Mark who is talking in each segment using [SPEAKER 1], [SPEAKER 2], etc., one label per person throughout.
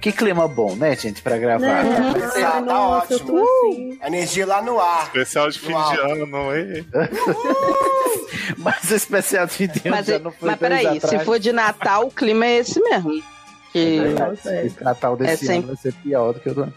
[SPEAKER 1] Que clima bom, né, gente, pra gravar.
[SPEAKER 2] Né?
[SPEAKER 3] Pois é, tá
[SPEAKER 2] Nossa, eu tô
[SPEAKER 3] ótimo.
[SPEAKER 2] assim.
[SPEAKER 3] Energia lá no ar.
[SPEAKER 4] Especial de fim
[SPEAKER 3] Uau.
[SPEAKER 4] de ano, hein?
[SPEAKER 1] Mas o especial de Deus
[SPEAKER 5] Mas, é-
[SPEAKER 1] já não foi
[SPEAKER 5] mas
[SPEAKER 1] dois
[SPEAKER 5] peraí,
[SPEAKER 1] atrás.
[SPEAKER 5] se for de Natal, o clima é esse mesmo. Que-
[SPEAKER 2] Nossa, é.
[SPEAKER 1] Esse Natal desse
[SPEAKER 5] É
[SPEAKER 1] ano
[SPEAKER 5] sempre-
[SPEAKER 1] vai ser pior do que o do ano.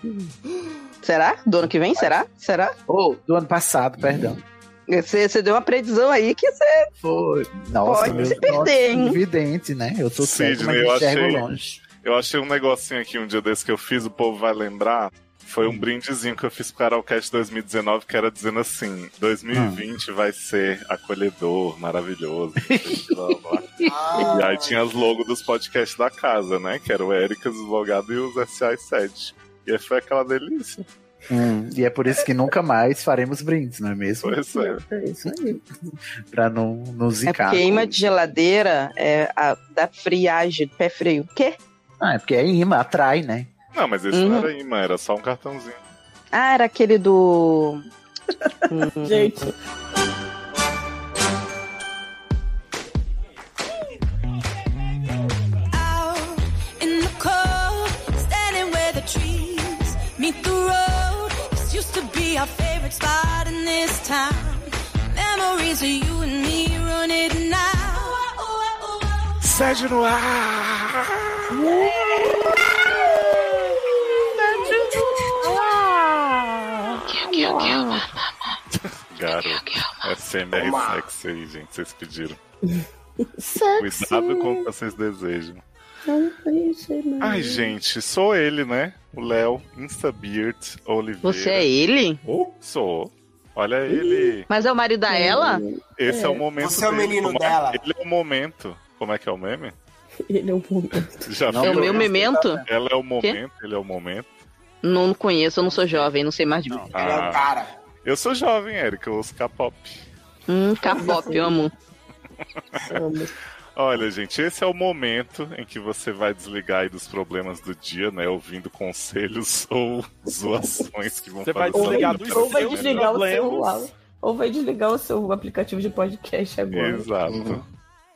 [SPEAKER 5] será? Do ano que vem? Será? Será?
[SPEAKER 1] Ou do ano passado, perdão.
[SPEAKER 5] Você, você deu uma previsão aí que você
[SPEAKER 1] Foi. Nossa,
[SPEAKER 5] Pode
[SPEAKER 1] meu
[SPEAKER 5] se perder,
[SPEAKER 1] nossa,
[SPEAKER 5] hein?
[SPEAKER 1] Evidente, né? Eu tô
[SPEAKER 4] Sidney,
[SPEAKER 1] cego, mas
[SPEAKER 4] eu
[SPEAKER 1] enxergo
[SPEAKER 4] achei-
[SPEAKER 1] longe.
[SPEAKER 4] Eu achei um negocinho aqui um dia desse que eu fiz, o povo vai lembrar. Foi um brindezinho que eu fiz pro Carolcast 2019, que era dizendo assim: 2020 vai ser acolhedor, maravilhoso. blá, blá, blá.
[SPEAKER 3] Ah,
[SPEAKER 4] E aí tinha os logos dos podcasts da casa, né? Que era o Ericas, o Logado e os SA7. E aí foi aquela delícia.
[SPEAKER 1] Hum, e é por isso que nunca mais faremos brindes, não é mesmo?
[SPEAKER 4] Pois é.
[SPEAKER 2] É isso aí.
[SPEAKER 1] Pra não nos
[SPEAKER 5] é
[SPEAKER 1] zicar.
[SPEAKER 5] porque imã de geladeira é a, da friagem, pé frio. O quê?
[SPEAKER 1] Ah, é porque é imã, atrai, né?
[SPEAKER 4] Não, mas esse não
[SPEAKER 5] Uhum.
[SPEAKER 4] era imã, era só um cartãozinho.
[SPEAKER 5] Ah, era aquele do.
[SPEAKER 4] Uhum.
[SPEAKER 2] Gente,
[SPEAKER 6] out in the cold, standing where the trees meet the road. This used to be our favorite spot in this town. Memories of you and me run it now.
[SPEAKER 4] Sede no ar! Garoto, SMR
[SPEAKER 3] Toma.
[SPEAKER 4] sexy aí, gente, vocês pediram. Cuidado com o que vocês desejam. Ai, gente, sou ele, né? O Léo Instabeard Oliveira.
[SPEAKER 5] Você é ele?
[SPEAKER 4] Oh, sou. Olha ele.
[SPEAKER 5] Mas é o marido da ela?
[SPEAKER 4] Esse é, o momento
[SPEAKER 3] Você é o
[SPEAKER 4] dele.
[SPEAKER 3] menino
[SPEAKER 4] Como é-
[SPEAKER 3] dela.
[SPEAKER 4] Ele é o momento. Como é que é o meme?
[SPEAKER 2] ele é um bom.
[SPEAKER 4] Já
[SPEAKER 1] Não,
[SPEAKER 5] É o
[SPEAKER 4] viu?
[SPEAKER 5] meu memento?
[SPEAKER 4] Ela é o momento, ele é o momento.
[SPEAKER 5] Não conheço, eu não sou jovem, não sei mais de mim.
[SPEAKER 3] Ele é
[SPEAKER 4] Ah.
[SPEAKER 3] o cara.
[SPEAKER 4] Eu sou jovem, Eric, eu ouço K-pop.
[SPEAKER 5] Hum, K-pop, eu amo.
[SPEAKER 2] Amo.
[SPEAKER 4] Olha, gente, esse é o momento em que você vai desligar aí dos problemas do dia, né? Ouvindo conselhos ou zoações tá que vão
[SPEAKER 7] Você vai
[SPEAKER 4] fazer sua
[SPEAKER 7] desligar
[SPEAKER 4] vida
[SPEAKER 7] dos
[SPEAKER 4] pra
[SPEAKER 2] Ou
[SPEAKER 7] seus
[SPEAKER 2] vai
[SPEAKER 4] ser
[SPEAKER 2] desligar
[SPEAKER 4] melhor.
[SPEAKER 2] o celular. Ou vai desligar o seu aplicativo de podcast agora.
[SPEAKER 4] Exato.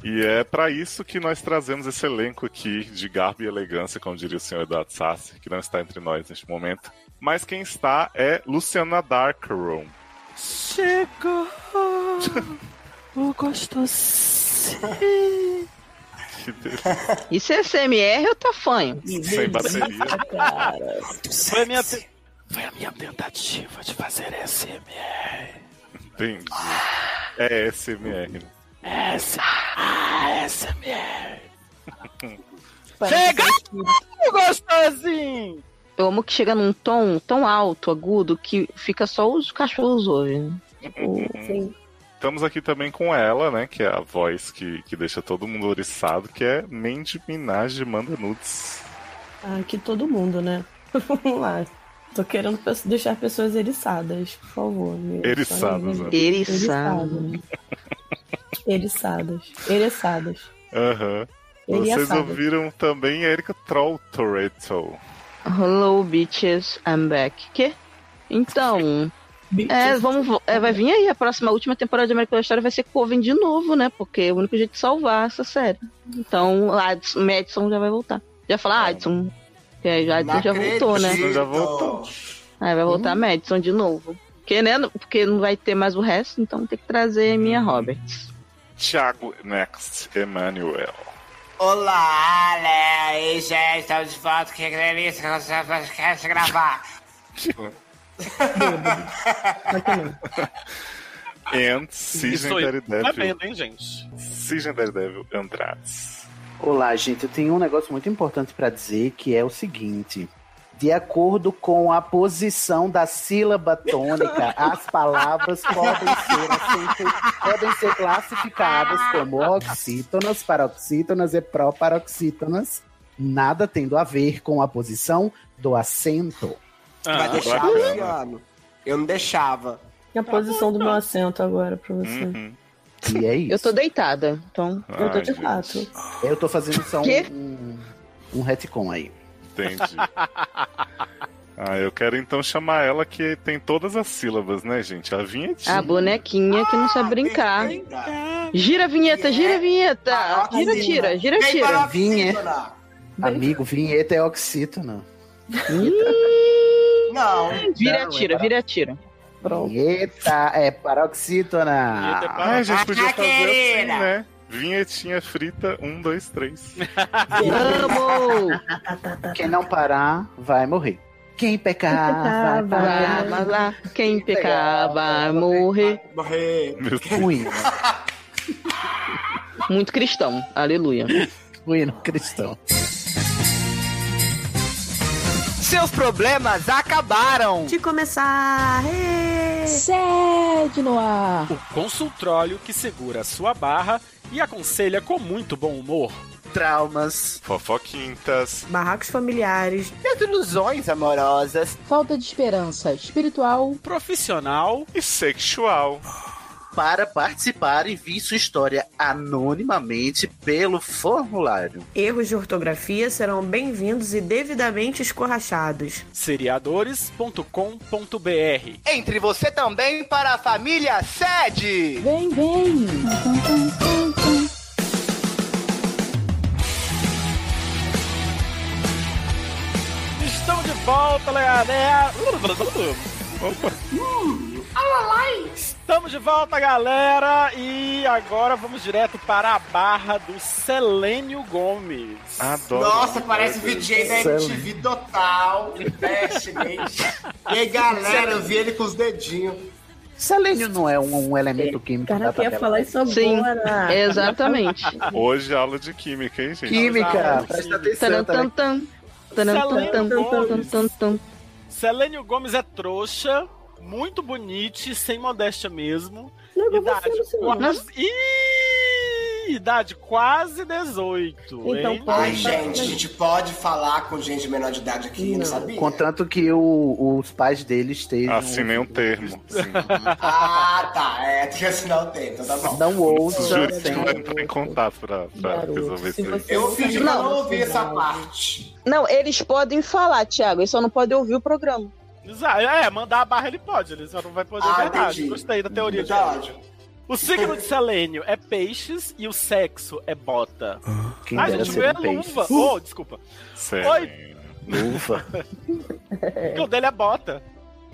[SPEAKER 4] E é pra isso que nós trazemos esse elenco aqui de garbo e elegância, como diria o senhor Eduardo Sassi, que não está entre nós neste momento. Mas quem está é Luciana Darkroom.
[SPEAKER 7] Chegou o gostoso.
[SPEAKER 4] Que delícia.
[SPEAKER 5] Isso é CMR ou tafanho?
[SPEAKER 4] Sem bateria.
[SPEAKER 2] ah, Cara,
[SPEAKER 7] Foi a minha, te- foi a minha tentativa de fazer SMR.
[SPEAKER 4] Entendi. É SMR.
[SPEAKER 7] S ah, SMR.
[SPEAKER 2] parece
[SPEAKER 7] O gostosinho!
[SPEAKER 5] Eu amo que chega num tom tão alto, agudo, que fica só os cachorros ouvindo.
[SPEAKER 2] que- Sim.
[SPEAKER 4] Estamos aqui também com ela, né? Que é a voz que, que deixa todo mundo oriçado, que é Mandy Minaj Manda Nudes.
[SPEAKER 2] Ah, que todo mundo, né? Vamos lá. Tô querendo pe- deixar pessoas eriçadas, por favor. né?
[SPEAKER 4] Eriçadas, né?
[SPEAKER 5] Eriçado.
[SPEAKER 2] Eriçadas. Eriçadas. Eriçadas.
[SPEAKER 4] Aham. Vocês
[SPEAKER 2] Eriçadas.
[SPEAKER 4] ouviram também a Erika Troll Toretto.
[SPEAKER 5] Hello, bitches, I'm back. Que? Então, é,
[SPEAKER 2] Bitches.
[SPEAKER 5] vamos, é, vai vir aí a próxima, a última temporada de American Horror Story vai ser Coven de novo, né? Porque é o único jeito de salvar essa série. Então, Adson, Madison já vai voltar. Já falar Adson, que aí já, Adson já voltou, né?
[SPEAKER 3] É. acredito.
[SPEAKER 4] Já voltou.
[SPEAKER 5] Aí vai voltar Madison de novo. Porque, né, não- porque não vai ter mais o resto, então tem que trazer a
[SPEAKER 3] Uhum.
[SPEAKER 5] minha Roberts.
[SPEAKER 4] Thiago Next Emmanuel.
[SPEAKER 3] Olá, Léo e gente, estamos de volta. Que delícia que você podcast gravar.
[SPEAKER 4] And
[SPEAKER 7] Isso
[SPEAKER 4] Cisne
[SPEAKER 7] aí tá
[SPEAKER 4] Daredevil.
[SPEAKER 7] vendo, hein, gente?
[SPEAKER 4] Cisne Daredevil Andrades.
[SPEAKER 1] Olá, gente. Eu tenho um negócio muito importante pra dizer que é o seguinte. De acordo com a posição da sílaba tônica, as palavras podem ser, acento- podem ser classificadas como oxítonas, paroxítonas e proparoxítonas, nada tendo a ver com a posição do acento.
[SPEAKER 3] Vai
[SPEAKER 7] Ah,
[SPEAKER 3] deixar,
[SPEAKER 4] bacana.
[SPEAKER 3] Luciano? Eu não deixava.
[SPEAKER 2] E a posição do meu assento agora pra você.
[SPEAKER 4] Uhum.
[SPEAKER 1] E é isso.
[SPEAKER 5] Eu tô deitada, então
[SPEAKER 2] Eu tô
[SPEAKER 4] Ai,
[SPEAKER 2] de
[SPEAKER 4] gente,
[SPEAKER 2] fato.
[SPEAKER 1] Eu tô fazendo só
[SPEAKER 5] Quê?
[SPEAKER 1] um, um, um retcon aí.
[SPEAKER 4] Entendi. Ah, eu quero então chamar ela que tem todas as sílabas, né, gente? A vinhetinha.
[SPEAKER 5] a bonequinha que não sabe brincar. Gira a vinheta, gira a vinheta!
[SPEAKER 3] Ah,
[SPEAKER 5] Gira,
[SPEAKER 3] sim.
[SPEAKER 5] tira, gira,
[SPEAKER 3] Vem
[SPEAKER 5] tira.
[SPEAKER 3] para a
[SPEAKER 1] Vinha.
[SPEAKER 3] oficina.
[SPEAKER 1] Amigo, vinheta é oxítona.
[SPEAKER 8] Não.
[SPEAKER 5] Vira
[SPEAKER 1] Não,
[SPEAKER 5] tira,
[SPEAKER 1] é
[SPEAKER 5] vira tira.
[SPEAKER 2] Pronto.
[SPEAKER 1] Vinheta é
[SPEAKER 9] Vinheta é
[SPEAKER 1] paroxítona.
[SPEAKER 9] para-
[SPEAKER 4] Ai, a gente podia
[SPEAKER 3] Ah,
[SPEAKER 4] fazer assim,
[SPEAKER 3] querida!
[SPEAKER 4] né? Vinhetinha frita, um, dois, três.
[SPEAKER 1] Ah,
[SPEAKER 5] Vamos!
[SPEAKER 2] Ah, tá,
[SPEAKER 1] Quem não parar, vai morrer. Quem pecar, vai
[SPEAKER 5] Lá,
[SPEAKER 1] parar.
[SPEAKER 5] lá, lá. Quem pecar vai morrer.
[SPEAKER 8] Morrer.
[SPEAKER 4] Meu Deus.
[SPEAKER 1] Um hino,
[SPEAKER 5] Muito cristão. Aleluia.
[SPEAKER 1] um hino cristão.
[SPEAKER 9] Seus problemas acabaram!
[SPEAKER 1] Tipo,
[SPEAKER 2] De começar! ê!
[SPEAKER 5] Sede no ar.
[SPEAKER 9] O consultróleo que segura sua barra e aconselha com muito bom humor.
[SPEAKER 1] Traumas.
[SPEAKER 4] Fofoquintas.
[SPEAKER 2] Barracos familiares.
[SPEAKER 8] Desilusões amorosas.
[SPEAKER 10] Falta de esperança espiritual.
[SPEAKER 9] Profissional,
[SPEAKER 4] E sexual.
[SPEAKER 1] Para participar, envie sua história anonimamente pelo formulário.
[SPEAKER 2] Erros de ortografia serão bem-vindos e devidamente escorrachados.
[SPEAKER 9] seriadores.com.br.
[SPEAKER 8] Entre você também para a família sede.
[SPEAKER 10] Vem, vem!
[SPEAKER 9] Estamos de volta, galera! Opa. Estamos de volta, galera! E agora vamos direto para a barra do Selênio Gomes.
[SPEAKER 4] Adoro.
[SPEAKER 3] Nossa, parece
[SPEAKER 4] Meu Deus.
[SPEAKER 3] VJ da MTV total. Flash, E aí, galera, eu vi ele com os dedinhos.
[SPEAKER 1] Selênio não é um, um elemento químico da
[SPEAKER 2] Caraca, eu ia
[SPEAKER 1] tabela.
[SPEAKER 2] falar isso
[SPEAKER 5] Sim, É.
[SPEAKER 2] agora.
[SPEAKER 5] Exatamente.
[SPEAKER 4] Hoje é aula de química, hein, gente?
[SPEAKER 1] Química,
[SPEAKER 9] Ah,
[SPEAKER 1] presta
[SPEAKER 9] sim.
[SPEAKER 1] atenção. tá?
[SPEAKER 5] Taran, tan, tan. Taran, tan, tan, tan, tan, tan, tan.
[SPEAKER 9] Selênio Gomes é trouxa, muito bonite, sem modéstia mesmo.
[SPEAKER 2] Não, eu vou
[SPEAKER 9] idade
[SPEAKER 2] fazer isso.
[SPEAKER 9] quase... Ih, idade quase 18,
[SPEAKER 2] Então,
[SPEAKER 9] hein?
[SPEAKER 2] pode-
[SPEAKER 3] Ai, gente, a gente pode falar com gente menor de idade aqui, não,
[SPEAKER 2] Não.
[SPEAKER 3] sabia?
[SPEAKER 1] Contanto que o- os pais dele estejam.
[SPEAKER 4] Assinei um termo. assim. Sim.
[SPEAKER 3] Ah, tá. É, tem que assinar o tempo, então tá bom.
[SPEAKER 1] Não
[SPEAKER 4] Os
[SPEAKER 1] ouça.
[SPEAKER 4] juristas é- vão entrar em contato pra, pra
[SPEAKER 2] Garoto,
[SPEAKER 4] resolver
[SPEAKER 2] se
[SPEAKER 4] isso aí.
[SPEAKER 2] você
[SPEAKER 3] Eu fingi que eu não
[SPEAKER 2] Não.
[SPEAKER 3] ouvi essa parte.
[SPEAKER 5] Não, eles podem falar, Thiago. Eles só não podem ouvir o programa.
[SPEAKER 9] Exa- É, mandar a barra ele pode, ele só não vai poder
[SPEAKER 3] Ah,
[SPEAKER 9] verdade.
[SPEAKER 3] entendi.
[SPEAKER 9] Gostei da teoria de
[SPEAKER 3] Tá ótimo.
[SPEAKER 9] O signo de Selênio é peixes e o sexo é bota.
[SPEAKER 1] Quem
[SPEAKER 9] a
[SPEAKER 1] dera
[SPEAKER 9] gente
[SPEAKER 1] ser
[SPEAKER 9] vê
[SPEAKER 1] um peixe.
[SPEAKER 9] luva. Oh, desculpa.
[SPEAKER 4] Sério.
[SPEAKER 1] Luva.
[SPEAKER 9] O dele é bota.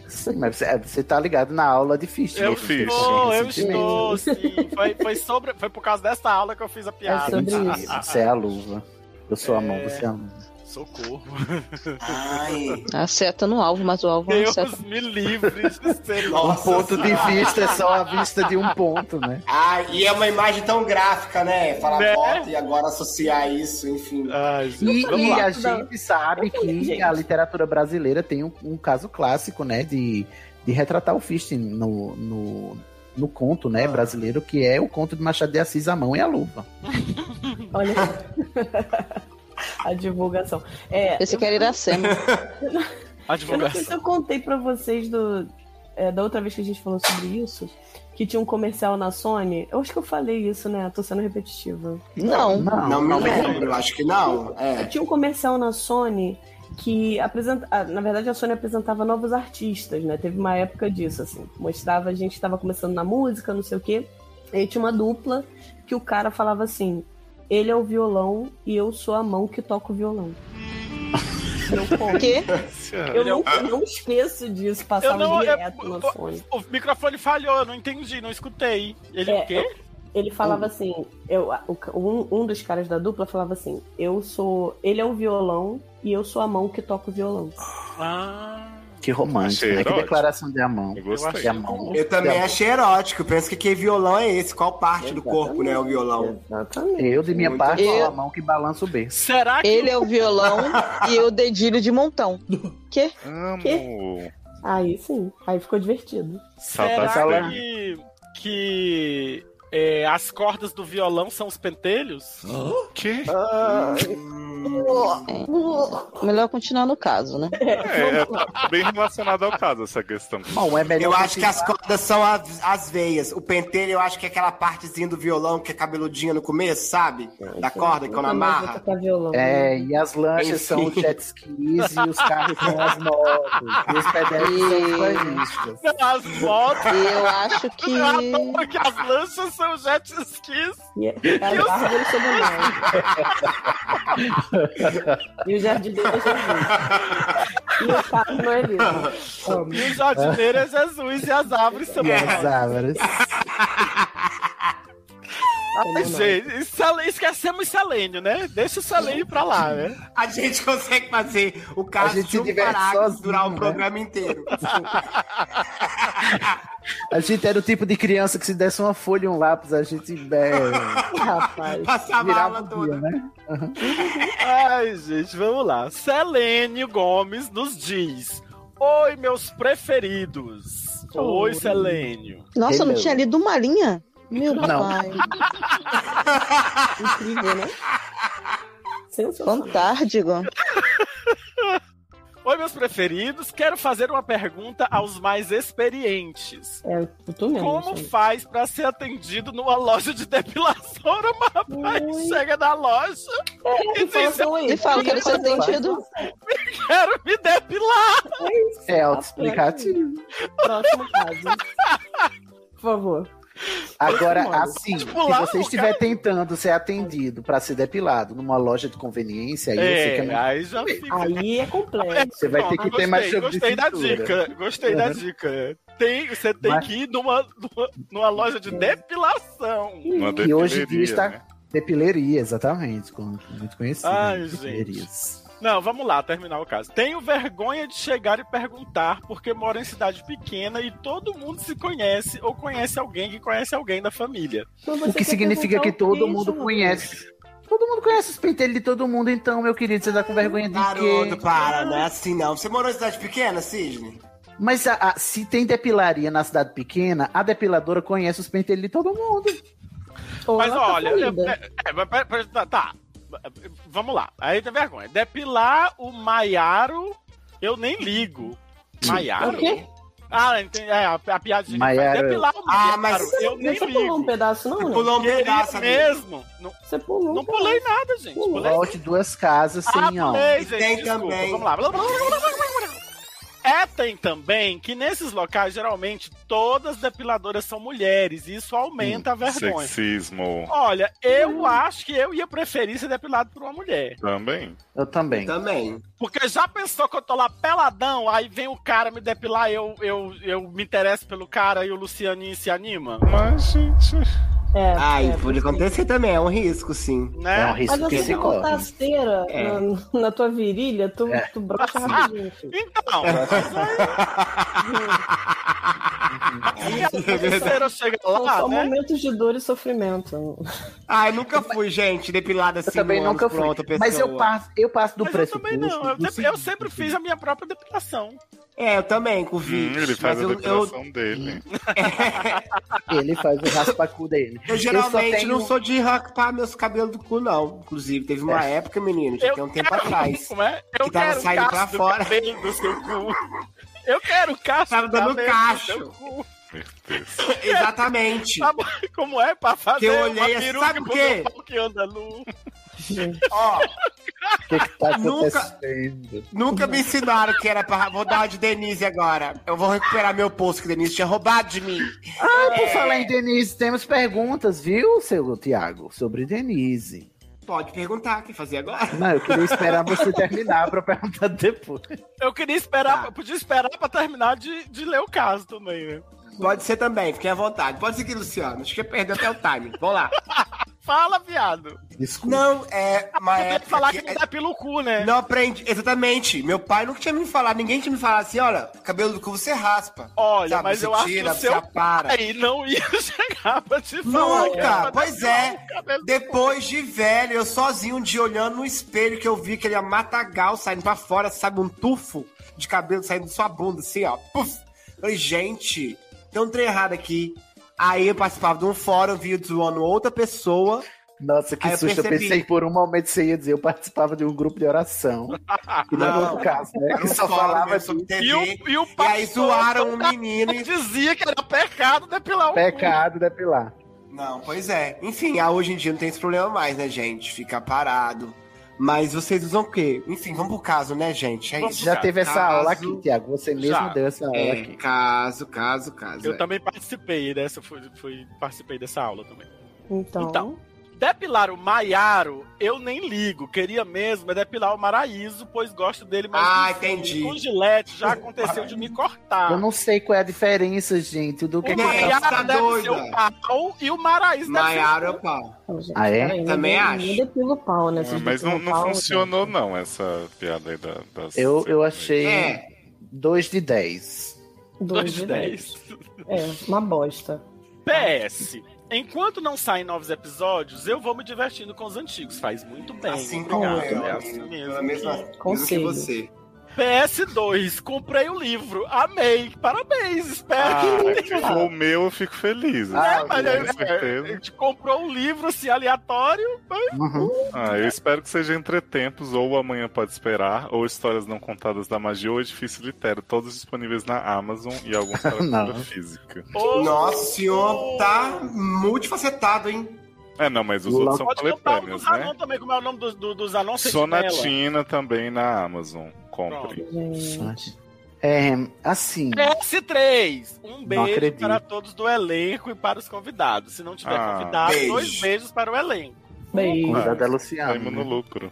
[SPEAKER 1] Sim, mas você, você tá ligado na aula de fish.
[SPEAKER 9] Eu
[SPEAKER 1] né? Você tem
[SPEAKER 9] estou, eu
[SPEAKER 1] sentimento.
[SPEAKER 9] estou, sim. Foi, foi, sobre, foi por causa dessa aula que eu fiz a
[SPEAKER 1] Ah,
[SPEAKER 9] piada.
[SPEAKER 2] sobre
[SPEAKER 1] mentira,
[SPEAKER 2] isso.
[SPEAKER 1] Você é a luva. Eu sou a mão,
[SPEAKER 9] É.
[SPEAKER 1] você é a luva.
[SPEAKER 9] Socorro.
[SPEAKER 3] Ai,
[SPEAKER 5] A seta no alvo, mas o alvo é uma
[SPEAKER 9] Deus
[SPEAKER 5] seta.
[SPEAKER 9] me livre de ser
[SPEAKER 1] Um
[SPEAKER 3] nossa.
[SPEAKER 1] ponto de
[SPEAKER 3] senhora.
[SPEAKER 1] vista é só a vista de um ponto, né?
[SPEAKER 3] Ai, e é uma imagem tão gráfica, né? Falar
[SPEAKER 9] Né?
[SPEAKER 3] bota e agora associar isso, enfim.
[SPEAKER 9] Ai,
[SPEAKER 1] E,
[SPEAKER 9] gente, vamos
[SPEAKER 1] e
[SPEAKER 9] lá.
[SPEAKER 1] a gente sabe que
[SPEAKER 2] gente.
[SPEAKER 1] a literatura brasileira tem um, um caso clássico, né, de, de retratar o fisting no, no, no conto,
[SPEAKER 3] Ah.
[SPEAKER 1] né, brasileiro, que é o conto de Machado de Assis, A Mão e a Luva.
[SPEAKER 2] Olha a divulgação. É,
[SPEAKER 5] Esse
[SPEAKER 2] eu-
[SPEAKER 5] quer ir a cena.
[SPEAKER 9] A
[SPEAKER 2] Eu não sei se
[SPEAKER 9] divulgação.
[SPEAKER 2] eu contei pra vocês do, é, da outra vez que a gente falou sobre isso, que tinha um comercial na Sony. Eu acho que eu falei isso, né? Tô sendo repetitiva.
[SPEAKER 5] Não.
[SPEAKER 3] Não me
[SPEAKER 1] é.
[SPEAKER 3] lembro, acho que não. É.
[SPEAKER 2] Tinha um comercial na Sony que apresenta, ah, na verdade a Sony apresentava novos artistas, né? Teve uma época disso assim, mostrava a gente que estava começando na música, não sei o quê. E tinha uma dupla que o cara falava assim: "Ele é o violão e eu sou a mão que toca o violão". Eu, pô,
[SPEAKER 5] Quê?
[SPEAKER 2] eu não, eu não esqueço disso, passava
[SPEAKER 9] é Eu não-
[SPEAKER 2] direto
[SPEAKER 9] eu-
[SPEAKER 2] na Sony.
[SPEAKER 9] O microfone falhou, eu não entendi, não escutei. Ele
[SPEAKER 2] É,
[SPEAKER 9] o quê?
[SPEAKER 2] Ele
[SPEAKER 9] Hum.
[SPEAKER 2] falava assim, eu, o- um, um dos caras da dupla falava assim, eu sou. Ele é o violão e eu sou a mão que toca o violão.
[SPEAKER 9] Ah.
[SPEAKER 1] Que romântico,
[SPEAKER 4] Achei
[SPEAKER 1] né? Que
[SPEAKER 4] erótico.
[SPEAKER 1] declaração de amor.
[SPEAKER 4] Eu gostei.
[SPEAKER 1] De amor.
[SPEAKER 3] Eu também achei erótico. Penso que que violão é esse? Qual parte do corpo, né? é O violão.
[SPEAKER 2] Exatamente.
[SPEAKER 1] Eu, de minha
[SPEAKER 3] Muito
[SPEAKER 1] parte,
[SPEAKER 5] bom.
[SPEAKER 1] sou a mão que balança o berço.
[SPEAKER 9] Será que
[SPEAKER 5] Ele é o violão e eu dedilho de montão.
[SPEAKER 4] Amo.
[SPEAKER 2] Aí sim, aí ficou divertido.
[SPEAKER 1] Tá,
[SPEAKER 4] Saudades
[SPEAKER 9] Será
[SPEAKER 4] dele.
[SPEAKER 9] que, que é, as cordas do violão são os pentelhos?
[SPEAKER 4] Que?
[SPEAKER 3] Hum.
[SPEAKER 5] Melhor continuar no caso, né?
[SPEAKER 4] É, é, tá bem relacionado ao caso essa questão.
[SPEAKER 1] Bom, é melhor
[SPEAKER 3] Eu acho que as cordas são as, as veias. O pentelho, eu acho que é aquela partezinha do violão que é cabeludinha no começo, sabe? Da corda que eu não
[SPEAKER 2] Nunca mais vou
[SPEAKER 3] amarra.
[SPEAKER 2] tocar violão.
[SPEAKER 1] É, e as lanchas
[SPEAKER 3] Enfim.
[SPEAKER 1] são os jet skis e os carros são as motos. E os pedestres são os banhistas.
[SPEAKER 9] As motos.
[SPEAKER 5] Eu acho que.
[SPEAKER 1] Ah,
[SPEAKER 9] Eu adoro que as lanchas são jet skis.
[SPEAKER 2] E as árvores sobre nós. E o jardineiro é Jesus. E o carro não é lindo.
[SPEAKER 9] E o jardineiro é Jesus e as árvores são
[SPEAKER 1] E as árvores.
[SPEAKER 9] Ai, gente, e Selen- esquecemos Selênio, né? Deixa o Selênio pra lá, né?
[SPEAKER 3] A gente consegue fazer o caso
[SPEAKER 1] gente
[SPEAKER 3] de
[SPEAKER 1] se
[SPEAKER 3] um
[SPEAKER 1] diverte
[SPEAKER 3] parágrafo
[SPEAKER 1] sozinho,
[SPEAKER 3] durar o
[SPEAKER 1] né?
[SPEAKER 3] programa inteiro.
[SPEAKER 1] A gente era o tipo de criança que se desse uma folha e um lápis, a gente é,
[SPEAKER 2] Rapaz.
[SPEAKER 3] Passava a
[SPEAKER 1] virava
[SPEAKER 3] aula
[SPEAKER 1] o dia,
[SPEAKER 3] toda.
[SPEAKER 1] né?
[SPEAKER 9] Ai, gente, vamos lá. Selênio Gomes nos diz: Oi, meus preferidos. Oi, Selênio.
[SPEAKER 5] Nossa, eu não
[SPEAKER 1] Entendeu?
[SPEAKER 5] tinha lido uma linha. Meu
[SPEAKER 1] Não.
[SPEAKER 5] pai.
[SPEAKER 2] Incrível, né? Sensacional.
[SPEAKER 5] Fantástico.
[SPEAKER 9] Oi, meus preferidos. Quero fazer uma pergunta aos mais experientes.
[SPEAKER 2] É, tu mesmo.
[SPEAKER 9] Como
[SPEAKER 2] sabe?
[SPEAKER 9] faz pra ser atendido numa loja de depilação? O rapaz
[SPEAKER 2] Ui.
[SPEAKER 9] chega na loja,
[SPEAKER 2] É, tu fala assim, "Oi,
[SPEAKER 5] E fala,
[SPEAKER 2] eu
[SPEAKER 5] quero ser
[SPEAKER 2] fazer uma
[SPEAKER 5] atendido.
[SPEAKER 9] quero me depilar.
[SPEAKER 1] É auto-explicativo.
[SPEAKER 2] Próximo caso. Por favor.
[SPEAKER 1] Agora,
[SPEAKER 2] Mano,
[SPEAKER 1] assim, se
[SPEAKER 9] pode pular,
[SPEAKER 1] você estiver tentando ser atendido pra ser depilado numa loja de conveniência, aí eu sei que é
[SPEAKER 9] É,
[SPEAKER 1] muito-
[SPEAKER 9] aí já fica.
[SPEAKER 2] Aí é complexo.
[SPEAKER 1] você vai ter
[SPEAKER 9] Pronto,
[SPEAKER 1] que ter mais jogo de
[SPEAKER 9] Gostei da
[SPEAKER 1] cintura.
[SPEAKER 9] dica, gostei da dica. Tem, você tem
[SPEAKER 1] Mas-
[SPEAKER 9] que ir numa, numa, numa loja de depilação.
[SPEAKER 4] Uma
[SPEAKER 1] Que hoje em dia
[SPEAKER 4] depileria,
[SPEAKER 1] está
[SPEAKER 4] né?
[SPEAKER 1] depileria, exatamente, como muito conhecido.
[SPEAKER 9] Ai,
[SPEAKER 1] né?
[SPEAKER 9] gente.
[SPEAKER 1] Depilerias.
[SPEAKER 9] Não, vamos lá, terminar o caso. Tenho vergonha de chegar e perguntar porque moro em cidade pequena e todo mundo se conhece ou conhece alguém que conhece alguém da família.
[SPEAKER 2] Então você
[SPEAKER 1] O que
[SPEAKER 2] quer
[SPEAKER 1] significa que
[SPEAKER 2] perguntar o
[SPEAKER 1] todo
[SPEAKER 2] quê,
[SPEAKER 1] mundo
[SPEAKER 2] João?
[SPEAKER 1] conhece. Todo mundo conhece os pentelhos de todo mundo, então, meu querido, você tá com vergonha de
[SPEAKER 3] Garoto,
[SPEAKER 1] quê?
[SPEAKER 3] para, não é assim não. Você morou em cidade pequena, Cisne?
[SPEAKER 1] Mas a- a- se tem depilaria na cidade pequena, a depiladora conhece os pentelhos de todo mundo.
[SPEAKER 2] Ou
[SPEAKER 9] Mas
[SPEAKER 2] ela tá
[SPEAKER 9] olha,
[SPEAKER 2] falida.
[SPEAKER 9] é, é, mas pera- pera- tá, tá. Vamos lá. Aí tem vergonha. Depilar o Maiaro, eu nem ligo. Maiaro?
[SPEAKER 2] O quê?
[SPEAKER 9] Ah, entendi. É, a, a piadinha.
[SPEAKER 1] Maiaro.
[SPEAKER 9] Depilar o
[SPEAKER 3] Ah,
[SPEAKER 9] Maiaro,
[SPEAKER 3] mas
[SPEAKER 2] Você
[SPEAKER 9] eu
[SPEAKER 2] não,
[SPEAKER 9] nem
[SPEAKER 2] você pulou um
[SPEAKER 9] ligo.
[SPEAKER 2] pedaço, não,
[SPEAKER 3] Você
[SPEAKER 2] né?
[SPEAKER 3] pulou um
[SPEAKER 9] Queria
[SPEAKER 3] pedaço, amigo.
[SPEAKER 9] mesmo. Não,
[SPEAKER 2] Você pulou. um
[SPEAKER 9] não
[SPEAKER 2] cara.
[SPEAKER 9] pulei nada, gente.
[SPEAKER 2] Pulou.
[SPEAKER 9] Pulei
[SPEAKER 1] Volte duas casas sem
[SPEAKER 9] ah,
[SPEAKER 1] alma.
[SPEAKER 9] play,
[SPEAKER 3] E
[SPEAKER 9] gente,
[SPEAKER 3] tem
[SPEAKER 9] desculpa,
[SPEAKER 3] também.
[SPEAKER 9] Vamos lá. Blá, blá, blá, blá, blá, blá, blá. É, tem também que nesses locais, geralmente, todas as depiladoras são mulheres, e isso aumenta
[SPEAKER 4] Hum,
[SPEAKER 9] a vergonha.
[SPEAKER 4] Sexismo
[SPEAKER 9] Olha, eu acho que eu ia preferir ser depilado por uma mulher.
[SPEAKER 4] também.
[SPEAKER 1] Eu também.
[SPEAKER 3] Também.
[SPEAKER 9] Porque já pensou que eu tô lá peladão, aí vem o cara me depilar, eu, eu, eu me interesso pelo cara e o Lucianinho se anima?
[SPEAKER 4] Mas, gente.
[SPEAKER 2] É,
[SPEAKER 3] Ah,
[SPEAKER 2] é,
[SPEAKER 3] e pode acontecer também, é um risco, sim.
[SPEAKER 9] Né?
[SPEAKER 1] É um
[SPEAKER 2] Mas
[SPEAKER 1] risco
[SPEAKER 2] você cortar a
[SPEAKER 1] psicológico.
[SPEAKER 2] cera
[SPEAKER 3] É.
[SPEAKER 2] na, na tua virilha, tu,
[SPEAKER 1] É.
[SPEAKER 2] tu brocha
[SPEAKER 3] Ah,
[SPEAKER 2] rapidinho. filho.
[SPEAKER 3] É.
[SPEAKER 9] Então, aí a terceira chega
[SPEAKER 2] São
[SPEAKER 9] lá,
[SPEAKER 2] só um
[SPEAKER 9] né?
[SPEAKER 2] momentos de dor e sofrimento.
[SPEAKER 3] Ai, nunca fui, gente, depilada
[SPEAKER 1] Eu
[SPEAKER 3] assim.
[SPEAKER 1] também
[SPEAKER 3] no ânus
[SPEAKER 1] nunca
[SPEAKER 3] por
[SPEAKER 1] fui.
[SPEAKER 3] outra
[SPEAKER 1] Mas eu
[SPEAKER 3] pessoa.
[SPEAKER 1] passo, eu passo do
[SPEAKER 9] Mas eu
[SPEAKER 1] preço.
[SPEAKER 9] também não. Eu, sempre- eu sempre fiz a minha própria depilação.
[SPEAKER 3] É, eu também, com
[SPEAKER 4] Hum,
[SPEAKER 3] vídeo.
[SPEAKER 4] ele
[SPEAKER 3] mas
[SPEAKER 4] faz a
[SPEAKER 3] eu, eu,
[SPEAKER 4] depilação dele.
[SPEAKER 1] Ele faz o raspacu dele.
[SPEAKER 3] eu geralmente
[SPEAKER 1] tenho-
[SPEAKER 3] não sou de raspar meus cabelos do cu, não. Inclusive, teve uma época, menino, já
[SPEAKER 9] Eu
[SPEAKER 3] tem um tempo
[SPEAKER 9] quero-
[SPEAKER 3] atrás.
[SPEAKER 9] Como é? Eu
[SPEAKER 3] Que tava
[SPEAKER 9] quero o
[SPEAKER 3] saindo
[SPEAKER 9] cacho
[SPEAKER 3] pra
[SPEAKER 9] do
[SPEAKER 3] fora.
[SPEAKER 9] cabelo do seu cu. Eu quero o cacho
[SPEAKER 3] Tava
[SPEAKER 9] do
[SPEAKER 3] dando
[SPEAKER 9] cabelo
[SPEAKER 3] cacho.
[SPEAKER 9] do seu cu.
[SPEAKER 4] Meu Deus.
[SPEAKER 3] Exatamente.
[SPEAKER 9] Sabe como é pra fazer
[SPEAKER 3] Que eu olhei
[SPEAKER 9] uma
[SPEAKER 3] assim,
[SPEAKER 9] peruca
[SPEAKER 3] sabe o
[SPEAKER 9] pro
[SPEAKER 3] quê?
[SPEAKER 9] meu pau que anda nu?
[SPEAKER 3] Ó,
[SPEAKER 1] O que, que tá
[SPEAKER 3] Nunca-
[SPEAKER 1] acontecendo?
[SPEAKER 3] nunca me ensinaram que era pra. Vou dar uma de Denise agora. Eu vou recuperar meu posto que Denise tinha roubado de mim.
[SPEAKER 1] Ah, por
[SPEAKER 3] É.
[SPEAKER 1] falar em Denise, temos perguntas, viu, seu Tiago? Sobre Denise.
[SPEAKER 3] Pode perguntar, o que fazer agora?
[SPEAKER 1] Não, eu queria esperar você terminar pra perguntar depois.
[SPEAKER 9] Eu queria esperar,
[SPEAKER 3] Tá.
[SPEAKER 9] eu podia esperar pra terminar de, de ler o caso também, né?
[SPEAKER 3] Pode ser também, fiquem à vontade. Pode seguir, Luciano. Acho que eu perdi até o time. Vamos lá.
[SPEAKER 9] Fala, viado.
[SPEAKER 1] Desculpa.
[SPEAKER 3] Não, é. Uma
[SPEAKER 9] Você tem que
[SPEAKER 3] época
[SPEAKER 9] falar
[SPEAKER 3] que-
[SPEAKER 9] que não dá pelo cu, né?
[SPEAKER 3] Não aprendi, exatamente. Meu pai nunca tinha me falado, ninguém tinha me falado assim, olha, cabelo do cu você raspa.
[SPEAKER 9] Olha,
[SPEAKER 3] Sabe,
[SPEAKER 9] mas
[SPEAKER 3] você
[SPEAKER 9] eu acho que
[SPEAKER 3] tira,
[SPEAKER 9] o seu
[SPEAKER 3] você para.
[SPEAKER 9] Aí não ia chegar pra te falar. que era pra
[SPEAKER 3] Nunca, pois
[SPEAKER 9] depilar
[SPEAKER 3] é.
[SPEAKER 9] o cabelo do
[SPEAKER 3] Depois de velho, eu sozinho um dia olhando no espelho que eu vi que ele matagal saindo pra fora, sabe, um tufo de cabelo saindo da sua bunda, assim, ó. Puf. Falei, gente, tem um trem errado aqui. Aí eu participava de um fórum, vi zoando outra pessoa.
[SPEAKER 1] Nossa, que
[SPEAKER 3] Aí Ah, eu
[SPEAKER 1] susto. Eu,
[SPEAKER 3] percebi.
[SPEAKER 1] pensei por um momento que você ia dizer, eu participava de um grupo de oração. Que não,
[SPEAKER 3] Não.
[SPEAKER 1] é o caso, né?
[SPEAKER 3] Era
[SPEAKER 1] Que
[SPEAKER 3] um
[SPEAKER 1] só
[SPEAKER 3] fórum
[SPEAKER 1] falava
[SPEAKER 3] mesmo
[SPEAKER 1] de
[SPEAKER 3] sobre TV.
[SPEAKER 9] E o, e o
[SPEAKER 3] E aí
[SPEAKER 9] pastor
[SPEAKER 3] zoaram um menino. e-
[SPEAKER 9] dizia que era pecado depilar o cu.
[SPEAKER 1] pecado depilar.
[SPEAKER 3] Não, pois é. Enfim, ah, hoje em dia não tem esse problema mais, né, gente? Ficar parado. Mas vocês usam o quê? Enfim, vamos pro caso, né, gente? É
[SPEAKER 9] Vamos
[SPEAKER 3] isso.
[SPEAKER 1] Já teve essa
[SPEAKER 3] Caso-
[SPEAKER 1] aula aqui, Tiago. Você mesmo
[SPEAKER 9] Já.
[SPEAKER 1] deu essa aula
[SPEAKER 3] É,
[SPEAKER 1] aqui.
[SPEAKER 3] caso, caso, caso.
[SPEAKER 9] Eu
[SPEAKER 3] é.
[SPEAKER 9] também participei dessa, fui, fui- participei dessa aula também.
[SPEAKER 2] Então,
[SPEAKER 9] Então, depilar o Maiaro, eu nem ligo. Queria mesmo é depilar o Maraíso, pois gosto dele mais.
[SPEAKER 3] Ah,
[SPEAKER 9] lisinho.
[SPEAKER 3] entendi.
[SPEAKER 9] Com gilete já aconteceu de me cortar.
[SPEAKER 1] Eu não sei qual é a diferença, gente, do que.
[SPEAKER 9] O
[SPEAKER 3] Quem é
[SPEAKER 9] Maiaro
[SPEAKER 3] essa
[SPEAKER 9] deve ser
[SPEAKER 3] doida?
[SPEAKER 9] o pau e o Maraíso deve
[SPEAKER 3] Maiara é
[SPEAKER 9] ser
[SPEAKER 3] o pau.
[SPEAKER 2] então, gente,
[SPEAKER 1] Ah, é?
[SPEAKER 2] peraí,
[SPEAKER 3] Também
[SPEAKER 2] ninguém-
[SPEAKER 3] acho.
[SPEAKER 2] ninguém depila o pau, né? Vocês
[SPEAKER 4] É, Mas
[SPEAKER 2] depilam
[SPEAKER 4] não,
[SPEAKER 2] o
[SPEAKER 4] não
[SPEAKER 2] pau,
[SPEAKER 4] funcionou, não, essa piada aí da, das.
[SPEAKER 1] Eu, eu achei
[SPEAKER 3] É,
[SPEAKER 1] 2 de 10.
[SPEAKER 2] gente.
[SPEAKER 9] o 2
[SPEAKER 2] Dois
[SPEAKER 9] de
[SPEAKER 2] de
[SPEAKER 9] 10.
[SPEAKER 2] É, uma bosta.
[SPEAKER 9] PS. Enquanto não saem novos episódios, eu vou me divertindo com os antigos. Faz muito bem.
[SPEAKER 3] assim como eu.
[SPEAKER 9] é
[SPEAKER 3] amigo.
[SPEAKER 9] assim
[SPEAKER 3] Pela
[SPEAKER 9] mesmo.
[SPEAKER 3] mesma, mesmo que
[SPEAKER 2] Conselho.
[SPEAKER 3] você.
[SPEAKER 9] PS2, comprei o livro. Amei. Parabéns. Espero que
[SPEAKER 4] Ah, se for o meu, eu fico feliz.
[SPEAKER 1] Ah,
[SPEAKER 4] assim,
[SPEAKER 9] Mas
[SPEAKER 4] com
[SPEAKER 9] aí,
[SPEAKER 4] certeza.
[SPEAKER 9] a gente comprou um livro assim, aleatório.
[SPEAKER 1] Uhum.
[SPEAKER 4] Ah, eu espero que seja entre tempos, ou Amanhã Pode Esperar, ou Histórias Não Contadas da Magia, ou Edifício Litério, todos disponíveis na Amazon e alguns para
[SPEAKER 1] Não.
[SPEAKER 4] cultura física.
[SPEAKER 9] Ou
[SPEAKER 3] Nossa, o senhor tá multifacetado, hein?
[SPEAKER 4] É, não, mas os outros são
[SPEAKER 9] pode comprar um
[SPEAKER 4] coletâneos,
[SPEAKER 9] dos
[SPEAKER 4] né?
[SPEAKER 9] anão também, como é o nome dos, do- dos anão sentinela.
[SPEAKER 4] Sonatina também na Amazon. Compre.
[SPEAKER 2] Gente.
[SPEAKER 1] É, assim.
[SPEAKER 9] PS3, um beijo
[SPEAKER 1] acredito.
[SPEAKER 9] para todos do elenco e para os convidados. Se não tiver
[SPEAKER 4] Ah,
[SPEAKER 9] convidado,
[SPEAKER 3] beijo.
[SPEAKER 9] dois beijos para o elenco.
[SPEAKER 2] Bem,
[SPEAKER 1] Cuidado da
[SPEAKER 4] Saímos no
[SPEAKER 1] Luciana.
[SPEAKER 4] lucro.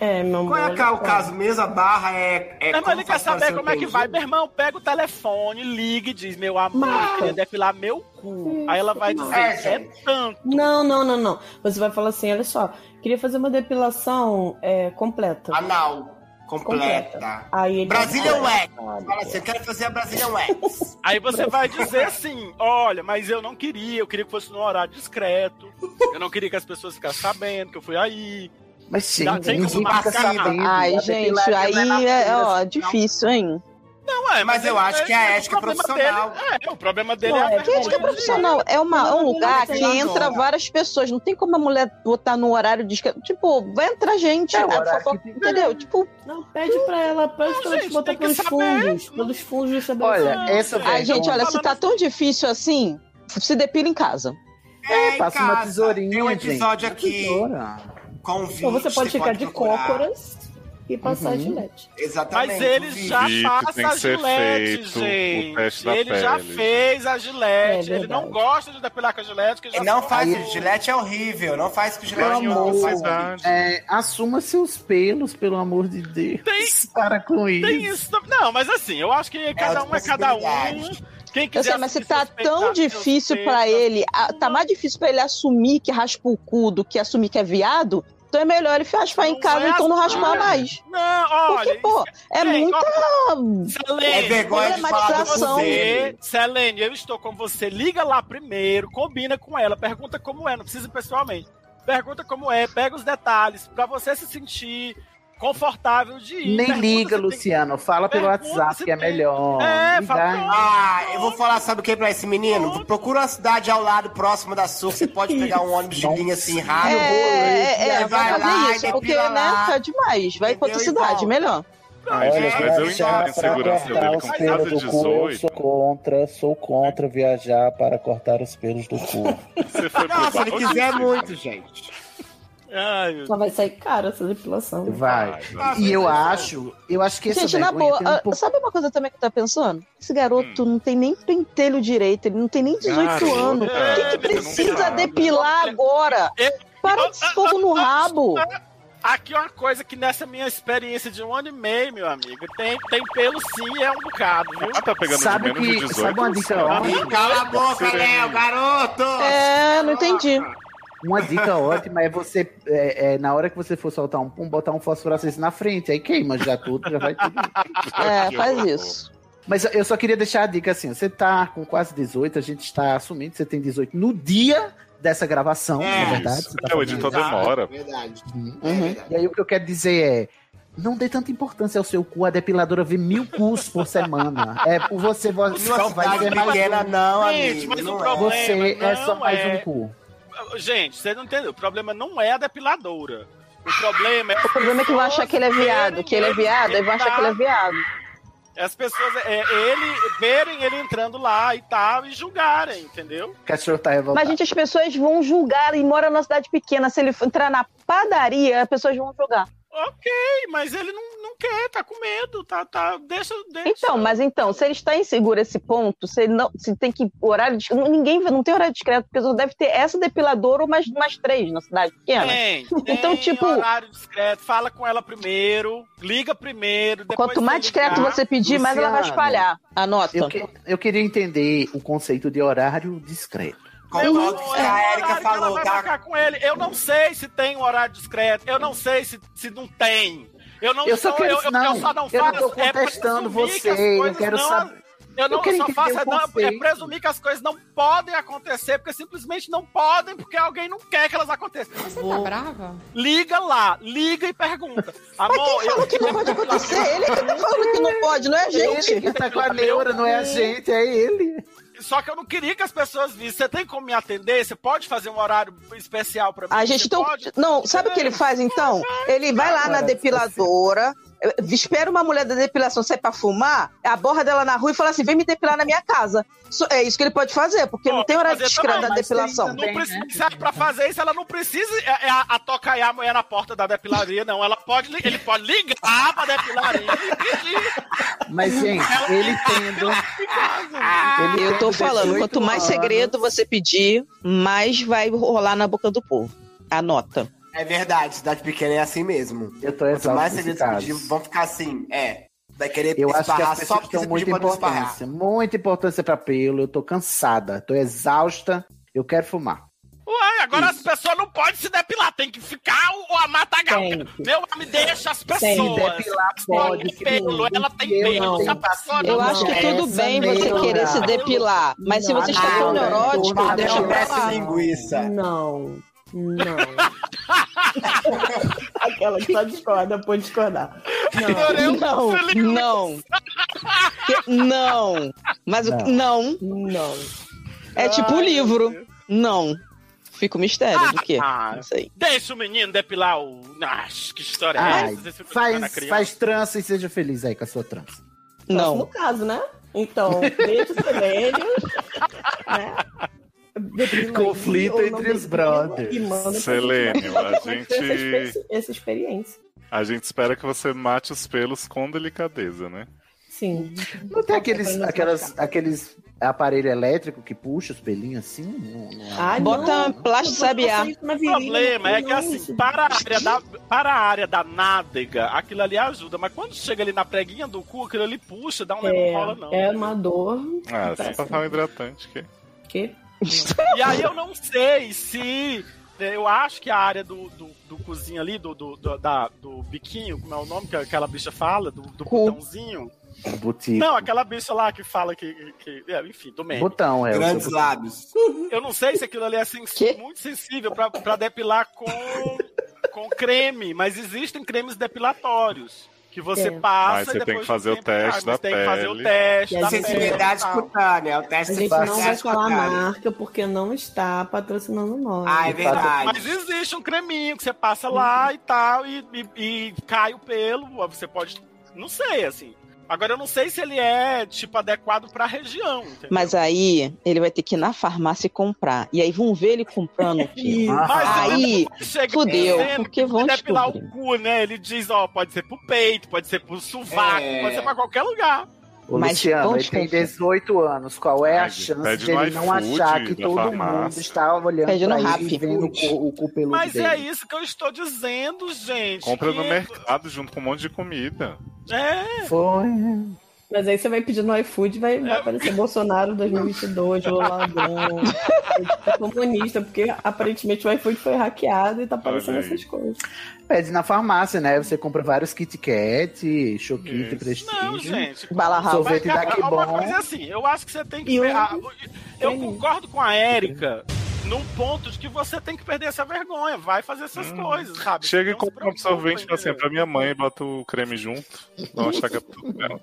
[SPEAKER 2] é, meu
[SPEAKER 3] é Qual é
[SPEAKER 2] amor,
[SPEAKER 3] ca- o caso mesmo? A barra é. é
[SPEAKER 9] Não, mas
[SPEAKER 3] como
[SPEAKER 9] ele quer
[SPEAKER 3] faz pra
[SPEAKER 9] saber
[SPEAKER 3] ser né?
[SPEAKER 9] como é que
[SPEAKER 3] entendido?
[SPEAKER 9] vai. Meu irmão, pega o telefone, liga e diz: Meu amor, eu
[SPEAKER 2] Marca.
[SPEAKER 9] queria depilar meu cu. Aí ela vai dizer:
[SPEAKER 3] É,
[SPEAKER 9] É, tanto.
[SPEAKER 2] Não, não, não, não. Você vai falar assim, olha só, queria fazer uma depilação é, completa.
[SPEAKER 3] Anal. Completa.
[SPEAKER 2] Aí ele
[SPEAKER 3] Brasília Wax. Fala assim, eu quero fazer a Brasília Wax.
[SPEAKER 9] Aí você vai dizer assim: Olha, mas eu não queria, eu queria que fosse num horário discreto. Eu não queria que as pessoas ficassem sabendo que eu fui aí.
[SPEAKER 1] Mas,
[SPEAKER 9] Dá-
[SPEAKER 1] gente,
[SPEAKER 9] tem como
[SPEAKER 1] ninguém
[SPEAKER 9] marcar?
[SPEAKER 1] fica sabendo.
[SPEAKER 5] Ai,
[SPEAKER 1] Vai
[SPEAKER 5] gente,
[SPEAKER 1] depilar-
[SPEAKER 5] aí é ó, difícil, hein?
[SPEAKER 9] Ué,
[SPEAKER 3] Mas eu acho que é a
[SPEAKER 9] mas o
[SPEAKER 3] ética
[SPEAKER 9] tá problema
[SPEAKER 3] profissional.
[SPEAKER 9] dele- é, o problema dele
[SPEAKER 2] Não,
[SPEAKER 9] é a
[SPEAKER 2] é
[SPEAKER 9] vergonha.
[SPEAKER 2] que
[SPEAKER 5] Que ética profissional é, uma, é um lugar que entra várias pessoas. Não tem como a mulher botar no horário de. Tipo, vai entrar gente.
[SPEAKER 1] É o
[SPEAKER 5] a
[SPEAKER 1] horário
[SPEAKER 5] fofoca,
[SPEAKER 1] que-
[SPEAKER 5] entendeu? Tipo,
[SPEAKER 2] Não, pede pra ela, pede pra ela
[SPEAKER 9] Ah, gente,
[SPEAKER 2] te botar
[SPEAKER 9] tem que
[SPEAKER 2] pelos
[SPEAKER 9] saber.
[SPEAKER 2] fundos. Pelos fundos estabelecidos.
[SPEAKER 1] Olha, é essa
[SPEAKER 9] Ai,
[SPEAKER 5] ai,
[SPEAKER 1] vergonha-
[SPEAKER 5] gente, olha, se tá tão difícil assim, se depila em casa.
[SPEAKER 3] É, em
[SPEAKER 1] Passa uma
[SPEAKER 3] casa.
[SPEAKER 1] tesourinha,
[SPEAKER 3] Tem um
[SPEAKER 1] gente.
[SPEAKER 3] episódio
[SPEAKER 1] Uma
[SPEAKER 3] aqui.
[SPEAKER 1] tesoura.
[SPEAKER 3] Convite.
[SPEAKER 2] Ou você pode ficar de
[SPEAKER 3] procurar.
[SPEAKER 2] cócoras e passar
[SPEAKER 1] Uhum.
[SPEAKER 2] gilete.
[SPEAKER 3] Exatamente. um
[SPEAKER 9] Mas ele
[SPEAKER 3] convite.
[SPEAKER 9] já
[SPEAKER 4] Vitor, tem
[SPEAKER 9] passa
[SPEAKER 4] que
[SPEAKER 9] a
[SPEAKER 4] ser
[SPEAKER 9] gilete,
[SPEAKER 4] feito o teste
[SPEAKER 9] gente.
[SPEAKER 4] da
[SPEAKER 9] Ele já
[SPEAKER 4] pele.
[SPEAKER 9] fez a gilete.
[SPEAKER 2] É
[SPEAKER 9] ele não
[SPEAKER 2] verdade.
[SPEAKER 9] gosta de depilar com a gilete. Que já
[SPEAKER 3] Ele não
[SPEAKER 9] foi.
[SPEAKER 3] faz. isso. Gilete é horrível. Não faz com gilete.
[SPEAKER 4] Ganhou
[SPEAKER 3] não,
[SPEAKER 1] amor.
[SPEAKER 3] faz com
[SPEAKER 4] Tá cidade.
[SPEAKER 1] É, assuma seus pelos, pelo amor de Deus.
[SPEAKER 9] Tem-
[SPEAKER 1] Para com isso.
[SPEAKER 9] Tem isso. tam- Não, mas assim, eu acho que cada
[SPEAKER 3] as
[SPEAKER 9] um é cada um.
[SPEAKER 3] possibilidades.
[SPEAKER 9] Quem quiser
[SPEAKER 5] Eu sei, mas se
[SPEAKER 9] assumir
[SPEAKER 5] tá
[SPEAKER 9] seus pecados,
[SPEAKER 5] tão
[SPEAKER 9] seus
[SPEAKER 5] difícil pra
[SPEAKER 9] pecados,
[SPEAKER 5] ele, a- tá mais difícil pra ele assumir que raspa o cu do que assumir que é viado, então é melhor ele raspar
[SPEAKER 9] Não
[SPEAKER 5] em casa,
[SPEAKER 9] é
[SPEAKER 5] então não
[SPEAKER 9] assim.
[SPEAKER 5] raspar mais.
[SPEAKER 9] Não, olha.
[SPEAKER 5] Porque, pô, é
[SPEAKER 9] Gente,
[SPEAKER 5] muita.
[SPEAKER 9] Selene,
[SPEAKER 3] É vergonha
[SPEAKER 5] Ele é
[SPEAKER 3] de falar do
[SPEAKER 5] manipulação.
[SPEAKER 3] conselho.
[SPEAKER 9] Você, Selene, eu estou com você. Liga lá primeiro, combina com ela, pergunta como é, não precisa ir pessoalmente. Pergunta como é, pega os detalhes pra você se sentir confortável de ir.
[SPEAKER 1] Nem
[SPEAKER 9] Pergunta
[SPEAKER 1] liga,
[SPEAKER 9] se tem-
[SPEAKER 1] Luciano. Fala pelo
[SPEAKER 9] Pergunta
[SPEAKER 1] WhatsApp
[SPEAKER 9] se
[SPEAKER 1] que é
[SPEAKER 9] tem-
[SPEAKER 1] melhor.
[SPEAKER 9] É,
[SPEAKER 1] Liga.
[SPEAKER 9] fala-
[SPEAKER 3] Ah, eu vou falar, sabe o que pra esse menino?
[SPEAKER 9] Pronto.
[SPEAKER 3] Procura uma cidade ao lado, próxima da sua, que você pode pegar um ônibus de
[SPEAKER 1] Nossa.
[SPEAKER 3] linha assim,
[SPEAKER 5] É,
[SPEAKER 3] rápido.
[SPEAKER 5] é, é,
[SPEAKER 3] aí vai
[SPEAKER 5] vai
[SPEAKER 3] lá,
[SPEAKER 5] fazer
[SPEAKER 3] aí
[SPEAKER 5] isso, porque,
[SPEAKER 3] depila lá.
[SPEAKER 5] né, tá demais. Vai pra outra
[SPEAKER 3] Entendeu? E
[SPEAKER 5] cidade,
[SPEAKER 3] volta.
[SPEAKER 5] melhor.
[SPEAKER 4] Ai,
[SPEAKER 1] Olha,
[SPEAKER 4] gente, Ah, mas eu
[SPEAKER 1] só
[SPEAKER 4] entendo a
[SPEAKER 1] É, pra
[SPEAKER 4] insegurança
[SPEAKER 1] cortar
[SPEAKER 4] dele
[SPEAKER 1] os
[SPEAKER 4] com
[SPEAKER 1] pelos
[SPEAKER 4] quase
[SPEAKER 1] do cu, eu
[SPEAKER 4] 18.
[SPEAKER 1] sou contra, sou contra viajar para cortar os pelos do cu.
[SPEAKER 4] Você foi pro
[SPEAKER 3] Não, se ele
[SPEAKER 4] bar-
[SPEAKER 3] quiser muito, gente.
[SPEAKER 9] Ai, meu Deus.
[SPEAKER 2] Só vai sair cara essa depilação.
[SPEAKER 1] Vai.
[SPEAKER 4] vai.
[SPEAKER 1] E eu acho, eu acho que essa
[SPEAKER 5] Gente, na
[SPEAKER 1] vergonha
[SPEAKER 5] boa,
[SPEAKER 1] tem um
[SPEAKER 5] ah,
[SPEAKER 1] pouco-
[SPEAKER 5] sabe uma coisa também que eu tô pensando? Esse garoto não tem nem pentelho direito, ele não tem nem 18
[SPEAKER 4] Garoto,
[SPEAKER 5] anos.
[SPEAKER 4] é,
[SPEAKER 5] Por que,
[SPEAKER 4] ele
[SPEAKER 5] que
[SPEAKER 4] não
[SPEAKER 5] precisa
[SPEAKER 4] sabe.
[SPEAKER 5] depilar agora?
[SPEAKER 9] É.
[SPEAKER 5] Para de se fogo no rabo.
[SPEAKER 9] Aqui é uma coisa que nessa minha experiência de um ano e meio, meu amigo, tem, tem pelo sim, é um bocado, viu?
[SPEAKER 4] Ah, tá pegando
[SPEAKER 1] Sabe
[SPEAKER 4] de menos
[SPEAKER 1] que- é
[SPEAKER 4] de 18.
[SPEAKER 1] sabe uma dica
[SPEAKER 4] Luciano?
[SPEAKER 1] ótima?
[SPEAKER 3] E cala a boca, Léo, garoto!
[SPEAKER 5] É, não entendi.
[SPEAKER 1] Uma dica ótima é você, é, é, na hora que você for soltar um pum, botar um fosforacente na frente, aí queima já tudo, já vai tudo.
[SPEAKER 5] É, faz isso.
[SPEAKER 1] Mas eu só queria deixar a dica assim: você tá com quase 18, a gente está assumindo que você tem 18 no dia dessa gravação,
[SPEAKER 3] É,
[SPEAKER 1] na verdade.
[SPEAKER 4] Isso.
[SPEAKER 1] você tá
[SPEAKER 4] É, o
[SPEAKER 1] fazendo
[SPEAKER 4] editor
[SPEAKER 1] isso.
[SPEAKER 4] demora.
[SPEAKER 3] Verdade.
[SPEAKER 1] Uhum.
[SPEAKER 3] É verdade.
[SPEAKER 1] E aí o que eu quero dizer é. Não dê tanta importância ao seu cu, a depiladora vê mil cus por semana. É por você, você
[SPEAKER 3] Numa
[SPEAKER 1] só vai
[SPEAKER 3] cidade
[SPEAKER 1] ser mais
[SPEAKER 3] pequena,
[SPEAKER 1] um.
[SPEAKER 3] não,
[SPEAKER 9] Gente,
[SPEAKER 3] amigo.
[SPEAKER 9] mas o
[SPEAKER 3] Não é.
[SPEAKER 9] problema-
[SPEAKER 1] Você é
[SPEAKER 9] não
[SPEAKER 1] só mais
[SPEAKER 9] é.
[SPEAKER 1] um cu.
[SPEAKER 9] Gente, você não entendeu. O problema não é a depiladora. O problema é.
[SPEAKER 5] é
[SPEAKER 9] tá,
[SPEAKER 5] O problema é que vão achar que ele é viado, que ele é viado, aí vão achar que ele é viado.
[SPEAKER 9] As pessoas, é, ele, verem ele entrando lá e tal, e julgarem, entendeu?
[SPEAKER 1] Cachorro tá
[SPEAKER 5] Mas,
[SPEAKER 1] revoltado.
[SPEAKER 5] gente, as pessoas vão julgar e mora numa cidade pequena. Se ele for entrar na padaria, as pessoas vão julgar.
[SPEAKER 9] Ok, mas ele não, não quer, tá com medo, tá, tá, deixa, deixa.
[SPEAKER 5] Então, mas então, se ele está inseguro a esse ponto, se ele não, se tem que horário, dis- ninguém não tem horário discreto, porque só deve ter essa depiladora ou mais, mais três na cidade pequena.
[SPEAKER 9] Tem,
[SPEAKER 5] então,
[SPEAKER 9] tem
[SPEAKER 5] tipo,
[SPEAKER 9] horário discreto, fala com ela primeiro, liga primeiro. depois
[SPEAKER 5] quanto mais
[SPEAKER 9] você ah,
[SPEAKER 5] discreto
[SPEAKER 9] ligar.
[SPEAKER 5] você pedir, mais ela vai
[SPEAKER 1] Luciana,
[SPEAKER 5] espalhar a nota.
[SPEAKER 1] Eu, que- eu queria entender o conceito de horário discreto.
[SPEAKER 3] Concordo
[SPEAKER 9] Não,
[SPEAKER 3] com o que
[SPEAKER 9] é
[SPEAKER 3] a
[SPEAKER 9] o
[SPEAKER 3] Erika
[SPEAKER 9] horário que
[SPEAKER 3] falou,
[SPEAKER 9] Ela vai
[SPEAKER 3] tá?
[SPEAKER 9] ficar com ele. Eu não sei se tem um horário discreto. Eu não sei se, se não tem. Eu não
[SPEAKER 1] Eu só
[SPEAKER 9] sou-
[SPEAKER 1] quero.
[SPEAKER 9] eu, eu-
[SPEAKER 1] não,
[SPEAKER 9] eu só não
[SPEAKER 1] eu
[SPEAKER 9] faço.
[SPEAKER 1] tô
[SPEAKER 9] é
[SPEAKER 1] contestando
[SPEAKER 9] presumir que as
[SPEAKER 1] você. Eu
[SPEAKER 9] coisas
[SPEAKER 1] quero
[SPEAKER 9] não- é
[SPEAKER 1] saber.
[SPEAKER 9] Eu não
[SPEAKER 1] eu quero
[SPEAKER 9] só
[SPEAKER 1] entender
[SPEAKER 9] faço
[SPEAKER 1] o
[SPEAKER 9] é, não- é
[SPEAKER 1] conceito.
[SPEAKER 9] presumir que as coisas não podem acontecer, porque simplesmente não podem, porque alguém não quer que elas aconteçam. Vou-
[SPEAKER 10] brava?
[SPEAKER 9] Liga lá, liga e pergunta.
[SPEAKER 5] Mas
[SPEAKER 9] Amor,
[SPEAKER 5] quem falou
[SPEAKER 9] eu-
[SPEAKER 5] que não pode acontecer? Ele que tá falando que não pode, não é a gente.
[SPEAKER 1] Ele que tá com a neura, não é a gente, é ele.
[SPEAKER 9] Só que eu não queria que as pessoas vissem. Você tem como me atender? Você pode fazer um horário especial pra mim?
[SPEAKER 5] A gente
[SPEAKER 9] Você
[SPEAKER 5] então.
[SPEAKER 9] pode?
[SPEAKER 5] Não, sabe o que ele faz então? Ele vai lá na
[SPEAKER 1] Cara,
[SPEAKER 5] depiladora, eh, espera uma mulher da depilação sair pra fumar, aborda ela na rua e fala assim: vem me depilar na minha casa. Isso- É isso que ele pode fazer, porque não
[SPEAKER 9] Pode
[SPEAKER 5] tem horário
[SPEAKER 9] fazer
[SPEAKER 5] discreto
[SPEAKER 9] também,
[SPEAKER 5] da
[SPEAKER 9] mas
[SPEAKER 5] depilação.
[SPEAKER 1] né?
[SPEAKER 9] Não precisa, se é pra fazer isso, ela não precisa é, é, a, a tocaiar a mulher na porta da depilaria, não. Ela pode, li- ele pode ligar pra depilaria e pedir.
[SPEAKER 1] Mas, gente,
[SPEAKER 9] tá
[SPEAKER 1] ele tendo. ele
[SPEAKER 5] Eu tô
[SPEAKER 1] tendo
[SPEAKER 5] falando,
[SPEAKER 1] 18
[SPEAKER 5] quanto mais
[SPEAKER 1] anos,
[SPEAKER 5] segredo você pedir, mais vai rolar na boca do povo. Anota.
[SPEAKER 3] É verdade, cidade pequena é assim mesmo.
[SPEAKER 1] Eu tô
[SPEAKER 3] Quanto
[SPEAKER 1] exausto.
[SPEAKER 3] mais
[SPEAKER 1] desse
[SPEAKER 3] segredos
[SPEAKER 1] caso.
[SPEAKER 3] pedir, vão ficar assim, é. Vai querer
[SPEAKER 1] Eu acho que
[SPEAKER 3] esparrar
[SPEAKER 1] as
[SPEAKER 3] só
[SPEAKER 1] pessoas
[SPEAKER 3] porque
[SPEAKER 1] dão
[SPEAKER 3] você
[SPEAKER 1] muita
[SPEAKER 3] pediu pra não esparrar.
[SPEAKER 1] importância. Muita importância pra pelo. Eu tô cansada, tô exausta. Eu quero fumar.
[SPEAKER 9] Uai, agora as pessoas não podem se depilar, tem que ficar ou a matagal.
[SPEAKER 2] Tem.
[SPEAKER 9] Meu, me deixa as
[SPEAKER 2] Tem.
[SPEAKER 9] pessoas.
[SPEAKER 1] Depilar
[SPEAKER 9] Pode
[SPEAKER 1] pode.
[SPEAKER 9] pelo, ela tem
[SPEAKER 1] Eu
[SPEAKER 9] pelo.
[SPEAKER 1] não
[SPEAKER 9] Se a
[SPEAKER 1] tenho
[SPEAKER 9] pessoa
[SPEAKER 1] Eu
[SPEAKER 5] Eu
[SPEAKER 9] não é.
[SPEAKER 5] acho que
[SPEAKER 1] essa
[SPEAKER 5] tudo bem você
[SPEAKER 1] neura.
[SPEAKER 5] querer se depilar, mas se
[SPEAKER 2] Não,
[SPEAKER 5] você
[SPEAKER 3] Ah,
[SPEAKER 5] está tão
[SPEAKER 1] não, não.
[SPEAKER 5] neurótico,
[SPEAKER 1] Não,
[SPEAKER 5] deixa
[SPEAKER 1] não,
[SPEAKER 5] pra
[SPEAKER 3] Parece
[SPEAKER 5] lá.
[SPEAKER 1] É,
[SPEAKER 3] linguiça.
[SPEAKER 2] Não, não. Aquela que só discorda, pode discordar.
[SPEAKER 9] Adorei o
[SPEAKER 5] Não,
[SPEAKER 9] Felipe.
[SPEAKER 5] não. Que- Não. Mas o-
[SPEAKER 1] Não.
[SPEAKER 5] não.
[SPEAKER 2] Não.
[SPEAKER 5] É tipo um livro. Não. Fica o mistério do quê?
[SPEAKER 9] Ah,
[SPEAKER 5] Não
[SPEAKER 1] tá
[SPEAKER 5] sei.
[SPEAKER 9] deixa o menino depilar o. Ah, que história é
[SPEAKER 1] Ai,
[SPEAKER 9] essa? Você fica na
[SPEAKER 1] faz,
[SPEAKER 9] criança.
[SPEAKER 1] faz trança e seja feliz aí com a sua trança.
[SPEAKER 2] No
[SPEAKER 5] Não.
[SPEAKER 2] caso, né? Então, deixa o segredo. né? Depila aí,
[SPEAKER 1] Conflito
[SPEAKER 2] ou não
[SPEAKER 1] entre os
[SPEAKER 2] depila,
[SPEAKER 1] brothers.
[SPEAKER 2] e manda pra
[SPEAKER 4] Selênio,
[SPEAKER 2] gente, né?
[SPEAKER 4] a
[SPEAKER 2] Como é que foi
[SPEAKER 4] gente-
[SPEAKER 2] Essa, experi- essa experiência.
[SPEAKER 4] A gente espera que você mate os pelos com delicadeza, né?
[SPEAKER 2] Sim.
[SPEAKER 1] Não tem aqueles,
[SPEAKER 2] Pra nos
[SPEAKER 1] aquelas,
[SPEAKER 2] marcar.
[SPEAKER 1] aqueles aparelho elétrico que puxa os pelinhos assim? Não, não é-
[SPEAKER 2] Ah,
[SPEAKER 5] Bota
[SPEAKER 2] não.
[SPEAKER 5] plástico sabiá.
[SPEAKER 9] O problema é que, assim, para a, área da, para a área da nádega, aquilo ali ajuda, mas quando chega ali na preguinha do cu, aquilo ali puxa, dá um negócio, rola não.
[SPEAKER 2] É, é uma dor
[SPEAKER 4] Ah,
[SPEAKER 3] Tá
[SPEAKER 2] Parece
[SPEAKER 4] você passar um hidratante que.
[SPEAKER 2] que
[SPEAKER 9] E aí eu não sei se. né, Eu acho que a área do, do, do cozinho ali, do, do, do- da, do biquinho, como é o nome que aquela bicha fala, do, do
[SPEAKER 5] Cu.
[SPEAKER 9] botãozinho.
[SPEAKER 1] Um botico.
[SPEAKER 9] Não, aquela bicha lá que fala que. que- é, enfim, do meio.
[SPEAKER 1] Botão, é. o
[SPEAKER 3] Grandes
[SPEAKER 1] seu botão.
[SPEAKER 3] lábios.
[SPEAKER 9] Eu não sei se aquilo ali é sens-
[SPEAKER 5] Quê?
[SPEAKER 9] muito sensível pra, pra depilar com, com creme, mas existem cremes depilatórios que você
[SPEAKER 2] É.
[SPEAKER 9] passa
[SPEAKER 4] Mas você
[SPEAKER 9] e
[SPEAKER 4] tem
[SPEAKER 9] depois
[SPEAKER 4] que fazer
[SPEAKER 9] de um
[SPEAKER 4] o
[SPEAKER 9] tempo cai,
[SPEAKER 4] teste
[SPEAKER 9] mas
[SPEAKER 4] da
[SPEAKER 9] tem que fazer o
[SPEAKER 4] pele.
[SPEAKER 9] teste
[SPEAKER 2] E a
[SPEAKER 9] da
[SPEAKER 2] gente-
[SPEAKER 9] pele. e
[SPEAKER 3] Sensibilidade
[SPEAKER 9] tal.
[SPEAKER 3] cutânea, o
[SPEAKER 2] a
[SPEAKER 3] teste
[SPEAKER 2] gente
[SPEAKER 1] faz
[SPEAKER 2] não vai
[SPEAKER 1] sucesso
[SPEAKER 2] falar
[SPEAKER 3] cutâneo.
[SPEAKER 2] marca porque não está patrocinando nós.
[SPEAKER 3] Ah, é
[SPEAKER 9] Mas
[SPEAKER 3] verdade.
[SPEAKER 9] existe um creminho que você passa lá e tal, e, e- e cai o pelo, você pode. Não sei, assim. Agora eu não sei se ele é, tipo, adequado pra região. Entendeu?
[SPEAKER 5] Mas aí ele vai ter que ir na farmácia e comprar. E aí vão ver ele comprando. filho.
[SPEAKER 1] Ah,
[SPEAKER 9] Mas
[SPEAKER 5] Aí
[SPEAKER 9] Chega
[SPEAKER 5] fudeu,
[SPEAKER 9] dizendo
[SPEAKER 5] porque vão
[SPEAKER 9] Ele depilar o
[SPEAKER 5] descobrir.
[SPEAKER 9] cu, né? Ele diz, ó, pode ser pro peito, pode ser pro sovaco,
[SPEAKER 3] É.
[SPEAKER 9] pode ser pra qualquer lugar.
[SPEAKER 1] Ô,
[SPEAKER 5] Mas
[SPEAKER 1] Luciano,
[SPEAKER 5] vão
[SPEAKER 1] ele tem
[SPEAKER 5] desconfiar.
[SPEAKER 1] 18 anos. Qual é a
[SPEAKER 4] Ai,
[SPEAKER 1] chance
[SPEAKER 4] pede
[SPEAKER 1] de ele
[SPEAKER 4] no
[SPEAKER 1] não
[SPEAKER 4] iFood,
[SPEAKER 1] achar que
[SPEAKER 4] na
[SPEAKER 1] todo
[SPEAKER 4] farmácia.
[SPEAKER 1] mundo está olhando
[SPEAKER 5] Pede no
[SPEAKER 1] pra ele
[SPEAKER 5] Rappi.
[SPEAKER 1] e vendo o, cu- o cu peludo
[SPEAKER 9] Mas
[SPEAKER 1] dele?
[SPEAKER 9] é isso que eu estou dizendo, gente.
[SPEAKER 4] Compra
[SPEAKER 9] que-
[SPEAKER 4] no mercado junto com um monte de comida.
[SPEAKER 9] É,
[SPEAKER 1] Foi.
[SPEAKER 2] Mas aí você vai pedir no iFood, vai, vai aparecer Bolsonaro 2022, Lula ladrão, tá comunista, porque aparentemente o iFood foi hackeado e tá aparecendo
[SPEAKER 4] Olha aí.
[SPEAKER 2] essas coisas.
[SPEAKER 1] Pede na farmácia, né? Você compra vários Kit Kat, Choquito,
[SPEAKER 4] Isso.
[SPEAKER 1] Prestígio.
[SPEAKER 9] não, gente.
[SPEAKER 5] Bala House.
[SPEAKER 1] Sorvete
[SPEAKER 9] Mas,
[SPEAKER 1] da
[SPEAKER 9] cara,
[SPEAKER 1] Que
[SPEAKER 9] uma
[SPEAKER 1] Bom.
[SPEAKER 9] coisa assim, eu acho que você tem que.
[SPEAKER 2] E
[SPEAKER 9] pe-
[SPEAKER 2] um-
[SPEAKER 9] ah, Eu
[SPEAKER 2] Tem.
[SPEAKER 9] concordo com a Érica num ponto de que você tem que perder essa vergonha. Vai fazer essas
[SPEAKER 4] Hum.
[SPEAKER 9] coisas, sabe?
[SPEAKER 4] Chega e
[SPEAKER 9] Não se
[SPEAKER 4] compra um
[SPEAKER 9] preocupa,
[SPEAKER 4] sorvete
[SPEAKER 3] né?
[SPEAKER 4] pra, assim,
[SPEAKER 9] entendeu?
[SPEAKER 4] pra minha mãe e bota o creme junto. Não achar que é tudo dela.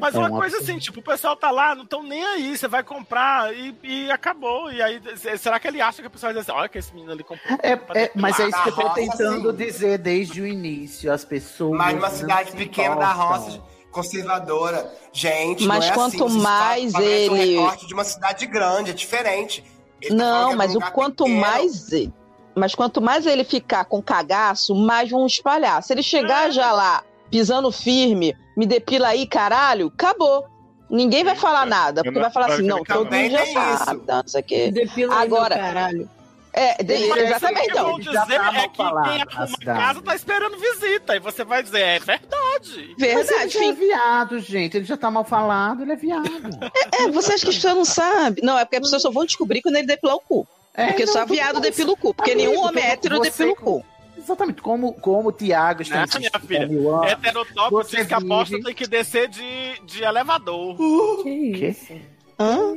[SPEAKER 9] Mas
[SPEAKER 1] É
[SPEAKER 9] uma
[SPEAKER 1] um
[SPEAKER 9] coisa
[SPEAKER 1] absurdo.
[SPEAKER 9] assim, tipo, o pessoal tá lá, não tão nem aí, você vai comprar e, e acabou. E aí, se- será que ele acha que a pessoa vai dizer assim, olha que esse menino ali comprou.
[SPEAKER 1] É,
[SPEAKER 9] pra
[SPEAKER 1] é, mas é isso que eu tô
[SPEAKER 3] Roça,
[SPEAKER 1] tentando
[SPEAKER 3] sim.
[SPEAKER 1] dizer desde o início. As pessoas.
[SPEAKER 3] Mas numa
[SPEAKER 1] não
[SPEAKER 3] cidade
[SPEAKER 1] se
[SPEAKER 3] pequena da
[SPEAKER 1] importam.
[SPEAKER 3] roça, conservadora. Gente,
[SPEAKER 5] Mas
[SPEAKER 3] não é
[SPEAKER 5] quanto
[SPEAKER 3] assim, vocês
[SPEAKER 5] mais
[SPEAKER 3] falam, parece
[SPEAKER 5] ele-
[SPEAKER 3] um recorte de uma cidade grande, é diferente. Ele tá falando que
[SPEAKER 5] Não,
[SPEAKER 3] é
[SPEAKER 5] mas
[SPEAKER 3] um
[SPEAKER 5] o
[SPEAKER 3] lugar
[SPEAKER 5] quanto
[SPEAKER 3] pequeno.
[SPEAKER 5] mais ele, mas quanto mais ele ficar com cagaço, mais vão espalhar. Se ele chegar já lá pisando firme, me depila aí, caralho, acabou. Ninguém vai falar nada, porque vai falar assim, não, todo mundo já sabe, não sei o quê.
[SPEAKER 2] Depila
[SPEAKER 5] É, Agora,
[SPEAKER 2] caralho.
[SPEAKER 5] É, de-
[SPEAKER 9] Mas
[SPEAKER 5] exatamente.
[SPEAKER 9] O que
[SPEAKER 5] Então.
[SPEAKER 9] vão dizer
[SPEAKER 3] tá
[SPEAKER 9] é que quem arruma
[SPEAKER 1] cidade.
[SPEAKER 9] casa tá esperando visita. E você vai dizer, é verdade.
[SPEAKER 1] Mas ele já é viado, gente. Ele já tá mal falado, ele é viado.
[SPEAKER 5] É, é, você acha que as pessoas não sabem? Não, é porque as pessoas só vão descobrir quando ele depilar o cu.
[SPEAKER 1] É,
[SPEAKER 5] porque
[SPEAKER 1] não,
[SPEAKER 5] só
[SPEAKER 1] tudo
[SPEAKER 5] viado
[SPEAKER 1] bem.
[SPEAKER 5] depila o cu, porque
[SPEAKER 1] Amigo,
[SPEAKER 5] nenhum homem
[SPEAKER 1] você-
[SPEAKER 5] hétero
[SPEAKER 1] você-
[SPEAKER 5] depila o cu.
[SPEAKER 1] Exatamente. Como, como o Tiago está
[SPEAKER 9] Nossa, Ah, minha filha. É.
[SPEAKER 1] mil anos.
[SPEAKER 9] Heterotópico diz que a bosta tem que descer de, de elevador.
[SPEAKER 2] Que
[SPEAKER 1] isso?
[SPEAKER 5] Hã?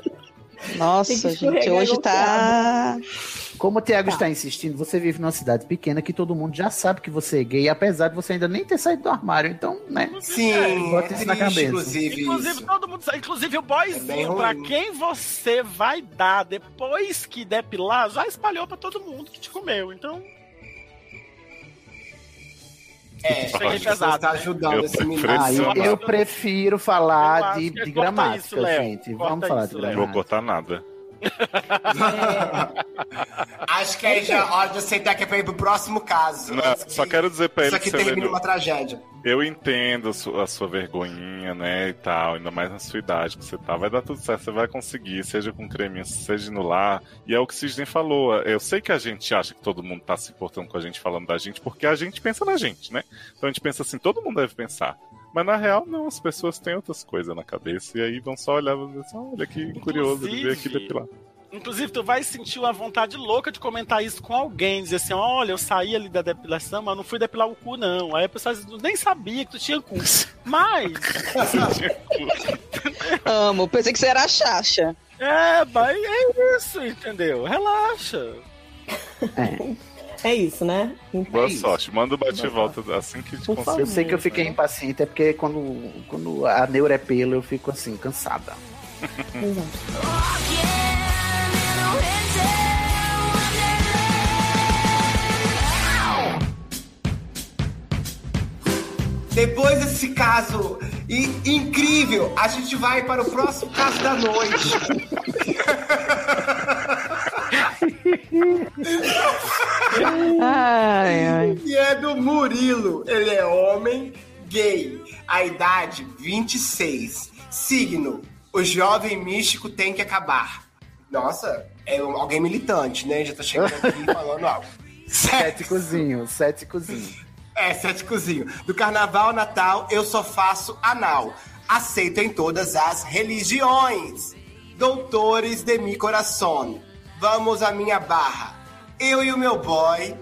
[SPEAKER 2] Tem que
[SPEAKER 5] Nossa,
[SPEAKER 2] escorregar
[SPEAKER 5] gente, hoje
[SPEAKER 2] igual
[SPEAKER 5] tá.
[SPEAKER 1] Como o
[SPEAKER 5] Ah.
[SPEAKER 1] Tiago está insistindo, você vive numa cidade pequena que todo mundo já sabe que você é gay, apesar de você ainda nem ter saído do armário. Então, né?
[SPEAKER 3] Sim,
[SPEAKER 1] Bota
[SPEAKER 3] é
[SPEAKER 1] isso na
[SPEAKER 3] triste,
[SPEAKER 1] cabeça.
[SPEAKER 3] inclusive.
[SPEAKER 9] é. Inclusive,
[SPEAKER 3] isso.
[SPEAKER 9] todo mundo sabe. Inclusive, o
[SPEAKER 3] É bem
[SPEAKER 9] boyzinho
[SPEAKER 3] ruim.
[SPEAKER 9] pra quem você vai dar depois que depilar, já espalhou pra todo mundo que te comeu. Então,
[SPEAKER 3] É,
[SPEAKER 9] Isso aí é
[SPEAKER 3] a gente
[SPEAKER 9] pesado,
[SPEAKER 3] tá
[SPEAKER 9] né?
[SPEAKER 3] ajudando
[SPEAKER 4] Eu
[SPEAKER 3] esse
[SPEAKER 4] tô
[SPEAKER 3] menino.
[SPEAKER 1] Ah, eu,
[SPEAKER 4] Impressionado.
[SPEAKER 1] eu prefiro
[SPEAKER 9] Eu
[SPEAKER 1] falar
[SPEAKER 9] acho
[SPEAKER 1] de,
[SPEAKER 9] que-
[SPEAKER 1] de
[SPEAKER 9] corta
[SPEAKER 1] gramática,
[SPEAKER 9] isso, Léo.
[SPEAKER 1] gente.
[SPEAKER 9] Corta
[SPEAKER 1] Vamos falar
[SPEAKER 9] isso,
[SPEAKER 1] de
[SPEAKER 9] Léo.
[SPEAKER 4] Não vou
[SPEAKER 1] gramática.
[SPEAKER 4] cortar nada.
[SPEAKER 3] Acho que aí já é hora de aceitar que é pra ir pro próximo caso.
[SPEAKER 4] Não, só quero dizer pra
[SPEAKER 3] Isso
[SPEAKER 4] ele que
[SPEAKER 3] aqui
[SPEAKER 4] você
[SPEAKER 3] termina
[SPEAKER 4] melhorou.
[SPEAKER 3] uma tragédia.
[SPEAKER 4] Eu entendo a su- a sua, vergonhinha, né, e tal, ainda mais na sua idade que você tá. Vai dar tudo certo, você vai conseguir, seja com creminho, seja no lar. E é o que Cisne falou, eu sei que a gente acha que todo mundo tá se importando com a gente, falando da gente, porque a gente pensa na gente, né? Então a gente pensa assim, todo mundo deve pensar. Mas na real, não, as pessoas têm outras coisas na cabeça, e aí vão só olhar e vão dizer assim, olha que curioso, ele veio aqui
[SPEAKER 9] Inclusive,
[SPEAKER 4] depilar.
[SPEAKER 9] Inclusive, tu vai sentir uma vontade louca de comentar isso com alguém, dizer assim, olha, eu saí ali da depilação, mas não fui depilar o cu, não. Aí a pessoa diz, nem sabia que tu tinha cu. Mas,
[SPEAKER 5] Amo, pensei que você era a Xaxa.
[SPEAKER 9] é, mas é isso, entendeu? Relaxa.
[SPEAKER 2] É isso, né? Então,
[SPEAKER 4] Boa
[SPEAKER 1] isso.
[SPEAKER 4] sorte, manda o bate-volta assim que te
[SPEAKER 2] Por favor.
[SPEAKER 1] Eu sei que eu fiquei
[SPEAKER 3] né?
[SPEAKER 1] impaciente, é porque quando, quando a neura é pelo, eu fico assim, cansada.
[SPEAKER 2] exato.
[SPEAKER 3] Depois desse caso i- incrível, a gente vai para o próximo caso da noite.
[SPEAKER 5] Ai, ai.
[SPEAKER 3] E é do Murilo. Ele é homem gay. A idade 26. Signo: o jovem místico tem que acabar. Nossa, é um- alguém militante, né? Já tá chegando aqui falando algo.
[SPEAKER 1] Céticozinho, céticozinho.
[SPEAKER 3] É, sete cozinho. Do carnaval ao natal, eu só faço anal. Aceito em todas as religiões. Doutores de mi coração. Vamos à minha barra. Eu e o meu boy,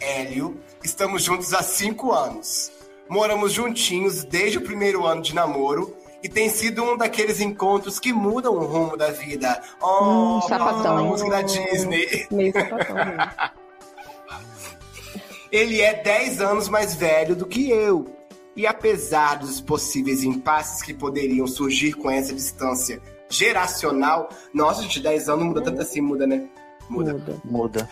[SPEAKER 3] Hélio, estamos juntos há cinco anos. Moramos juntinhos desde o primeiro ano de namoro. E tem sido um daqueles encontros que mudam o rumo da vida. Oh,
[SPEAKER 5] Hum, sapatão.
[SPEAKER 3] a música da Disney.
[SPEAKER 2] Meio né? sapatão mesmo.
[SPEAKER 3] Ele é 10 anos mais velho do que eu. E apesar dos possíveis impasses que poderiam surgir com essa distância geracional, nossa, gente, 10 anos muda tanto assim, muda, né? Muda,
[SPEAKER 2] Muda.
[SPEAKER 1] Muda.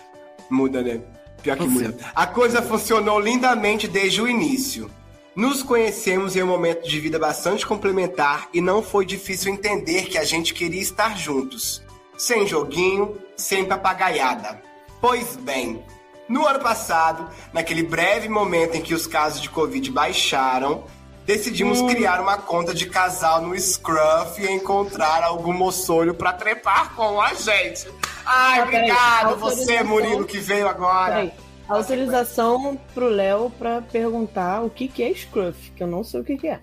[SPEAKER 3] muda, né? Pior que muda. A coisa funcionou lindamente desde o início. Nos conhecemos em um momento de vida bastante complementar e não foi difícil entender que a gente queria estar juntos. Sem joguinho, sem papagaiada. Pois bem, no ano passado, naquele breve momento em que os casos de Covid baixaram, decidimos criar uma conta de casal no Scruff e encontrar algum moçolho pra trepar com a gente. Ai,
[SPEAKER 2] Ah, peraí,
[SPEAKER 3] obrigado, você,
[SPEAKER 2] autorização.
[SPEAKER 3] Murilo, que veio agora.
[SPEAKER 2] Peraí. Autorização pro Léo pra perguntar o que, que é Scruff, que eu não sei o que, que é.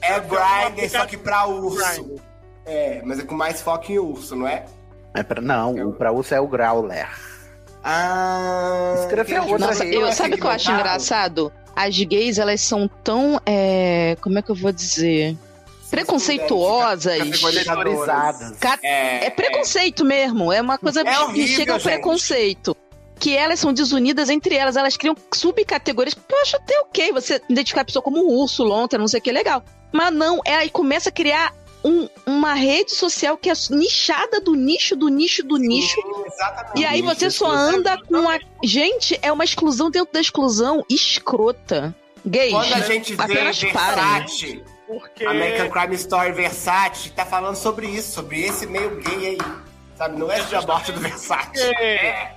[SPEAKER 3] É
[SPEAKER 9] É um
[SPEAKER 3] grinder, só
[SPEAKER 9] aplicativo
[SPEAKER 3] que pra urso.
[SPEAKER 9] Grindr.
[SPEAKER 3] É, mas é com mais foco em urso, não é?
[SPEAKER 1] É pra, não, o pra urso é o Growler.
[SPEAKER 3] Ah.
[SPEAKER 1] Scruff é
[SPEAKER 3] entendi.
[SPEAKER 1] outra
[SPEAKER 5] Nossa,
[SPEAKER 1] rede.
[SPEAKER 5] eu, sabe o
[SPEAKER 3] né?
[SPEAKER 5] que eu
[SPEAKER 3] Ah.
[SPEAKER 5] acho engraçado? As gays, elas são tão. é, como é que eu vou dizer? Preconceituosas.
[SPEAKER 1] Categorizadas.
[SPEAKER 5] Ca-
[SPEAKER 3] É,
[SPEAKER 5] É preconceito mesmo. É uma coisa
[SPEAKER 3] É
[SPEAKER 5] que
[SPEAKER 3] horrível,
[SPEAKER 5] chega ao
[SPEAKER 3] gente.
[SPEAKER 5] preconceito. Que elas são desunidas entre elas, elas criam subcategorias. Eu acho até ok você identificar a pessoa como um urso, lontra, não sei o que, legal. Mas não, é aí começa a criar um- uma rede social que é nichada do nicho, do nicho, do nicho.
[SPEAKER 3] Sim, exatamente.
[SPEAKER 5] E aí você só anda com a. Gente, é uma exclusão dentro da exclusão escrota. Gays.
[SPEAKER 3] Quando a gente vê
[SPEAKER 5] Apenas parem. né?
[SPEAKER 3] Versace, American Crime Story Versace, tá falando sobre isso, sobre esse meio gay aí. Sabe, não é de aborto do Versace.
[SPEAKER 9] É.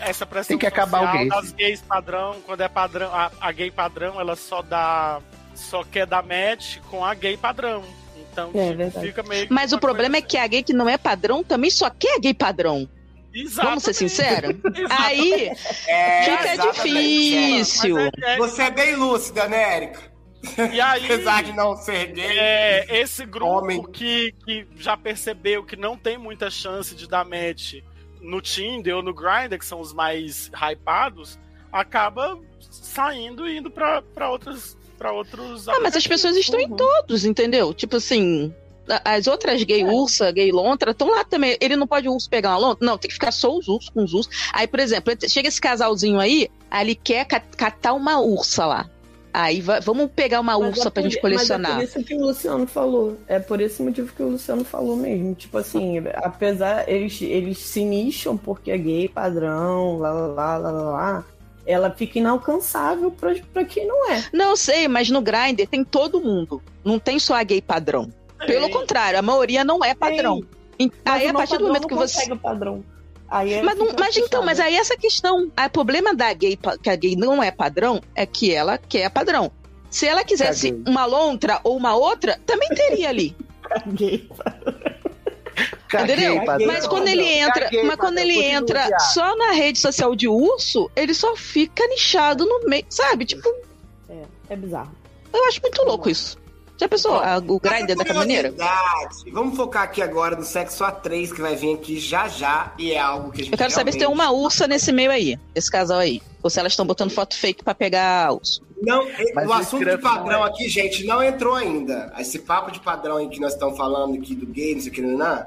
[SPEAKER 9] Essa pressão
[SPEAKER 1] Tem que acabar o
[SPEAKER 9] social
[SPEAKER 1] gay.
[SPEAKER 9] das gays padrão, quando é padrão, a, a gay padrão, ela só dá só quer dar match com a gay padrão. Então,
[SPEAKER 2] É
[SPEAKER 9] tipo,
[SPEAKER 2] verdade.
[SPEAKER 9] fica meio que
[SPEAKER 5] Mas o
[SPEAKER 9] uma
[SPEAKER 5] problema é que a gay que não é padrão também só quer gay padrão.
[SPEAKER 9] coisa-
[SPEAKER 5] Vamos ser sinceros?
[SPEAKER 9] assim. Exatamente.
[SPEAKER 5] Aí
[SPEAKER 3] É,
[SPEAKER 5] fica
[SPEAKER 3] exatamente,
[SPEAKER 5] difícil.
[SPEAKER 9] Mas é-
[SPEAKER 3] é.
[SPEAKER 9] é-
[SPEAKER 3] Você é bem lúcida, né, Érica?
[SPEAKER 9] e aí,
[SPEAKER 3] Apesar de não ser gay.
[SPEAKER 9] é, esse
[SPEAKER 3] Homem.
[SPEAKER 9] grupo que, que já percebeu que não tem muita chance de dar match no Tinder ou no Grindr, que são os mais hypados, acaba saindo e indo pra, pra outros. Pra outros
[SPEAKER 5] Ah, mas as pessoas estão em
[SPEAKER 2] Uhum.
[SPEAKER 5] todos, entendeu? Tipo assim, a- as outras
[SPEAKER 2] É.
[SPEAKER 5] gay ursa, gay lontra, estão lá também. Ele não pode o urso pegar uma lontra? Não, tem que ficar só os ursos com os ursos. Aí, por exemplo, chega esse casalzinho aí, aí ele quer ca- catar uma ursa lá. Aí va- vamos pegar uma
[SPEAKER 2] Mas
[SPEAKER 5] ursa
[SPEAKER 2] é
[SPEAKER 5] pra
[SPEAKER 2] por-
[SPEAKER 5] gente
[SPEAKER 2] Mas
[SPEAKER 5] colecionar.
[SPEAKER 2] é por isso que o Luciano falou. É por esse motivo que o Luciano falou mesmo. Tipo assim, apesar eles, eles se nicham porque é gay, padrão, lá lá lá lá lá. lá ela fica inalcançável pra, pra quem não é.
[SPEAKER 5] Não eu sei, mas no Grindr tem todo mundo. Não tem só a gay padrão. Pelo contrário, a maioria não é padrão. Em-
[SPEAKER 2] Mas
[SPEAKER 5] Aí,
[SPEAKER 2] o
[SPEAKER 5] a
[SPEAKER 2] não
[SPEAKER 5] partir do
[SPEAKER 2] padrão
[SPEAKER 5] momento
[SPEAKER 2] não
[SPEAKER 5] que você.
[SPEAKER 2] consegue o padrão. Aí é-
[SPEAKER 5] Mas, não-
[SPEAKER 2] fica
[SPEAKER 5] mas então,
[SPEAKER 2] fechado.
[SPEAKER 5] mas aí essa questão. O problema da gay, pa- que a gay não é padrão, é que ela quer padrão. Se ela quisesse
[SPEAKER 1] Caguei.
[SPEAKER 5] uma lontra ou uma outra, também teria ali.
[SPEAKER 2] Gay.
[SPEAKER 5] entendeu?
[SPEAKER 1] padrão.
[SPEAKER 5] Mas quando ele entra,
[SPEAKER 3] Caguei,
[SPEAKER 5] mas quando
[SPEAKER 3] padrão,
[SPEAKER 5] ele
[SPEAKER 3] continua,
[SPEAKER 5] entra
[SPEAKER 3] viado.
[SPEAKER 5] só na rede social de urso, ele só fica nichado no meio, sabe? Tipo,
[SPEAKER 2] É bizarro.
[SPEAKER 5] eu acho muito louco isso. Já pensou a- o grinder
[SPEAKER 3] Mas é
[SPEAKER 5] daquela maneira?
[SPEAKER 3] curiosidade. Vamos focar aqui agora no sexo A3, que vai vir aqui já já, e é algo que a gente
[SPEAKER 5] Eu quero saber se tem
[SPEAKER 3] realmente-
[SPEAKER 5] uma ursa nesse meio aí, esse casal aí. Ou se elas estão botando foto fake pra pegar urso.
[SPEAKER 3] Não, e-
[SPEAKER 1] Mas
[SPEAKER 3] o
[SPEAKER 1] o
[SPEAKER 3] assunto de
[SPEAKER 1] escravo
[SPEAKER 3] padrão aqui, gente, não entrou ainda. Esse papo de padrão aí que nós estamos falando aqui do game, não sei o que, não, não,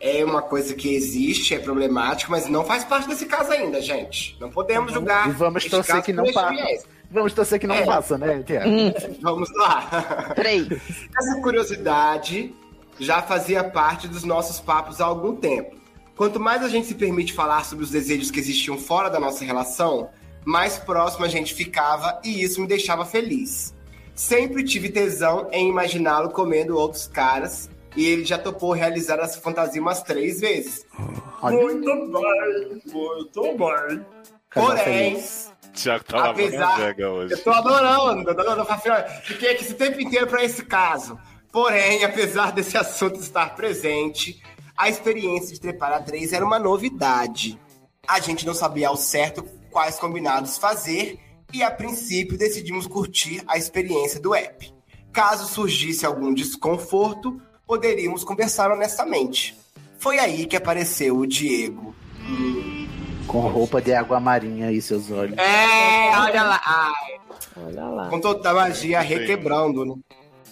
[SPEAKER 3] é uma coisa que existe, é problemática, mas não faz parte desse caso ainda, gente. Não podemos julgar.
[SPEAKER 1] E vamos
[SPEAKER 3] esse
[SPEAKER 1] torcer
[SPEAKER 3] caso
[SPEAKER 1] que não
[SPEAKER 3] por
[SPEAKER 1] passe.
[SPEAKER 3] experiência.
[SPEAKER 1] Vamos torcer que não
[SPEAKER 3] É.
[SPEAKER 1] faça, né, Tiago?
[SPEAKER 5] Hum,
[SPEAKER 3] Vamos lá.
[SPEAKER 5] peraí.
[SPEAKER 3] Essa curiosidade já fazia parte dos nossos papos há algum tempo. Quanto mais a gente se permite falar sobre os desejos que existiam fora da nossa relação, mais próximo a gente ficava e isso me deixava feliz. Sempre tive tesão em imaginá-lo comendo outros caras e ele já topou realizar essa fantasia umas três vezes.
[SPEAKER 1] Olha.
[SPEAKER 3] Muito bem, muito bem.
[SPEAKER 1] Casal
[SPEAKER 3] Porém,
[SPEAKER 1] feliz.
[SPEAKER 4] Tiago tá lavando
[SPEAKER 3] Apesar-
[SPEAKER 4] a vega hoje.
[SPEAKER 3] eu tô adorando, tô adorando. Eu falei, olha, Fiquei aqui esse tempo inteiro pra esse caso. Porém, apesar desse assunto estar presente, a experiência de trepar a três era uma novidade. A gente não sabia ao certo quais combinados fazer e, a princípio, decidimos curtir a experiência do app. Caso surgisse algum desconforto, poderíamos conversar honestamente. Foi aí que apareceu o Diego.
[SPEAKER 1] Com roupa de água marinha e seus olhos.
[SPEAKER 3] É, olha lá. Ah,
[SPEAKER 2] Olha lá.
[SPEAKER 3] com toda a magia requebrando, né?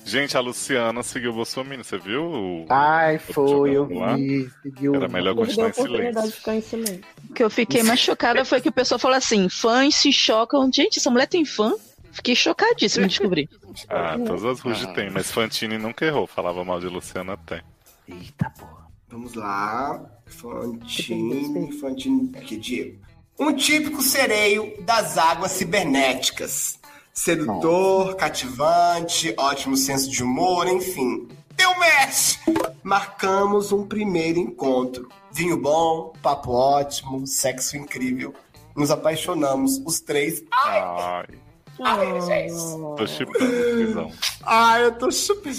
[SPEAKER 4] Gente, a Luciana seguiu o Bolsonaro, você viu?
[SPEAKER 1] Ai, foi, eu
[SPEAKER 4] Vamos lá.
[SPEAKER 1] vi. Seguiu.
[SPEAKER 4] Era melhor
[SPEAKER 2] Perdeu Ah, a
[SPEAKER 4] continuar em
[SPEAKER 2] oportunidade de
[SPEAKER 4] silêncio.
[SPEAKER 2] ficar em silêncio.
[SPEAKER 5] O que eu fiquei mais chocada foi que o pessoal falou assim: fãs se chocam. Gente, essa mulher tem fã? Fiquei chocadíssima em descobrir.
[SPEAKER 4] Ah, todas as ruas tem, mas Fantini nunca errou. Falava mal de Luciana até.
[SPEAKER 1] Eita porra.
[SPEAKER 3] Vamos lá. Fantine, Fantine. Aqui, Diego. Um típico sereio das águas cibernéticas. Sedutor, cativante, ótimo senso de humor, enfim. Deu match! Marcamos um primeiro encontro. Vinho bom, papo ótimo, sexo incrível. Nos apaixonamos, os três.
[SPEAKER 4] Ai,
[SPEAKER 3] Ai, gente.
[SPEAKER 4] tô chipando, visão.
[SPEAKER 3] Ai, eu tô super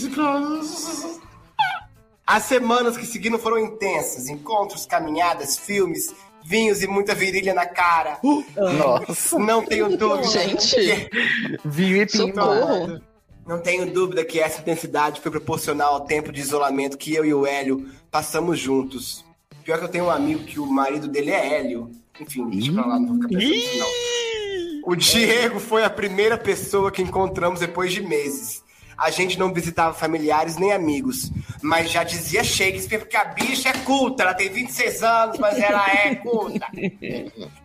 [SPEAKER 3] As semanas que seguiram foram intensas. Encontros, caminhadas, filmes, vinhos e muita virilha na cara.
[SPEAKER 1] Nossa.
[SPEAKER 3] Não tenho dúvida.
[SPEAKER 5] Gente,
[SPEAKER 1] Viu e pimba.
[SPEAKER 5] socorro.
[SPEAKER 3] Não tenho dúvida que essa intensidade foi proporcional ao tempo de isolamento que eu e o Hélio passamos juntos. Pior que eu tenho um amigo que o marido dele é Hélio. Enfim, deixa pra lá, não vou ficar pensando nisso, não. O Diego foi a primeira pessoa que encontramos depois de meses. A gente não visitava familiares nem amigos, mas já dizia Shakespeare porque a bicha é culta, ela tem 26 anos, mas ela é culta.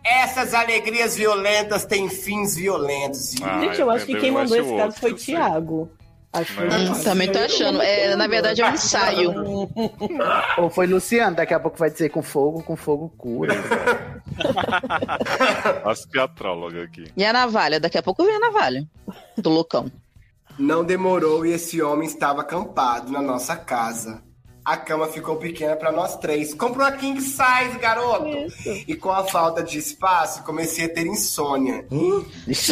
[SPEAKER 3] Essas alegrias violentas têm fins violentos. E
[SPEAKER 4] Ah,
[SPEAKER 2] Gente, eu acho que
[SPEAKER 4] entendeu?
[SPEAKER 2] quem
[SPEAKER 4] Eu
[SPEAKER 2] mandou
[SPEAKER 4] acho
[SPEAKER 2] esse caso
[SPEAKER 4] outro,
[SPEAKER 2] foi
[SPEAKER 4] eu sei.
[SPEAKER 2] Tiago. Acho que foi
[SPEAKER 4] Mas-
[SPEAKER 2] Tiago.
[SPEAKER 5] Hum, Também tô achando. É, na verdade, é um ensaio.
[SPEAKER 1] Ou foi Luciano, daqui a pouco vai dizer com fogo, com fogo cura.
[SPEAKER 4] Acho que é a tróloga aqui.
[SPEAKER 5] E a navalha? Daqui a pouco vem a navalha. Do loucão.
[SPEAKER 3] Não demorou e esse homem estava acampado na nossa casa. A cama ficou pequena para nós três. Comprou a king size, garoto! E com a falta de espaço, comecei a ter insônia.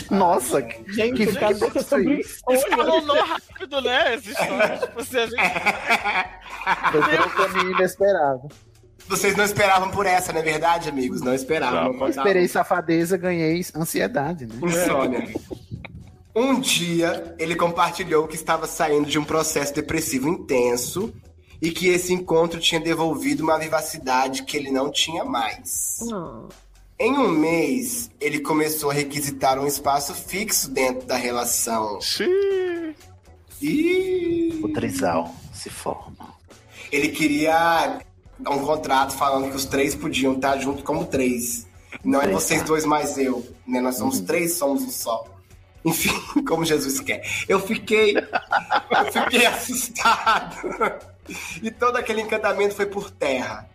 [SPEAKER 1] Nossa, que
[SPEAKER 2] Gente,
[SPEAKER 1] que
[SPEAKER 2] o caso é sobre
[SPEAKER 9] Escalonou rápido, né? Essa história. Tipo, assim, a gente...
[SPEAKER 1] Foi pelo caminho inesperado.
[SPEAKER 3] Vocês não esperavam por essa, não é verdade, amigos? Não esperavam.
[SPEAKER 4] Não,
[SPEAKER 3] não
[SPEAKER 1] Esperei safadeza, ganhei ansiedade, né?
[SPEAKER 3] Insônia. Um dia, ele compartilhou que estava saindo de um processo depressivo intenso e que esse encontro tinha devolvido uma vivacidade que ele não tinha mais. Em um mês, ele começou a requisitar um espaço fixo dentro da relação.
[SPEAKER 4] Xiii.
[SPEAKER 3] E
[SPEAKER 1] O trisal se forma.
[SPEAKER 3] ele queria dar um contrato falando que os três podiam estar juntos como três. Não é vocês dois mais eu, né? Nós somos três, somos um só. Enfim, como Jesus quer. Eu fiquei. eu fiquei assustado. E todo aquele encantamento foi por terra.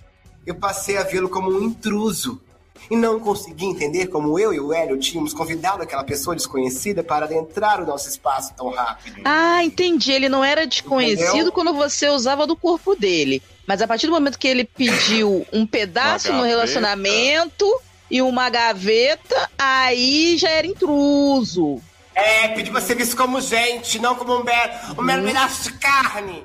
[SPEAKER 3] Eu passei a vê-lo como um intruso. E não consegui entender como eu e o Hélio tínhamos convidado aquela pessoa desconhecida para adentrar o nosso espaço tão rápido.
[SPEAKER 5] Ah, entendi. Ele não era desconhecido
[SPEAKER 3] Entendeu?
[SPEAKER 5] quando você usava do corpo dele. Mas a partir do momento que ele pediu um pedaço
[SPEAKER 4] Uma
[SPEAKER 5] no
[SPEAKER 4] gaveta.
[SPEAKER 5] relacionamento e uma gaveta, aí já era intruso.
[SPEAKER 3] É, pedi pra ser visto como gente, não como um mero, um mero pedaço de carne.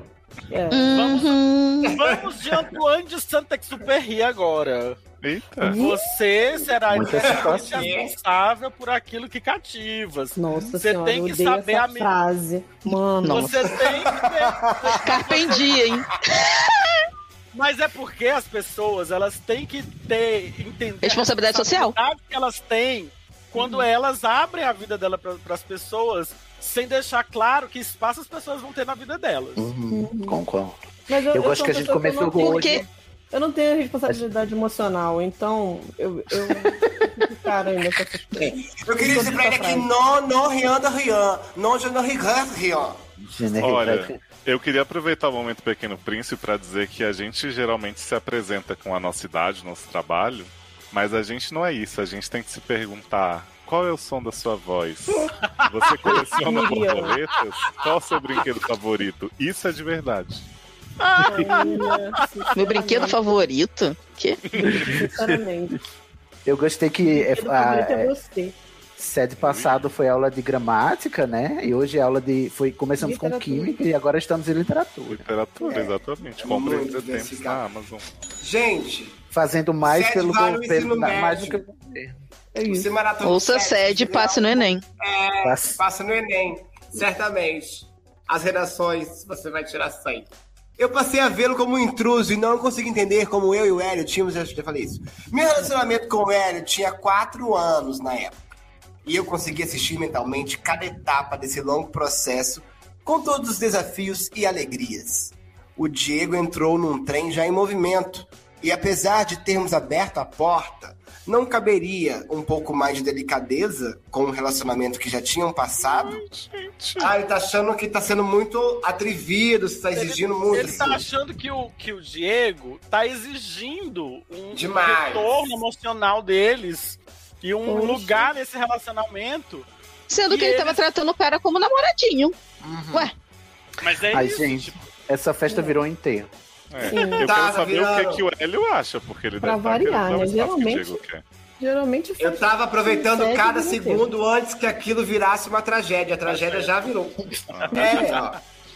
[SPEAKER 2] É.
[SPEAKER 5] Uhum.
[SPEAKER 9] Vamos de Antoine de Santa Exupéry agora.
[SPEAKER 4] Eita.
[SPEAKER 9] Você será
[SPEAKER 1] Muita
[SPEAKER 9] eternamente
[SPEAKER 1] situação.
[SPEAKER 9] responsável por aquilo que cativa.
[SPEAKER 2] Nossa
[SPEAKER 9] Você
[SPEAKER 2] senhora,
[SPEAKER 9] tem
[SPEAKER 2] eu
[SPEAKER 9] que
[SPEAKER 2] odeio
[SPEAKER 9] saber
[SPEAKER 2] essa
[SPEAKER 9] a me-
[SPEAKER 2] frase. Mano,
[SPEAKER 5] Nossa.
[SPEAKER 9] Você tem que ter...
[SPEAKER 5] Carpendia, hein?
[SPEAKER 9] Mas é porque as pessoas, elas têm que ter... Entender a
[SPEAKER 5] Responsabilidade social?
[SPEAKER 9] responsabilidade que elas têm quando
[SPEAKER 3] Uhum.
[SPEAKER 9] elas abrem a vida dela para as pessoas, sem deixar claro que espaço as pessoas vão ter na vida delas.
[SPEAKER 3] Uhum.
[SPEAKER 1] Uhum. Concordo.
[SPEAKER 2] mas
[SPEAKER 1] Eu gosto
[SPEAKER 2] sou
[SPEAKER 1] que a
[SPEAKER 2] uma
[SPEAKER 1] gente
[SPEAKER 2] pessoa que eu
[SPEAKER 1] começou
[SPEAKER 2] não-
[SPEAKER 1] com
[SPEAKER 5] Porque
[SPEAKER 2] Eu não tenho responsabilidade emocional, então eu, eu fico cara ainda com essas coisas.
[SPEAKER 3] Eu queria dizer pra ele aqui, não, não, Rian da Rian. Não, já não, Rian, Rian.
[SPEAKER 4] Olha. Eu queria aproveitar o momento Pequeno Príncipe para dizer que a gente geralmente se apresenta com a nossa idade, nosso trabalho, mas a gente não é isso. A gente tem que se perguntar qual é o som da sua voz? Você coleciona
[SPEAKER 2] Miriam.
[SPEAKER 4] borboletas? Qual o seu brinquedo favorito? Isso é de verdade.
[SPEAKER 5] meu brinquedo favorito. Que?
[SPEAKER 2] Sinceramente.
[SPEAKER 1] eu gostei que é,
[SPEAKER 2] Eu
[SPEAKER 1] a,
[SPEAKER 2] prometo é você.
[SPEAKER 1] sede passado foi aula de gramática, né? E hoje é aula de foi começamos com
[SPEAKER 2] Literatura.
[SPEAKER 1] química e agora estamos em literatura,
[SPEAKER 2] É.
[SPEAKER 4] Literatura, exatamente. Comprei
[SPEAKER 3] Muito
[SPEAKER 4] entre tempos
[SPEAKER 3] diversificado.
[SPEAKER 4] na Amazon.
[SPEAKER 3] Gente,
[SPEAKER 1] fazendo mais
[SPEAKER 3] Sede
[SPEAKER 1] pelo
[SPEAKER 3] vale o
[SPEAKER 1] governo,
[SPEAKER 3] ensino
[SPEAKER 1] na- mais do
[SPEAKER 3] médio.
[SPEAKER 1] que o governo.
[SPEAKER 2] É isso.
[SPEAKER 3] você maratona.
[SPEAKER 5] Ouça
[SPEAKER 3] sete,
[SPEAKER 5] sede,
[SPEAKER 3] entendeu?
[SPEAKER 5] passe no Enem.
[SPEAKER 1] Faz-
[SPEAKER 3] Passa no Enem, certamente. As redações, você vai tirar 100. Eu passei a vê-lo como um intruso e não consegui entender como eu e o Hélio tínhamos. Eu já falei isso. Meu relacionamento com o Hélio tinha 4 anos na época. E eu consegui assistir mentalmente cada etapa desse longo processo, com todos os desafios e alegrias. O Diego entrou num trem já em movimento. E apesar de termos aberto a porta, não caberia um pouco mais de delicadeza com o relacionamento que já tinham passado? Ah, ele tá achando que tá sendo muito atrevido, você tá exigindo muito.
[SPEAKER 9] Ele tá
[SPEAKER 3] assim.
[SPEAKER 9] achando que o, que o Diego tá exigindo um
[SPEAKER 3] Demais. Uhum.
[SPEAKER 9] retorno emocional deles e um
[SPEAKER 2] Poxa.
[SPEAKER 9] lugar nesse relacionamento.
[SPEAKER 5] Sendo que
[SPEAKER 9] E
[SPEAKER 5] ele
[SPEAKER 9] ele-
[SPEAKER 5] tava tratando o cara como namoradinho.
[SPEAKER 9] Mas é
[SPEAKER 1] Ai,
[SPEAKER 9] isso.
[SPEAKER 1] gente, essa festa virou um enterro.
[SPEAKER 4] É.
[SPEAKER 2] Sim.
[SPEAKER 4] Eu
[SPEAKER 3] Tá,
[SPEAKER 4] quero saber o que, é
[SPEAKER 3] virando.
[SPEAKER 4] que o Hélio acha, porque ele
[SPEAKER 2] Pra
[SPEAKER 4] deve
[SPEAKER 2] variar,
[SPEAKER 4] estar querendo dar um
[SPEAKER 2] né?
[SPEAKER 4] o espaço
[SPEAKER 2] Geralmente-
[SPEAKER 4] que o Diego quer.
[SPEAKER 2] Geralmente foi.
[SPEAKER 3] Eu tava aproveitando
[SPEAKER 2] Segue
[SPEAKER 3] cada
[SPEAKER 2] o dia
[SPEAKER 3] segundo antes que aquilo virasse uma tragédia. A tragédia já virou.
[SPEAKER 9] Ah.
[SPEAKER 3] É, ó.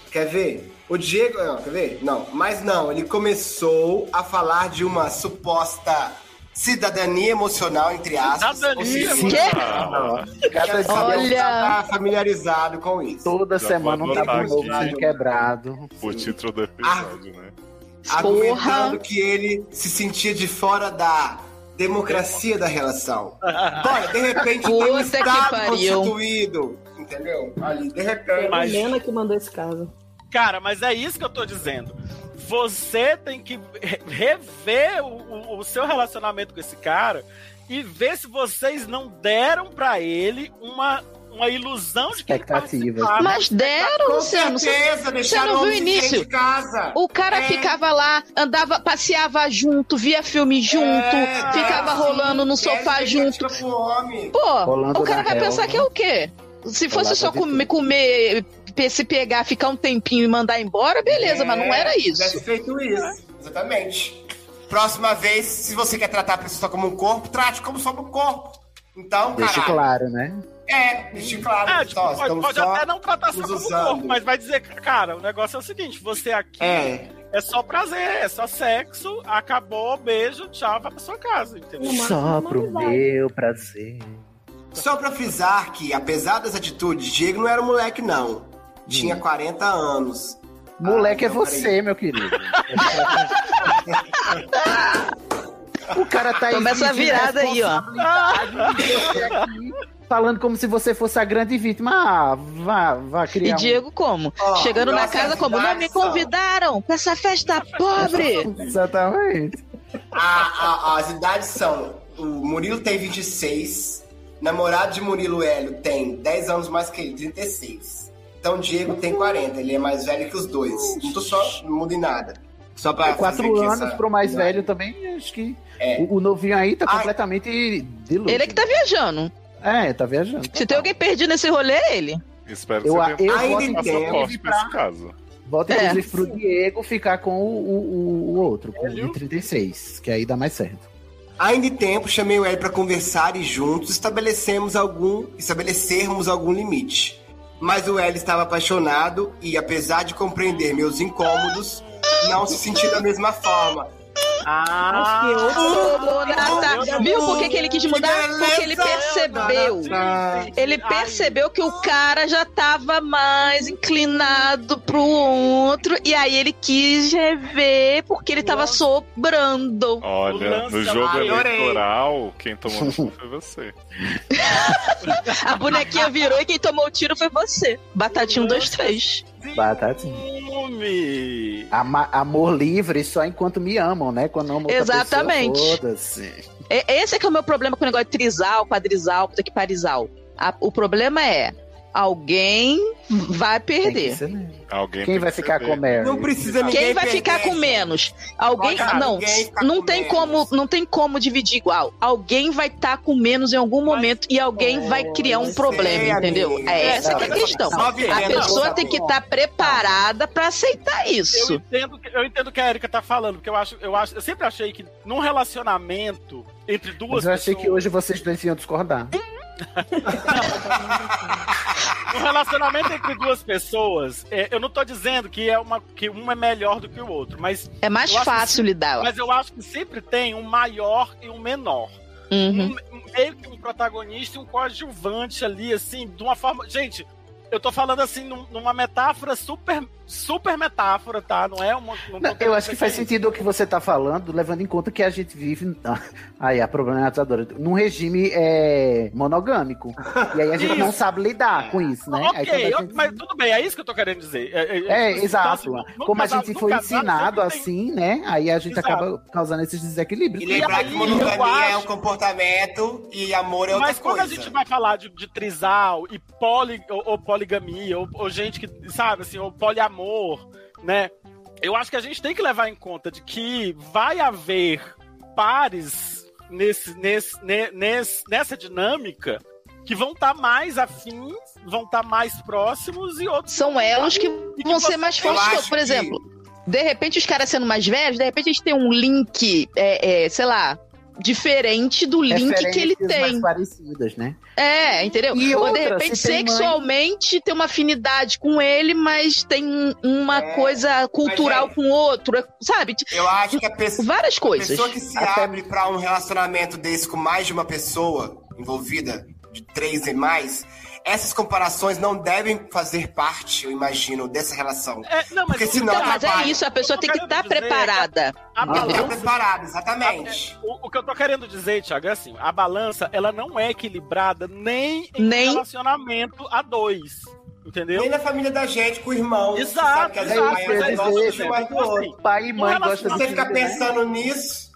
[SPEAKER 3] Quer ver? O Diego. Não, quer ver? Não, mas não, ele começou a falar de uma suposta cidadania emocional, entre aspas.
[SPEAKER 9] Cidadania
[SPEAKER 3] Ou seja,
[SPEAKER 9] emocional.
[SPEAKER 4] Ah,
[SPEAKER 1] Cada
[SPEAKER 3] Quero saber se
[SPEAKER 5] Olha.
[SPEAKER 3] tá familiarizado com isso.
[SPEAKER 1] toda
[SPEAKER 4] Já
[SPEAKER 1] semana um
[SPEAKER 4] vou
[SPEAKER 1] tabu
[SPEAKER 4] anotar
[SPEAKER 1] novo
[SPEAKER 4] aqui.
[SPEAKER 1] sendo quebrado.
[SPEAKER 4] o título
[SPEAKER 2] Ah.
[SPEAKER 4] do episódio, né?
[SPEAKER 3] Argumentando que ele se sentia de fora da democracia da relação. Olha, de repente tem um
[SPEAKER 5] Puta que
[SPEAKER 3] Estado
[SPEAKER 5] pariu.
[SPEAKER 3] constituído. Entendeu? Ali, de repente.
[SPEAKER 2] Foi É a
[SPEAKER 9] É, Mas-
[SPEAKER 2] Helena que mandou esse caso.
[SPEAKER 9] Cara, mas é isso que eu tô dizendo. Você tem que re- rever o, o- o seu relacionamento com esse cara e ver se vocês não deram pra ele uma uma ilusão de que ele
[SPEAKER 1] Expectativas.
[SPEAKER 9] participava.
[SPEAKER 11] Mas
[SPEAKER 3] Tá
[SPEAKER 11] deram,
[SPEAKER 9] Com
[SPEAKER 11] Luciano. Você-
[SPEAKER 9] certeza,
[SPEAKER 11] você
[SPEAKER 9] deixaram
[SPEAKER 11] não viu o
[SPEAKER 9] homens em frente
[SPEAKER 11] início?
[SPEAKER 9] de casa.
[SPEAKER 11] O cara
[SPEAKER 9] É.
[SPEAKER 11] ficava lá, andava, passeava junto, via filme junto,
[SPEAKER 3] É. Ah,
[SPEAKER 11] ficava rolando no sofá junto. Pô,
[SPEAKER 1] Rolando
[SPEAKER 11] o cara
[SPEAKER 1] na né?
[SPEAKER 11] vai
[SPEAKER 1] relva.
[SPEAKER 11] pensar que é o quê? Se fosse
[SPEAKER 1] Rolava
[SPEAKER 11] só
[SPEAKER 1] de
[SPEAKER 11] comer, comer, pe- se pegar, ficar um tempinho e mandar embora, beleza, mas
[SPEAKER 3] É,
[SPEAKER 11] não era isso.
[SPEAKER 3] Tivesse feito isso. Exatamente. Próxima vez, se você quer tratar a pessoa só como um corpo, trate como só um corpo. Então,
[SPEAKER 1] Deixa
[SPEAKER 3] caralho.
[SPEAKER 1] claro, né?
[SPEAKER 3] É, deixa claro.
[SPEAKER 9] É, tipo,
[SPEAKER 3] só,
[SPEAKER 9] pode,
[SPEAKER 3] estamos
[SPEAKER 9] pode
[SPEAKER 3] só
[SPEAKER 9] até não tratar só
[SPEAKER 3] nos
[SPEAKER 9] como
[SPEAKER 3] usando.
[SPEAKER 9] corpo, mas vai dizer, cara, o negócio é o seguinte, você aqui
[SPEAKER 3] É.
[SPEAKER 9] é, só prazer, é só sexo, acabou, beijo, tchau, vai pra sua casa, entendeu?
[SPEAKER 1] Só pro meu prazer.
[SPEAKER 3] Ah, Só pra frisar que, apesar das atitudes, Diego não era um moleque, não. Tinha
[SPEAKER 1] Hum.
[SPEAKER 3] 40 anos.
[SPEAKER 1] Moleque
[SPEAKER 3] Ah,
[SPEAKER 1] é
[SPEAKER 3] não,
[SPEAKER 1] você,
[SPEAKER 3] peraí.
[SPEAKER 1] meu querido. o cara tá aí
[SPEAKER 5] Toma essa
[SPEAKER 1] sentindo
[SPEAKER 5] virada aí, ó.
[SPEAKER 1] responsabilidade de você aqui, Falando como se você fosse a grande vítima. Ah, vá, vá
[SPEAKER 5] E
[SPEAKER 1] criar um-
[SPEAKER 5] Diego como?
[SPEAKER 3] Ó,
[SPEAKER 5] Chegando na
[SPEAKER 3] nossa
[SPEAKER 5] casa como? Não me
[SPEAKER 3] atividade,
[SPEAKER 5] convidaram pra essa festa pobre!
[SPEAKER 1] Exatamente.
[SPEAKER 3] A- a- as idades são: o Murilo tem 26, namorado de Murilo Hélio tem 10 anos mais que ele, 36. Então o Diego tem 40, ele é mais velho que os dois. Não tô só, não muda em nada. Só pra. fazer
[SPEAKER 1] É Quatro
[SPEAKER 3] aqui
[SPEAKER 1] anos
[SPEAKER 3] essa- né?
[SPEAKER 1] pro mais velho também, acho que.
[SPEAKER 3] É.
[SPEAKER 1] O, o novinho aí tá
[SPEAKER 3] Ai.
[SPEAKER 1] completamente deludido.
[SPEAKER 5] Ele é que tá viajando.
[SPEAKER 1] É, tá viajando.
[SPEAKER 5] Se tem alguém perdido nesse rolê, é ele.
[SPEAKER 4] Espero que
[SPEAKER 1] Eu-
[SPEAKER 4] você tenha
[SPEAKER 1] eu
[SPEAKER 4] um
[SPEAKER 3] ainda
[SPEAKER 4] bom
[SPEAKER 3] entendo.
[SPEAKER 4] passaporte nesse caso.
[SPEAKER 1] Volta,
[SPEAKER 5] É.
[SPEAKER 1] inclusive, pro Diego ficar com o, o- o- o outro, com o de 36, que aí dá mais certo.
[SPEAKER 3] Ainda em tempo, chamei o Hélio para conversar e juntos estabelecemos algum, estabelecermos algum limite. Mas o Hélio estava apaixonado e, apesar de compreender meus incômodos, não se sentiu da mesma forma.
[SPEAKER 9] Ah,
[SPEAKER 2] Acho que outro-
[SPEAKER 5] Ô, Nata, viu por que, que ele quis mudar? Porque ele percebeu. Ele percebeu que o cara já tava mais inclinado pro outro e aí ele quis rever porque ele tava sobrando.
[SPEAKER 9] O
[SPEAKER 4] Olha,
[SPEAKER 9] lance
[SPEAKER 4] no
[SPEAKER 9] é-
[SPEAKER 4] jogo
[SPEAKER 9] Ai, adorei.
[SPEAKER 4] eleitoral, quem tomou no cu foi você.
[SPEAKER 5] A bonequinha virou e quem tomou o tiro foi você. Batatinha um, dois, três.
[SPEAKER 1] Batatinha.
[SPEAKER 9] Ciúme.
[SPEAKER 1] Ama- amor livre só enquanto me amam, né? Quando amam outra
[SPEAKER 5] Exatamente.
[SPEAKER 1] pessoa, foda-se.
[SPEAKER 5] É- Esse é que é o meu problema com o negócio de trisal, quadrisal, puta que parisal. A- o problema é, alguém vai
[SPEAKER 1] Tem que
[SPEAKER 5] perder.
[SPEAKER 1] ser mesmo.
[SPEAKER 4] Alguém tem
[SPEAKER 1] Quem vai
[SPEAKER 4] que
[SPEAKER 1] ficar
[SPEAKER 4] ceder.
[SPEAKER 1] com Mary?
[SPEAKER 3] Não precisa ninguém.
[SPEAKER 5] Quem vai
[SPEAKER 3] perder,
[SPEAKER 5] ficar com
[SPEAKER 3] gente.
[SPEAKER 5] menos? Alguém
[SPEAKER 3] Olha,
[SPEAKER 5] não,
[SPEAKER 3] ninguém fica
[SPEAKER 5] não
[SPEAKER 3] tá com
[SPEAKER 5] tem
[SPEAKER 3] menos.
[SPEAKER 5] como, não tem como dividir igual. Alguém vai estar com menos em algum momento e alguém vai criar um
[SPEAKER 3] sei,
[SPEAKER 5] problema, entendeu?
[SPEAKER 3] é, amiga. tá
[SPEAKER 5] É essa
[SPEAKER 1] Não,
[SPEAKER 5] que é a
[SPEAKER 1] mas-
[SPEAKER 5] questão.
[SPEAKER 3] Só
[SPEAKER 5] A
[SPEAKER 3] vivendo
[SPEAKER 5] pessoa
[SPEAKER 3] essa
[SPEAKER 5] tem que
[SPEAKER 3] porra.
[SPEAKER 5] estar preparada pra aceitar
[SPEAKER 9] Eu
[SPEAKER 5] isso.
[SPEAKER 9] entendo, que- eu entendo o que a Erika tá falando, porque eu acho, eu acho, eu sempre achei que num relacionamento entre duas
[SPEAKER 1] Mas eu achei que
[SPEAKER 9] pessoas-
[SPEAKER 1] hoje vocês dois iam discordar.
[SPEAKER 9] O relacionamento entre duas pessoas, é, eu não tô dizendo que, é uma, que um é melhor do que o outro, mas,
[SPEAKER 5] É mais
[SPEAKER 9] eu acho
[SPEAKER 5] fácil lidar.
[SPEAKER 9] mas eu acho que sempre tem um maior e um menor.
[SPEAKER 5] Uhum.
[SPEAKER 9] Um- um- meio que um protagonista e um coadjuvante ali, assim, de uma forma. Gente, eu tô falando assim num- numa metáfora super, super metáfora, tá? Não é uma. não tô
[SPEAKER 1] Não, eu
[SPEAKER 9] querendo
[SPEAKER 1] acho que
[SPEAKER 9] dizer
[SPEAKER 1] faz
[SPEAKER 9] é isso.
[SPEAKER 1] sentido o que você tá falando, levando em conta que a gente vive. ah, Aí, a problematizadora. Num regime é, monogâmico. E aí a gente
[SPEAKER 9] Isso.
[SPEAKER 1] não sabe lidar com isso, né? Aí quando a
[SPEAKER 9] Ok, eu-
[SPEAKER 1] gente-
[SPEAKER 9] mas tudo bem, é isso que eu tô querendo dizer. É,
[SPEAKER 1] É,
[SPEAKER 9] então, assim,
[SPEAKER 1] exato.
[SPEAKER 9] no- no
[SPEAKER 1] Como a
[SPEAKER 9] casal-
[SPEAKER 1] gente
[SPEAKER 9] no
[SPEAKER 1] foi
[SPEAKER 9] casal
[SPEAKER 1] ensinado
[SPEAKER 9] sempre tem-
[SPEAKER 1] assim, né? Aí a gente
[SPEAKER 9] Exato.
[SPEAKER 1] acaba causando esses desequilíbrios.
[SPEAKER 3] E
[SPEAKER 1] né?
[SPEAKER 3] lembrar
[SPEAKER 9] E
[SPEAKER 3] que
[SPEAKER 9] aí, eu
[SPEAKER 3] monogamia é um
[SPEAKER 9] acho-
[SPEAKER 3] comportamento e amor é outra
[SPEAKER 9] Mas quando
[SPEAKER 3] coisa.
[SPEAKER 9] a gente vai falar de, de trisal e poli, ou, ou poligamia, ou, ou gente que, sabe, assim, ou poliamor, né? Eu acho que a gente tem que levar em conta de que vai haver pares nesse, nesse, ne- nesse- nessa dinâmica que vão estar mais afins, vão estar mais próximos e outros.
[SPEAKER 5] São elos que
[SPEAKER 9] E que
[SPEAKER 5] vão
[SPEAKER 9] você-
[SPEAKER 5] ser mais
[SPEAKER 3] Eu
[SPEAKER 5] fortes que
[SPEAKER 3] acho
[SPEAKER 5] outros. Por
[SPEAKER 3] que-
[SPEAKER 5] exemplo, de repente os caras sendo mais velhos, de repente a gente tem um link, é, é, sei lá, diferente do link que ele
[SPEAKER 1] Referências
[SPEAKER 5] tem.
[SPEAKER 1] mais parecidas, né?
[SPEAKER 5] É, entendeu?
[SPEAKER 1] E
[SPEAKER 5] Ou de
[SPEAKER 1] outra,
[SPEAKER 5] repente,
[SPEAKER 1] se tem mãe-
[SPEAKER 5] sexualmente tem uma afinidade com ele, mas tem um- uma
[SPEAKER 3] É,
[SPEAKER 5] coisa cultural
[SPEAKER 3] é.
[SPEAKER 5] com outro, sabe? T-
[SPEAKER 3] Eu acho que a pessoa.
[SPEAKER 5] Várias coisas.
[SPEAKER 3] pessoa que se
[SPEAKER 1] Até-
[SPEAKER 3] abre pra um relacionamento desse com mais de uma pessoa envolvida, de três e mais, essas comparações não devem fazer parte, eu imagino, dessa relação.
[SPEAKER 9] É, não, mas,
[SPEAKER 3] Porque senão-
[SPEAKER 5] Então, mas é
[SPEAKER 3] trabalha.
[SPEAKER 5] isso, a pessoa
[SPEAKER 9] Eu
[SPEAKER 5] tem
[SPEAKER 9] tô
[SPEAKER 5] que estar
[SPEAKER 9] querendo dizer-
[SPEAKER 3] é
[SPEAKER 5] preparada.
[SPEAKER 9] a
[SPEAKER 1] Não.
[SPEAKER 3] Não
[SPEAKER 9] balança
[SPEAKER 3] Tá preparado, exatamente.
[SPEAKER 9] O, o que eu tô querendo dizer, Thiago, é assim, a balança, ela não é equilibrada nem em
[SPEAKER 5] Nem.
[SPEAKER 9] relacionamento a dois, entendeu?
[SPEAKER 3] Nem na família da gente, com o irmão. você
[SPEAKER 9] Exato, é
[SPEAKER 3] sabe que às vezes
[SPEAKER 1] exato,
[SPEAKER 3] o pai
[SPEAKER 1] eu ia
[SPEAKER 3] gosta
[SPEAKER 1] dizer,
[SPEAKER 3] de um mais do
[SPEAKER 9] assim,
[SPEAKER 3] outro.
[SPEAKER 1] Pai e mãe
[SPEAKER 9] Não, elas-
[SPEAKER 1] gostam
[SPEAKER 3] Você
[SPEAKER 1] de
[SPEAKER 3] fica
[SPEAKER 1] filho, né?
[SPEAKER 3] pensando nisso.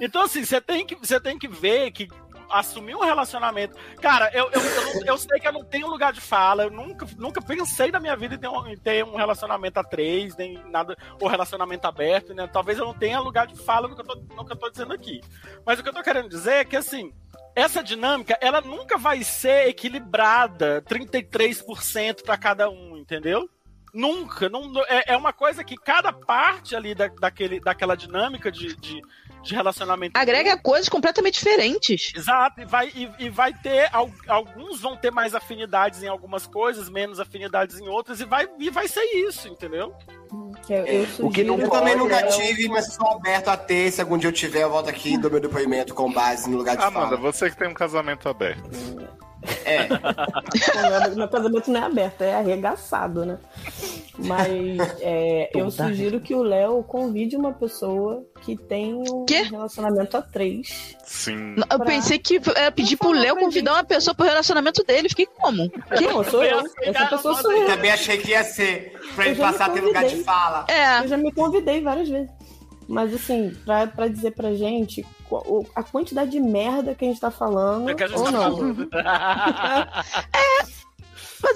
[SPEAKER 9] Então, assim, você tem que, você tem que ver que assumir um relacionamento. Cara, eu, eu, eu, não- eu sei que eu não tenho lugar de fala. Eu nunca, nunca pensei na minha vida em ter um, em ter um relacionamento a três, nem nada, ou relacionamento aberto, né? Talvez eu não tenha lugar de fala no que eu tô, no que eu tô dizendo aqui. Mas o que eu tô querendo dizer é que assim. Essa dinâmica, ela nunca vai ser equilibrada 33% para cada um, entendeu? Nunca. Não, é, é uma coisa que cada parte ali da, daquele, daquela dinâmica de, de, de relacionamento.
[SPEAKER 11] Agrega coisas completamente diferentes.
[SPEAKER 9] Exato, e vai, e, e vai ter. al- Alguns vão ter mais afinidades em algumas coisas, menos afinidades em outras, e vai, e vai ser isso, entendeu?
[SPEAKER 2] é,
[SPEAKER 3] o que não né? eu também
[SPEAKER 9] é
[SPEAKER 3] nunca tive, mas sou aberto a ter. Se algum dia eu tiver, eu volto aqui e dou meu depoimento com base no lugar de
[SPEAKER 4] Amanda,
[SPEAKER 3] fala.
[SPEAKER 4] você que tem um casamento aberto.
[SPEAKER 3] É.
[SPEAKER 2] Meu- Meu casamento não é aberto, é arregaçado, né? Mas é, eu
[SPEAKER 11] Toda
[SPEAKER 2] sugiro que o Léo convide uma pessoa que tem um relacionamento a três.
[SPEAKER 4] Sim.
[SPEAKER 11] Eu
[SPEAKER 2] Pra-
[SPEAKER 11] pensei que
[SPEAKER 5] é,
[SPEAKER 11] era pedir pro Léo convidar uma pessoa pro relacionamento dele. Fiquei como? Que?
[SPEAKER 2] Não, sou eu. Essa pessoa sou eu.
[SPEAKER 3] Também achei que ia ser, pra
[SPEAKER 2] Eu
[SPEAKER 3] ele
[SPEAKER 2] já me
[SPEAKER 3] passar a ter lugar de
[SPEAKER 2] convidei.
[SPEAKER 3] fala.
[SPEAKER 5] É.
[SPEAKER 2] Eu já me convidei várias vezes. Mas assim, pra, pra dizer pra gente qual- o- a quantidade de merda que a gente tá falando.
[SPEAKER 9] É que a gente
[SPEAKER 2] ou
[SPEAKER 9] tá
[SPEAKER 2] não.
[SPEAKER 9] falando.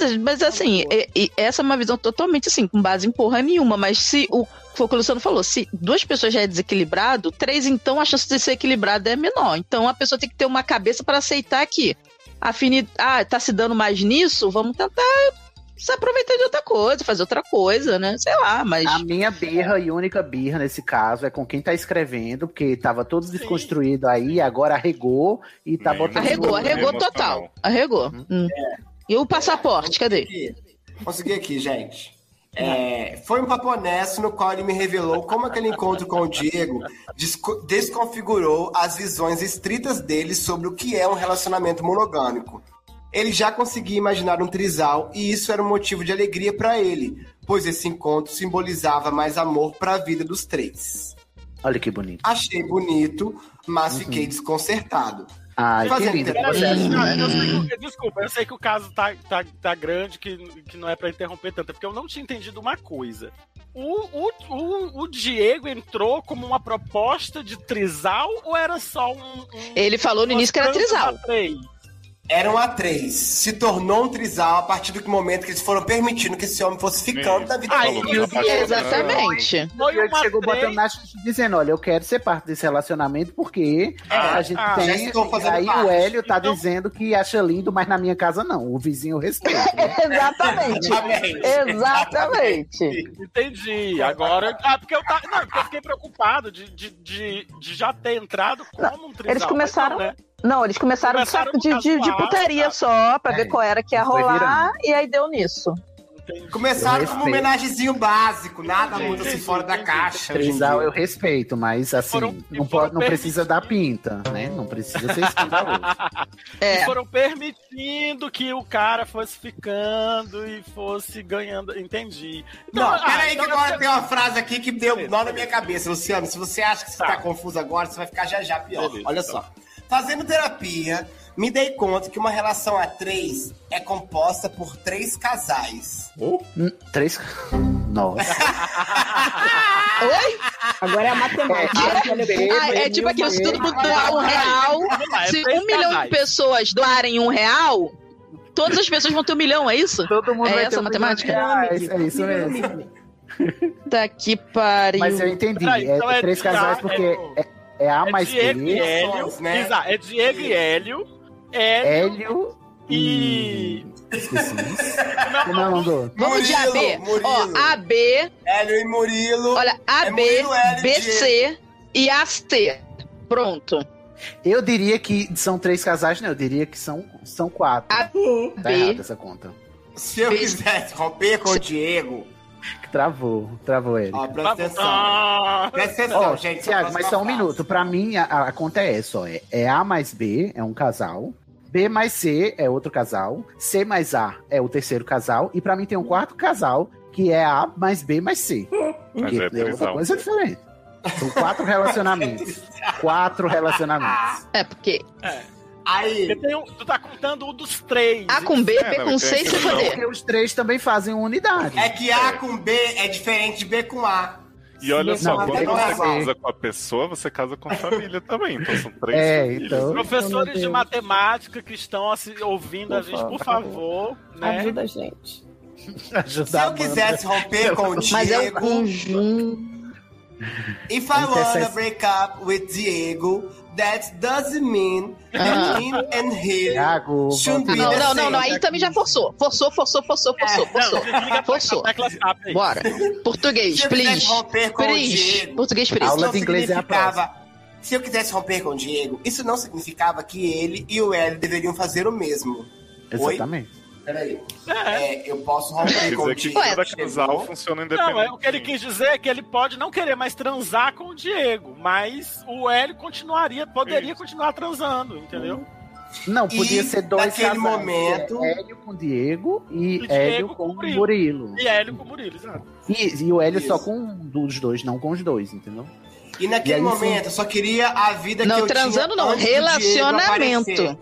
[SPEAKER 11] Mas, mas assim, e- e essa é uma visão totalmente assim, com base em porra nenhuma. Mas se o. Foi o que o Luciano falou, se duas pessoas já é desequilibrado, três, então a chance de ser equilibrado é menor. Então a pessoa tem que ter uma cabeça para aceitar que afini... ah, tá se dando mais nisso, vamos tentar se aproveitar de outra coisa, fazer outra coisa, né? Sei lá, mas.
[SPEAKER 1] A minha birra e única birra nesse caso é com quem tá escrevendo, porque tava todo desconstruído aí, agora arregou e tá botando.
[SPEAKER 11] Arregou, arregou total. Arregou. Hum. E o passaporte, cadê?
[SPEAKER 3] Consegui aqui, gente. É, foi um papo honesto no qual ele me revelou como aquele encontro com o Diego desco- desconfigurou as visões estritas dele sobre o que é um relacionamento monogâmico. Ele já conseguia imaginar um trisal e isso era um motivo de alegria para ele, pois esse encontro simbolizava mais amor para a vida dos três.
[SPEAKER 1] Olha que bonito.
[SPEAKER 3] Achei bonito, mas fiquei desconcertado.
[SPEAKER 1] Ai, que
[SPEAKER 3] Fazendo
[SPEAKER 1] lindo
[SPEAKER 3] terapia.
[SPEAKER 1] processo,
[SPEAKER 9] Ah,
[SPEAKER 1] né?
[SPEAKER 9] eu sei que- desculpa, eu sei que o caso tá, tá, tá grande, que, que não é pra interromper tanto, é porque eu não tinha entendido uma coisa. O, o, o, o Diego entrou como uma proposta de trisal ou era só um. um-
[SPEAKER 11] Ele falou no início que era
[SPEAKER 9] umas tantas
[SPEAKER 11] trisal.
[SPEAKER 9] a três?
[SPEAKER 3] Eram a três. Se tornou um trisal a partir do momento que eles foram permitindo que esse homem fosse ficando da vida
[SPEAKER 1] Aí,
[SPEAKER 3] dele.
[SPEAKER 1] e o Diego-
[SPEAKER 11] Exatamente.
[SPEAKER 1] O Diego chegou botando na xixi dizendo: Olha, eu quero ser parte desse relacionamento porque a gente
[SPEAKER 3] ah, já
[SPEAKER 1] tem.
[SPEAKER 3] estou fazendo
[SPEAKER 1] Aí
[SPEAKER 3] parte.
[SPEAKER 1] o Hélio tá dizendo que acha lindo, mas na minha casa não. O vizinho respeita. né?
[SPEAKER 11] Exatamente.
[SPEAKER 3] Exatamente.
[SPEAKER 11] Exatamente.
[SPEAKER 9] Entendi. Agora. Ah, porque eu, tá, não, porque eu fiquei preocupado de, de, de, de já ter entrado como um trisal.
[SPEAKER 5] Eles começaram.
[SPEAKER 9] mas não, né?
[SPEAKER 5] Não, eles começaram,
[SPEAKER 9] Começaram
[SPEAKER 5] de,
[SPEAKER 9] no
[SPEAKER 5] saco de, de, de
[SPEAKER 9] casual,
[SPEAKER 5] putaria só, pra
[SPEAKER 1] É,
[SPEAKER 5] ver qual era que ia
[SPEAKER 1] foi
[SPEAKER 5] rolar, e aí deu nisso.
[SPEAKER 3] Começaram
[SPEAKER 1] Eu
[SPEAKER 3] com um
[SPEAKER 1] respeito.
[SPEAKER 3] homenagezinho básico, nada muito assim fora da caixa. hoje em
[SPEAKER 1] Trisal
[SPEAKER 3] dia.
[SPEAKER 1] eu respeito, mas assim, não, pode, não precisa dar pinta, né? Não precisa ser escandaloso.
[SPEAKER 5] É.
[SPEAKER 11] É.
[SPEAKER 9] E foram permitindo que o cara fosse ficando e fosse ganhando. Entendi.
[SPEAKER 3] Não,
[SPEAKER 9] ah,
[SPEAKER 3] peraí que
[SPEAKER 9] então
[SPEAKER 3] agora
[SPEAKER 9] você-
[SPEAKER 3] tem uma frase aqui que deu nó na minha cabeça, Luciano. Se você acha que você tá confuso agora, você vai ficar já já pior.
[SPEAKER 9] Beleza,
[SPEAKER 3] Olha
[SPEAKER 9] tá.
[SPEAKER 3] só. Fazendo terapia, me dei conta que uma relação a três é composta por três casais.
[SPEAKER 1] Hum, Três. Nossa.
[SPEAKER 11] Oi?
[SPEAKER 2] Agora é a
[SPEAKER 1] Ah,
[SPEAKER 2] matemática.
[SPEAKER 11] Ah, é tipo aquilo, se todo mundo doar um real,
[SPEAKER 1] É
[SPEAKER 9] é
[SPEAKER 11] se um milhão de pessoas doarem um real, todas as pessoas vão ter um milhão, é isso?
[SPEAKER 1] Todo mundo
[SPEAKER 11] é
[SPEAKER 1] vai ter
[SPEAKER 11] essa
[SPEAKER 1] um
[SPEAKER 11] a matemática?
[SPEAKER 1] milhão de reais, é isso mesmo.
[SPEAKER 11] Tá que pariu.
[SPEAKER 1] Mas eu entendi.
[SPEAKER 9] Peraí,
[SPEAKER 1] é
[SPEAKER 9] então é
[SPEAKER 1] três
[SPEAKER 9] Trisal,
[SPEAKER 1] casais porque é, é A
[SPEAKER 9] É
[SPEAKER 1] mais
[SPEAKER 9] Diego
[SPEAKER 1] B,
[SPEAKER 9] e Hélio.
[SPEAKER 3] sons, né? É
[SPEAKER 9] Exato, é Diego e Hélio. Hélio
[SPEAKER 1] Hélio e. Esqueci. Como é o nome do outro?
[SPEAKER 11] Vamos de
[SPEAKER 3] Murilo,
[SPEAKER 11] AB. Ó,
[SPEAKER 3] Murilo.
[SPEAKER 11] AB,
[SPEAKER 1] é-
[SPEAKER 3] Hélio e Murilo.
[SPEAKER 11] olha, AB,
[SPEAKER 3] Murilo, Hélio,
[SPEAKER 11] BC e AC. Pronto.
[SPEAKER 1] Eu diria que são três casais, não. Eu diria que são, são quatro.
[SPEAKER 4] Ah,
[SPEAKER 11] AB,
[SPEAKER 1] Tá errada essa conta.
[SPEAKER 3] Se eu quisesse romper com o Diego,
[SPEAKER 1] Travou, travou ele.
[SPEAKER 3] ó, tá presta atenção.
[SPEAKER 9] Ah,
[SPEAKER 3] Presta atenção,
[SPEAKER 1] Ó,
[SPEAKER 3] gente.
[SPEAKER 1] Tiago, mas só um
[SPEAKER 3] Próxima
[SPEAKER 1] minuto. Pra mim, a, a conta é essa, ó. É, é A mais B, é um casal. B mais C é outro casal. C mais A é o terceiro casal. E pra mim tem um quarto casal, que é A mais B mais C.
[SPEAKER 4] Mas
[SPEAKER 1] Que
[SPEAKER 4] é
[SPEAKER 1] é outra
[SPEAKER 4] prisão.
[SPEAKER 1] coisa diferente. São quatro relacionamentos. quatro relacionamentos.
[SPEAKER 4] Ah,
[SPEAKER 11] É, porque
[SPEAKER 3] Aí,
[SPEAKER 9] porque tem um- tu tá contando o dos três.
[SPEAKER 11] A Tá com B,
[SPEAKER 4] É,
[SPEAKER 11] B
[SPEAKER 4] não,
[SPEAKER 11] com
[SPEAKER 4] tem
[SPEAKER 11] C e
[SPEAKER 4] que
[SPEAKER 11] C
[SPEAKER 4] não.
[SPEAKER 11] com D.
[SPEAKER 1] Porque os três também fazem uma unidade.
[SPEAKER 3] É que A com é B é diferente de B com A.
[SPEAKER 4] E olha
[SPEAKER 2] Sim,
[SPEAKER 4] só,
[SPEAKER 2] não,
[SPEAKER 4] quando
[SPEAKER 2] não
[SPEAKER 4] você
[SPEAKER 2] é
[SPEAKER 4] casa com a pessoa, você casa com a família também. Então são três
[SPEAKER 1] É,
[SPEAKER 4] famílias.
[SPEAKER 1] então-
[SPEAKER 9] Professores de matemática que estão assi- ouvindo a
[SPEAKER 1] Por
[SPEAKER 9] gente, por
[SPEAKER 1] favor.
[SPEAKER 9] favor, né?
[SPEAKER 2] Ajuda a gente.
[SPEAKER 3] Se
[SPEAKER 1] Tá,
[SPEAKER 3] eu quisesse romper com o
[SPEAKER 2] Mas é um
[SPEAKER 3] Diego.
[SPEAKER 5] conjunto.
[SPEAKER 3] If I wanna
[SPEAKER 1] Intercess-
[SPEAKER 3] break up with Diego, that doesn't mean
[SPEAKER 1] Ah.
[SPEAKER 3] that him and he
[SPEAKER 1] Thiago,
[SPEAKER 3] should
[SPEAKER 5] Ah,
[SPEAKER 3] be
[SPEAKER 5] Não,
[SPEAKER 3] the
[SPEAKER 5] não,
[SPEAKER 3] same.
[SPEAKER 5] não, não, aí também já forçou. Forçou, forçou,
[SPEAKER 3] É,
[SPEAKER 5] forçou, forçou, forçou. Forçou. Bora. Português,
[SPEAKER 3] Se eu um
[SPEAKER 5] please.
[SPEAKER 3] quisesse romper com o
[SPEAKER 5] Please.
[SPEAKER 3] Diego,
[SPEAKER 5] Português, please.
[SPEAKER 3] isso não significava- Se eu quisesse romper com o Diego, isso não significava que ele e o Hélio deveriam fazer o mesmo.
[SPEAKER 1] Exatamente.
[SPEAKER 3] Oi? Peraí. É, eu posso romper com o
[SPEAKER 4] Quer dizer
[SPEAKER 3] Diego.
[SPEAKER 4] que cada casal funciona independente.
[SPEAKER 9] Não, é, o que ele quis dizer é que ele pode não querer mais transar com o Diego, mas o Hélio continuaria, poderia continuar transando, entendeu?
[SPEAKER 1] Não, podia
[SPEAKER 9] E
[SPEAKER 1] ser dois
[SPEAKER 9] naquele
[SPEAKER 1] casais, né?
[SPEAKER 9] momento-
[SPEAKER 1] Hélio com Diego e,
[SPEAKER 9] E Diego
[SPEAKER 1] Hélio com
[SPEAKER 9] com
[SPEAKER 1] Murilo.
[SPEAKER 9] Murilo. E Hélio com o Murilo, exato.
[SPEAKER 1] E, e o Hélio só
[SPEAKER 9] Isso.
[SPEAKER 1] com um dos dois, não com os dois, entendeu?
[SPEAKER 3] E
[SPEAKER 1] E
[SPEAKER 3] naquele
[SPEAKER 1] aí, sim.
[SPEAKER 3] momento, eu só queria a vida
[SPEAKER 1] Não,
[SPEAKER 3] que eu
[SPEAKER 1] transando
[SPEAKER 3] tinha
[SPEAKER 1] não,
[SPEAKER 3] antes do Diego
[SPEAKER 5] relacionamento.
[SPEAKER 3] aparecer.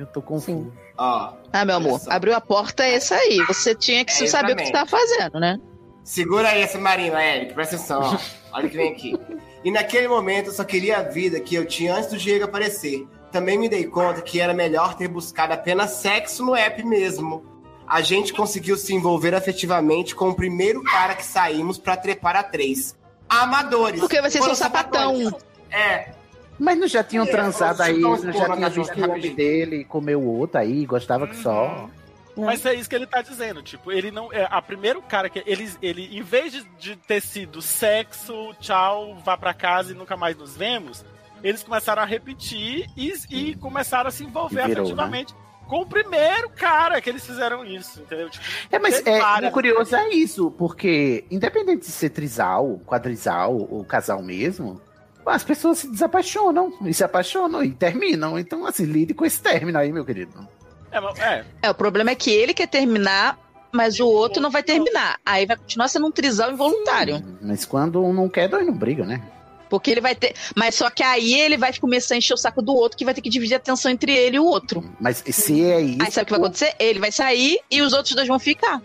[SPEAKER 1] Eu tô confuso.
[SPEAKER 3] Ó,
[SPEAKER 5] Ah, meu amor, abriu a porta, é essa aí. Você tinha que
[SPEAKER 3] É,
[SPEAKER 5] saber o que você tava
[SPEAKER 3] exatamente.
[SPEAKER 5] fazendo, né?
[SPEAKER 3] Segura aí essa marina, Eric, presta atenção, ó. Olha o que vem aqui. E naquele momento eu só queria a vida que eu tinha antes do Diego aparecer. Também me dei conta que era melhor ter buscado apenas sexo no app mesmo. A gente conseguiu se envolver afetivamente com o primeiro cara que saímos pra trepar a três. Amadores.
[SPEAKER 5] Porque vocês
[SPEAKER 3] Foram
[SPEAKER 5] são sapatão.
[SPEAKER 3] sapatões. É.
[SPEAKER 1] Mas não já tinham
[SPEAKER 3] É,
[SPEAKER 1] transado
[SPEAKER 3] eu
[SPEAKER 1] aí,
[SPEAKER 3] vou
[SPEAKER 1] não
[SPEAKER 3] chutar um
[SPEAKER 1] já
[SPEAKER 3] esporro
[SPEAKER 1] tinha
[SPEAKER 3] na
[SPEAKER 1] visto
[SPEAKER 3] cabeça
[SPEAKER 1] o homem dele e comeu o outro aí, gostava que só. Né?
[SPEAKER 9] Mas é isso que ele tá dizendo, tipo, ele não. É, a primeiro cara que. Ele, ele, em vez de, de ter sido sexo, tchau, vá pra casa e nunca mais nos vemos, eles começaram a repetir e, e começaram a se envolver
[SPEAKER 1] E virou, né?
[SPEAKER 9] afetivamente com o primeiro cara que eles fizeram isso, entendeu? Tipo,
[SPEAKER 1] É, mas
[SPEAKER 9] teve
[SPEAKER 1] é,
[SPEAKER 9] várias.
[SPEAKER 1] o curioso é isso, porque independente de ser trisal, quadrisal ou casal mesmo, as pessoas se desapaixonam e se apaixonam e terminam. Então, assim, lide com esse término aí, meu querido.
[SPEAKER 9] É, mas- é.
[SPEAKER 5] É, o problema é que ele quer terminar, mas o outro não vai terminar. Aí vai continuar sendo um trisal involuntário.
[SPEAKER 1] Mas quando um não quer, dois não brigam, né?
[SPEAKER 5] Porque ele vai ter. Mas só que aí ele vai começar a encher o saco do outro, que vai ter que dividir a atenção entre ele e o outro.
[SPEAKER 1] Mas se é isso.
[SPEAKER 5] Aí sabe o que vai acontecer? Ele vai sair e os outros dois vão ficar.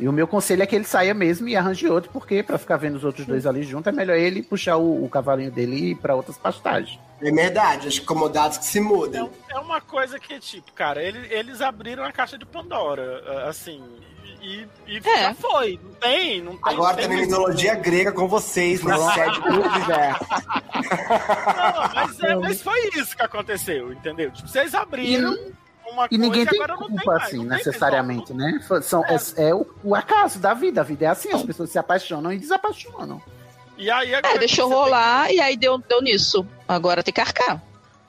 [SPEAKER 1] E o meu conselho é que ele saia mesmo e arranje outro, porque pra ficar vendo os outros dois ali junto, é melhor ele puxar o, o cavalinho dele e ir pra outras pastagens.
[SPEAKER 3] É verdade, os incomodados que se mudam.
[SPEAKER 9] é uma coisa que, tipo, cara, ele- eles abriram a caixa de Pandora, ah, assim. E, e já foi. Não tem, não tem.
[SPEAKER 3] Agora
[SPEAKER 9] não tem
[SPEAKER 3] tem
[SPEAKER 9] mais-
[SPEAKER 3] mitologia grega com vocês no sede do universo.
[SPEAKER 9] Não, mas, é, mas foi isso que aconteceu, entendeu? Tipo, vocês abriram uma
[SPEAKER 1] E ninguém
[SPEAKER 9] coisa
[SPEAKER 1] tem
[SPEAKER 9] agora não
[SPEAKER 1] culpa,
[SPEAKER 9] tem mais.
[SPEAKER 1] assim,
[SPEAKER 9] não tem
[SPEAKER 1] necessariamente, né? Fo- São, é é o, o acaso da vida. A vida é assim, as pessoas se apaixonam e desapaixonam.
[SPEAKER 9] E aí
[SPEAKER 5] É, deixou rolar e aí deu, deu nisso. Agora tem que arcar.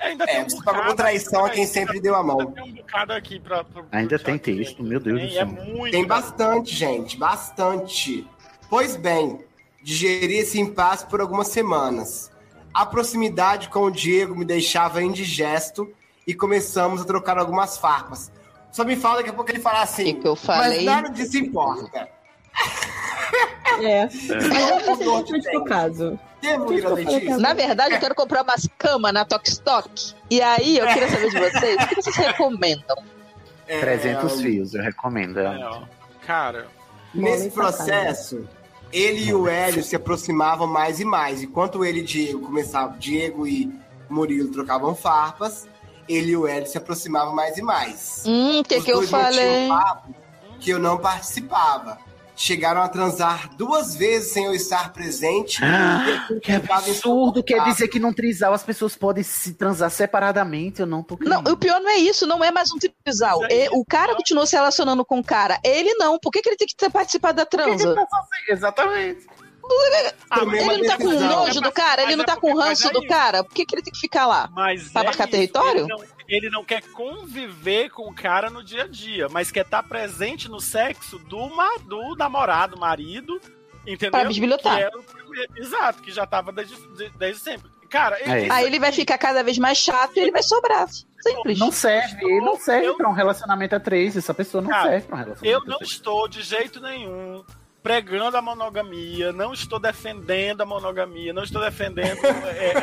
[SPEAKER 9] Ainda
[SPEAKER 3] é, você pagou traição a quem sempre deu a mão.
[SPEAKER 9] um bocado aqui pra. pra-
[SPEAKER 1] Ainda tem texto, meu Deus do
[SPEAKER 9] Tem, é
[SPEAKER 1] céu.
[SPEAKER 9] muito.
[SPEAKER 3] Tem bastante, gente, bastante. Pois bem, digeri esse impasse por algumas semanas. A proximidade com o Diego me deixava indigesto e começamos a trocar algumas farpas. Só me fala daqui a pouco ele falar assim.
[SPEAKER 5] Que que eu falei?
[SPEAKER 3] Mas nada disso importa.
[SPEAKER 2] É.
[SPEAKER 3] Mas eu não sei
[SPEAKER 2] do caso.
[SPEAKER 3] Devo ir ao dentista?
[SPEAKER 5] Na verdade, eu quero comprar umas camas na Tokstok. E aí eu queria saber de vocês, o que vocês recomendam?
[SPEAKER 9] É.
[SPEAKER 1] 300
[SPEAKER 3] ó.
[SPEAKER 1] fios, eu recomendo.
[SPEAKER 9] né, Cara.
[SPEAKER 3] Nesse processo, ele e o Hélio se aproximavam mais e mais. Enquanto ele e Diego começavam, Diego e Murilo trocavam farpas, ele e o Hélio se aproximavam mais e mais.
[SPEAKER 5] Hum, o que
[SPEAKER 3] Os
[SPEAKER 5] que eu
[SPEAKER 3] dois mantinham
[SPEAKER 5] falei?
[SPEAKER 3] um papo que eu não participava. Chegaram a transar duas vezes sem eu estar presente.
[SPEAKER 1] Ah,
[SPEAKER 3] E eu
[SPEAKER 1] que
[SPEAKER 3] ficava
[SPEAKER 1] absurdo! Quer
[SPEAKER 3] incomodado.
[SPEAKER 1] dizer que num trisal as pessoas podem se transar separadamente, eu não tô
[SPEAKER 5] Não, o pior não é isso, não é mais um trisal. É, o cara continuou se relacionando com o cara. Ele não. Por que, que ele tem que ter participado da transa?
[SPEAKER 1] assim? Exatamente.
[SPEAKER 5] Ele não tá com nojo do cara?
[SPEAKER 3] é
[SPEAKER 5] Ele não tá com ranço do cara? Por que, que ele tem que ficar lá?
[SPEAKER 9] Mas
[SPEAKER 5] pra
[SPEAKER 9] é
[SPEAKER 5] marcar
[SPEAKER 9] isso,
[SPEAKER 5] território?
[SPEAKER 9] Ele não, ele não quer conviver com o cara no dia a dia, mas quer estar presente no sexo do, ma- do namorado, marido, entendeu?
[SPEAKER 5] Pra bisbilhotar.
[SPEAKER 3] É.
[SPEAKER 9] Que era o primeiro- exato, que já tava desde, de- desde sempre. Cara, isso
[SPEAKER 5] Aí ele vai ficar cada vez mais chato e ele vai sobrar. Simples.
[SPEAKER 1] Não serve, não serve pra um relacionamento a três. Essa pessoa não
[SPEAKER 9] Cara,
[SPEAKER 1] serve pra um
[SPEAKER 9] Eu
[SPEAKER 1] relacionamento a
[SPEAKER 9] não
[SPEAKER 1] três.
[SPEAKER 9] estou de jeito nenhum pregando a monogamia, não estou defendendo a monogamia, não estou defendendo. é, é.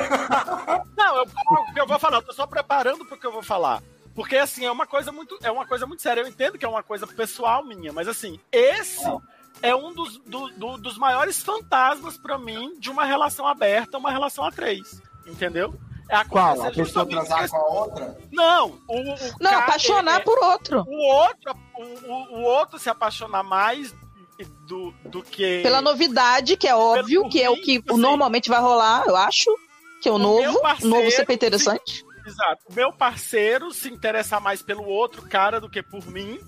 [SPEAKER 9] Não, eu, o que eu vou falar, eu tô só preparando pro que eu vou falar. Porque assim, é uma coisa muito, é uma coisa muito séria. Eu entendo que é uma coisa pessoal minha, mas assim, esse é um dos, do- do- dos maiores fantasmas pra mim de uma relação aberta, uma relação a três. Entendeu? É
[SPEAKER 3] Qual? A
[SPEAKER 9] acontecer
[SPEAKER 3] pessoa
[SPEAKER 9] justamente
[SPEAKER 3] transar com a outra?
[SPEAKER 9] Não, o, é,
[SPEAKER 5] Não, apaixonar por outro.
[SPEAKER 9] O outro, o, o- o outro se apaixonar mais do, do que
[SPEAKER 5] Pela novidade, que é óbvio, que é o que normalmente vai rolar, eu acho. Que é o, novo.
[SPEAKER 9] parceiro,
[SPEAKER 5] o novo sempre é interessante.
[SPEAKER 9] Exato. O meu parceiro se interessar mais pelo outro cara do que por mim.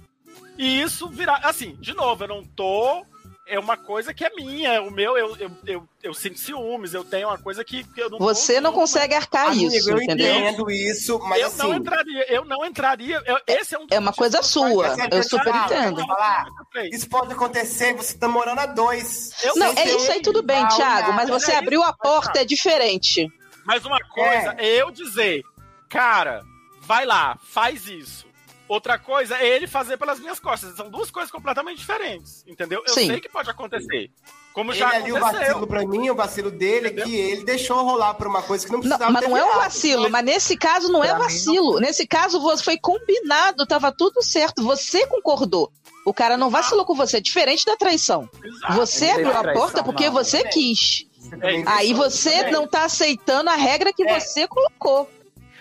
[SPEAKER 9] E isso virar. Assim, de novo, eu não tô. É uma coisa que é minha. O meu, eu, eu, eu, eu sinto ciúmes. Eu tenho uma coisa que, que eu não.
[SPEAKER 5] Você não consegue arcar
[SPEAKER 9] Amigo,
[SPEAKER 5] É isso,
[SPEAKER 9] eu
[SPEAKER 5] entendeu?
[SPEAKER 9] entendo
[SPEAKER 3] isso, assim,
[SPEAKER 9] eu não entraria. Eu não entraria. eu- esse é um.
[SPEAKER 5] É uma coisa sua.
[SPEAKER 3] Mas é
[SPEAKER 5] Eu super
[SPEAKER 3] pessoal,
[SPEAKER 5] entendo.
[SPEAKER 3] falar, Isso pode acontecer, você tá morando a dois.
[SPEAKER 5] Não,
[SPEAKER 3] Sem
[SPEAKER 5] é
[SPEAKER 3] ter
[SPEAKER 5] isso aí,
[SPEAKER 3] um
[SPEAKER 5] tudo bem,
[SPEAKER 3] pau,
[SPEAKER 5] Thiago.
[SPEAKER 3] nada.
[SPEAKER 5] Mas você abriu a porta, é diferente.
[SPEAKER 9] Mas uma coisa é eu dizer, cara, vai lá, faz isso. Outra coisa é ele fazer pelas minhas costas. São duas coisas completamente diferentes, entendeu? Eu
[SPEAKER 3] Sim.
[SPEAKER 9] sei que pode acontecer. Como
[SPEAKER 3] Ele é
[SPEAKER 9] já
[SPEAKER 3] ali, o
[SPEAKER 9] aconteceu.
[SPEAKER 3] vacilo pra mim, o vacilo dele é que ele deixou rolar pra uma coisa que não precisava
[SPEAKER 5] Não, mas
[SPEAKER 3] ter
[SPEAKER 5] não é um
[SPEAKER 3] virado.
[SPEAKER 5] vacilo, mas nesse caso não é
[SPEAKER 3] Pra mim,
[SPEAKER 5] vacilo. Nesse caso você foi combinado, tava tudo certo, você concordou. O cara não vacilou com você, é diferente da traição.
[SPEAKER 9] Ah,
[SPEAKER 5] Você
[SPEAKER 9] É
[SPEAKER 12] Não
[SPEAKER 5] abriu
[SPEAKER 12] teve
[SPEAKER 5] a
[SPEAKER 12] traição,
[SPEAKER 5] porta porque
[SPEAKER 12] não.
[SPEAKER 5] você quis.
[SPEAKER 12] também
[SPEAKER 5] Aí
[SPEAKER 12] pensou,
[SPEAKER 5] você
[SPEAKER 12] também.
[SPEAKER 5] não tá aceitando a regra que você colocou.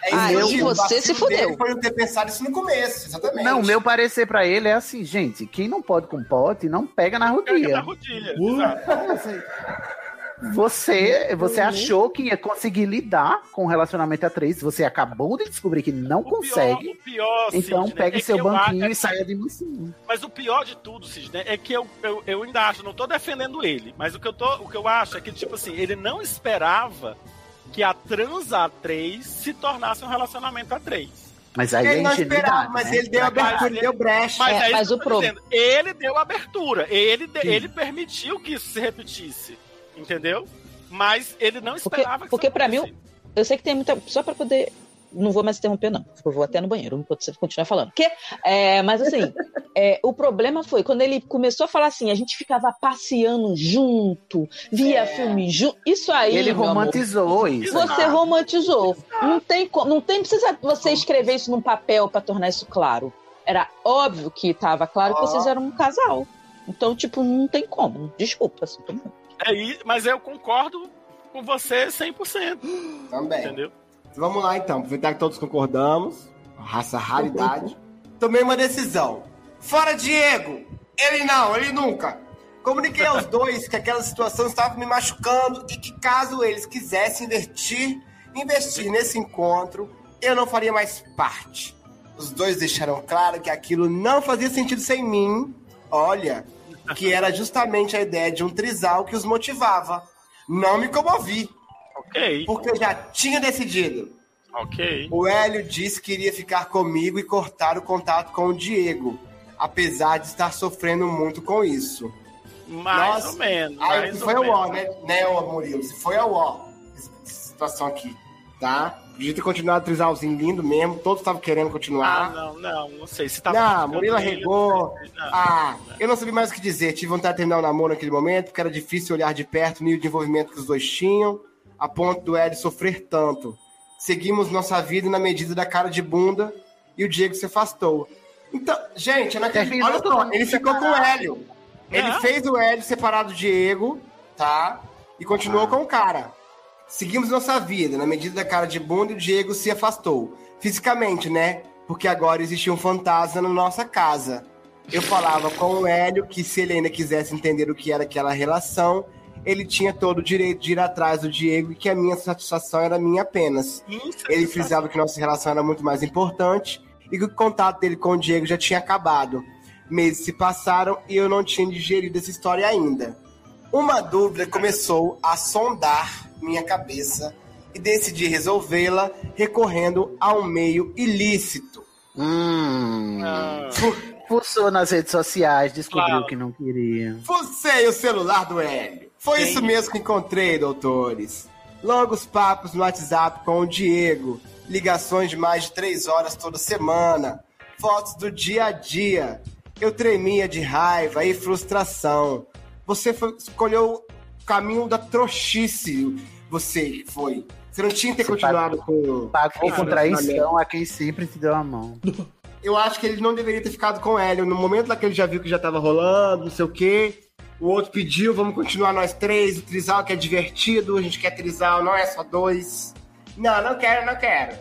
[SPEAKER 3] É
[SPEAKER 5] Aí
[SPEAKER 3] Entendeu? O
[SPEAKER 5] Ah, você se
[SPEAKER 3] vacilo dele
[SPEAKER 5] fudeu.
[SPEAKER 3] Foi não ter pensado isso no começo, exatamente.
[SPEAKER 1] Não, meu parecer pra ele é assim, gente, quem não pode com pote, não pega na rodilha. Você, você
[SPEAKER 3] Uhum.
[SPEAKER 1] achou que ia conseguir lidar com o relacionamento a três, você acabou de descobrir que não consegue.
[SPEAKER 9] O pior,
[SPEAKER 1] então
[SPEAKER 9] Sidney,
[SPEAKER 1] pegue
[SPEAKER 9] é
[SPEAKER 1] seu
[SPEAKER 9] que eu
[SPEAKER 1] banquinho
[SPEAKER 9] acho-
[SPEAKER 1] e saia de mansinho.
[SPEAKER 9] Mas o pior de tudo, Sidney, é que eu, eu, eu ainda acho, não tô defendendo ele, mas o que, eu tô, o que eu acho é que, tipo assim, ele não esperava que a transa a três se tornasse um relacionamento a três.
[SPEAKER 1] Mas aí
[SPEAKER 3] Ele
[SPEAKER 1] é
[SPEAKER 3] não
[SPEAKER 1] ingenuidade,
[SPEAKER 3] esperava, mas
[SPEAKER 1] né?
[SPEAKER 3] ele deu abertura, ele deu brecha.
[SPEAKER 9] Mas, é, mas o
[SPEAKER 3] problema-
[SPEAKER 9] problema. Ele deu abertura, ele, de- ele permitiu que isso se repetisse, entendeu? Mas ele não
[SPEAKER 5] Porque,
[SPEAKER 9] esperava que
[SPEAKER 5] porque para mim, eu sei que tem muita. Só pra poder. Não vou mais interromper, não. Eu vou até no banheiro, enquanto você continuar falando. Porque, é, mas assim, é, o problema foi quando ele começou a falar assim, a gente ficava passeando junto, via filme junto. Isso aí.
[SPEAKER 1] Ele
[SPEAKER 5] meu amor,
[SPEAKER 1] romantizou isso.
[SPEAKER 5] Você
[SPEAKER 1] Exato.
[SPEAKER 5] romantizou. Não tem, co- não tem precisa você escrever isso num papel pra tornar isso claro. Era óbvio que tava claro que
[SPEAKER 9] Ó.
[SPEAKER 5] vocês eram um casal. Então, tipo, não tem como. Desculpa, assim, tô-
[SPEAKER 9] Aí, É mas eu concordo com você 100%.
[SPEAKER 5] É.
[SPEAKER 3] Também.
[SPEAKER 9] Entendeu?
[SPEAKER 3] Vamos lá então, aproveitar que todos concordamos. Raça raridade. Tomei uma decisão. Fora Diego! Ele não, ele nunca! Comuniquei aos dois que aquela situação estava me machucando e que caso eles quisessem investir, investir nesse encontro, eu não faria mais parte. Os dois deixaram claro que aquilo não fazia sentido sem mim. Olha, que era justamente a ideia de um trisal que os motivava. Não me comovi.
[SPEAKER 9] Ok.
[SPEAKER 3] Porque eu já tinha decidido.
[SPEAKER 9] Ok.
[SPEAKER 3] O Hélio disse que iria ficar comigo e cortar o contato com o Diego, apesar de estar sofrendo muito com isso.
[SPEAKER 9] Mais ou menos,
[SPEAKER 3] Aí
[SPEAKER 9] mais
[SPEAKER 3] se
[SPEAKER 9] ou
[SPEAKER 3] foi ao ó, né,
[SPEAKER 9] menos.
[SPEAKER 3] né, ô Murilo? Se foi ao ó, essa situação aqui, tá? Podia ter continuado o Trisalzinho lindo mesmo, todos estavam querendo
[SPEAKER 9] Ah,
[SPEAKER 3] continuar.
[SPEAKER 9] não, não, não sei. Se tava
[SPEAKER 3] tá? Não,
[SPEAKER 9] ficando assim, né?
[SPEAKER 3] Murilo
[SPEAKER 9] bem,
[SPEAKER 3] arregou.
[SPEAKER 9] não sei, não.
[SPEAKER 3] Ah, eu não sabia mais o que dizer. Tive vontade de terminar o namoro naquele momento, porque era difícil olhar de perto o nível de envolvimento que os dois tinham, a ponto do Hélio sofrer tanto. Seguimos nossa vida na medida da cara de bunda e o Diego se afastou. Então, gente, eu não acredito.
[SPEAKER 1] Terminou
[SPEAKER 3] Olha só,
[SPEAKER 1] tudo tá
[SPEAKER 3] ele ficou com o
[SPEAKER 1] separado.
[SPEAKER 3] Hélio. Ele fez o Hélio separado do Diego, tá? E continuou com o cara. Seguimos nossa vida, na medida da cara de bunda, e o Diego se afastou. Fisicamente, né? Porque agora existia um fantasma na nossa casa. Eu falava com o Hélio que se ele ainda quisesse entender o que era aquela relação, ele tinha todo o direito de ir atrás do Diego e que a minha satisfação era minha apenas.
[SPEAKER 9] Ah,
[SPEAKER 3] Ele frisava que nossa relação era muito mais importante e que o contato dele com o Diego já tinha acabado. Meses se passaram e eu não tinha digerido essa história ainda. Uma dúvida começou a sondar minha cabeça e decidi resolvê-la recorrendo a um meio ilícito.
[SPEAKER 1] Hum.
[SPEAKER 9] Ah.
[SPEAKER 1] Fuçou nas redes sociais, descobriu
[SPEAKER 3] Claro.
[SPEAKER 1] que não queria.
[SPEAKER 3] Fucei o celular do Hélio. Foi isso mesmo que encontrei, doutores. Longos papos no WhatsApp com o Diego. Ligações de mais de três horas toda semana. Fotos do dia a dia. Eu tremia de raiva e frustração. Você foi- escolheu o caminho da trouxice. Você foi. Você não tinha que ter continuado com.
[SPEAKER 1] Pagou Tá com traição a quem sempre te deu a mão.
[SPEAKER 3] Eu acho que ele não deveria ter ficado com o Hélio. No momento lá que ele já viu que já tava rolando, não sei o quê. O outro pediu, vamos continuar nós três, o trisal que é divertido, a gente quer trisal, não é só dois. Não, não quero, não quero.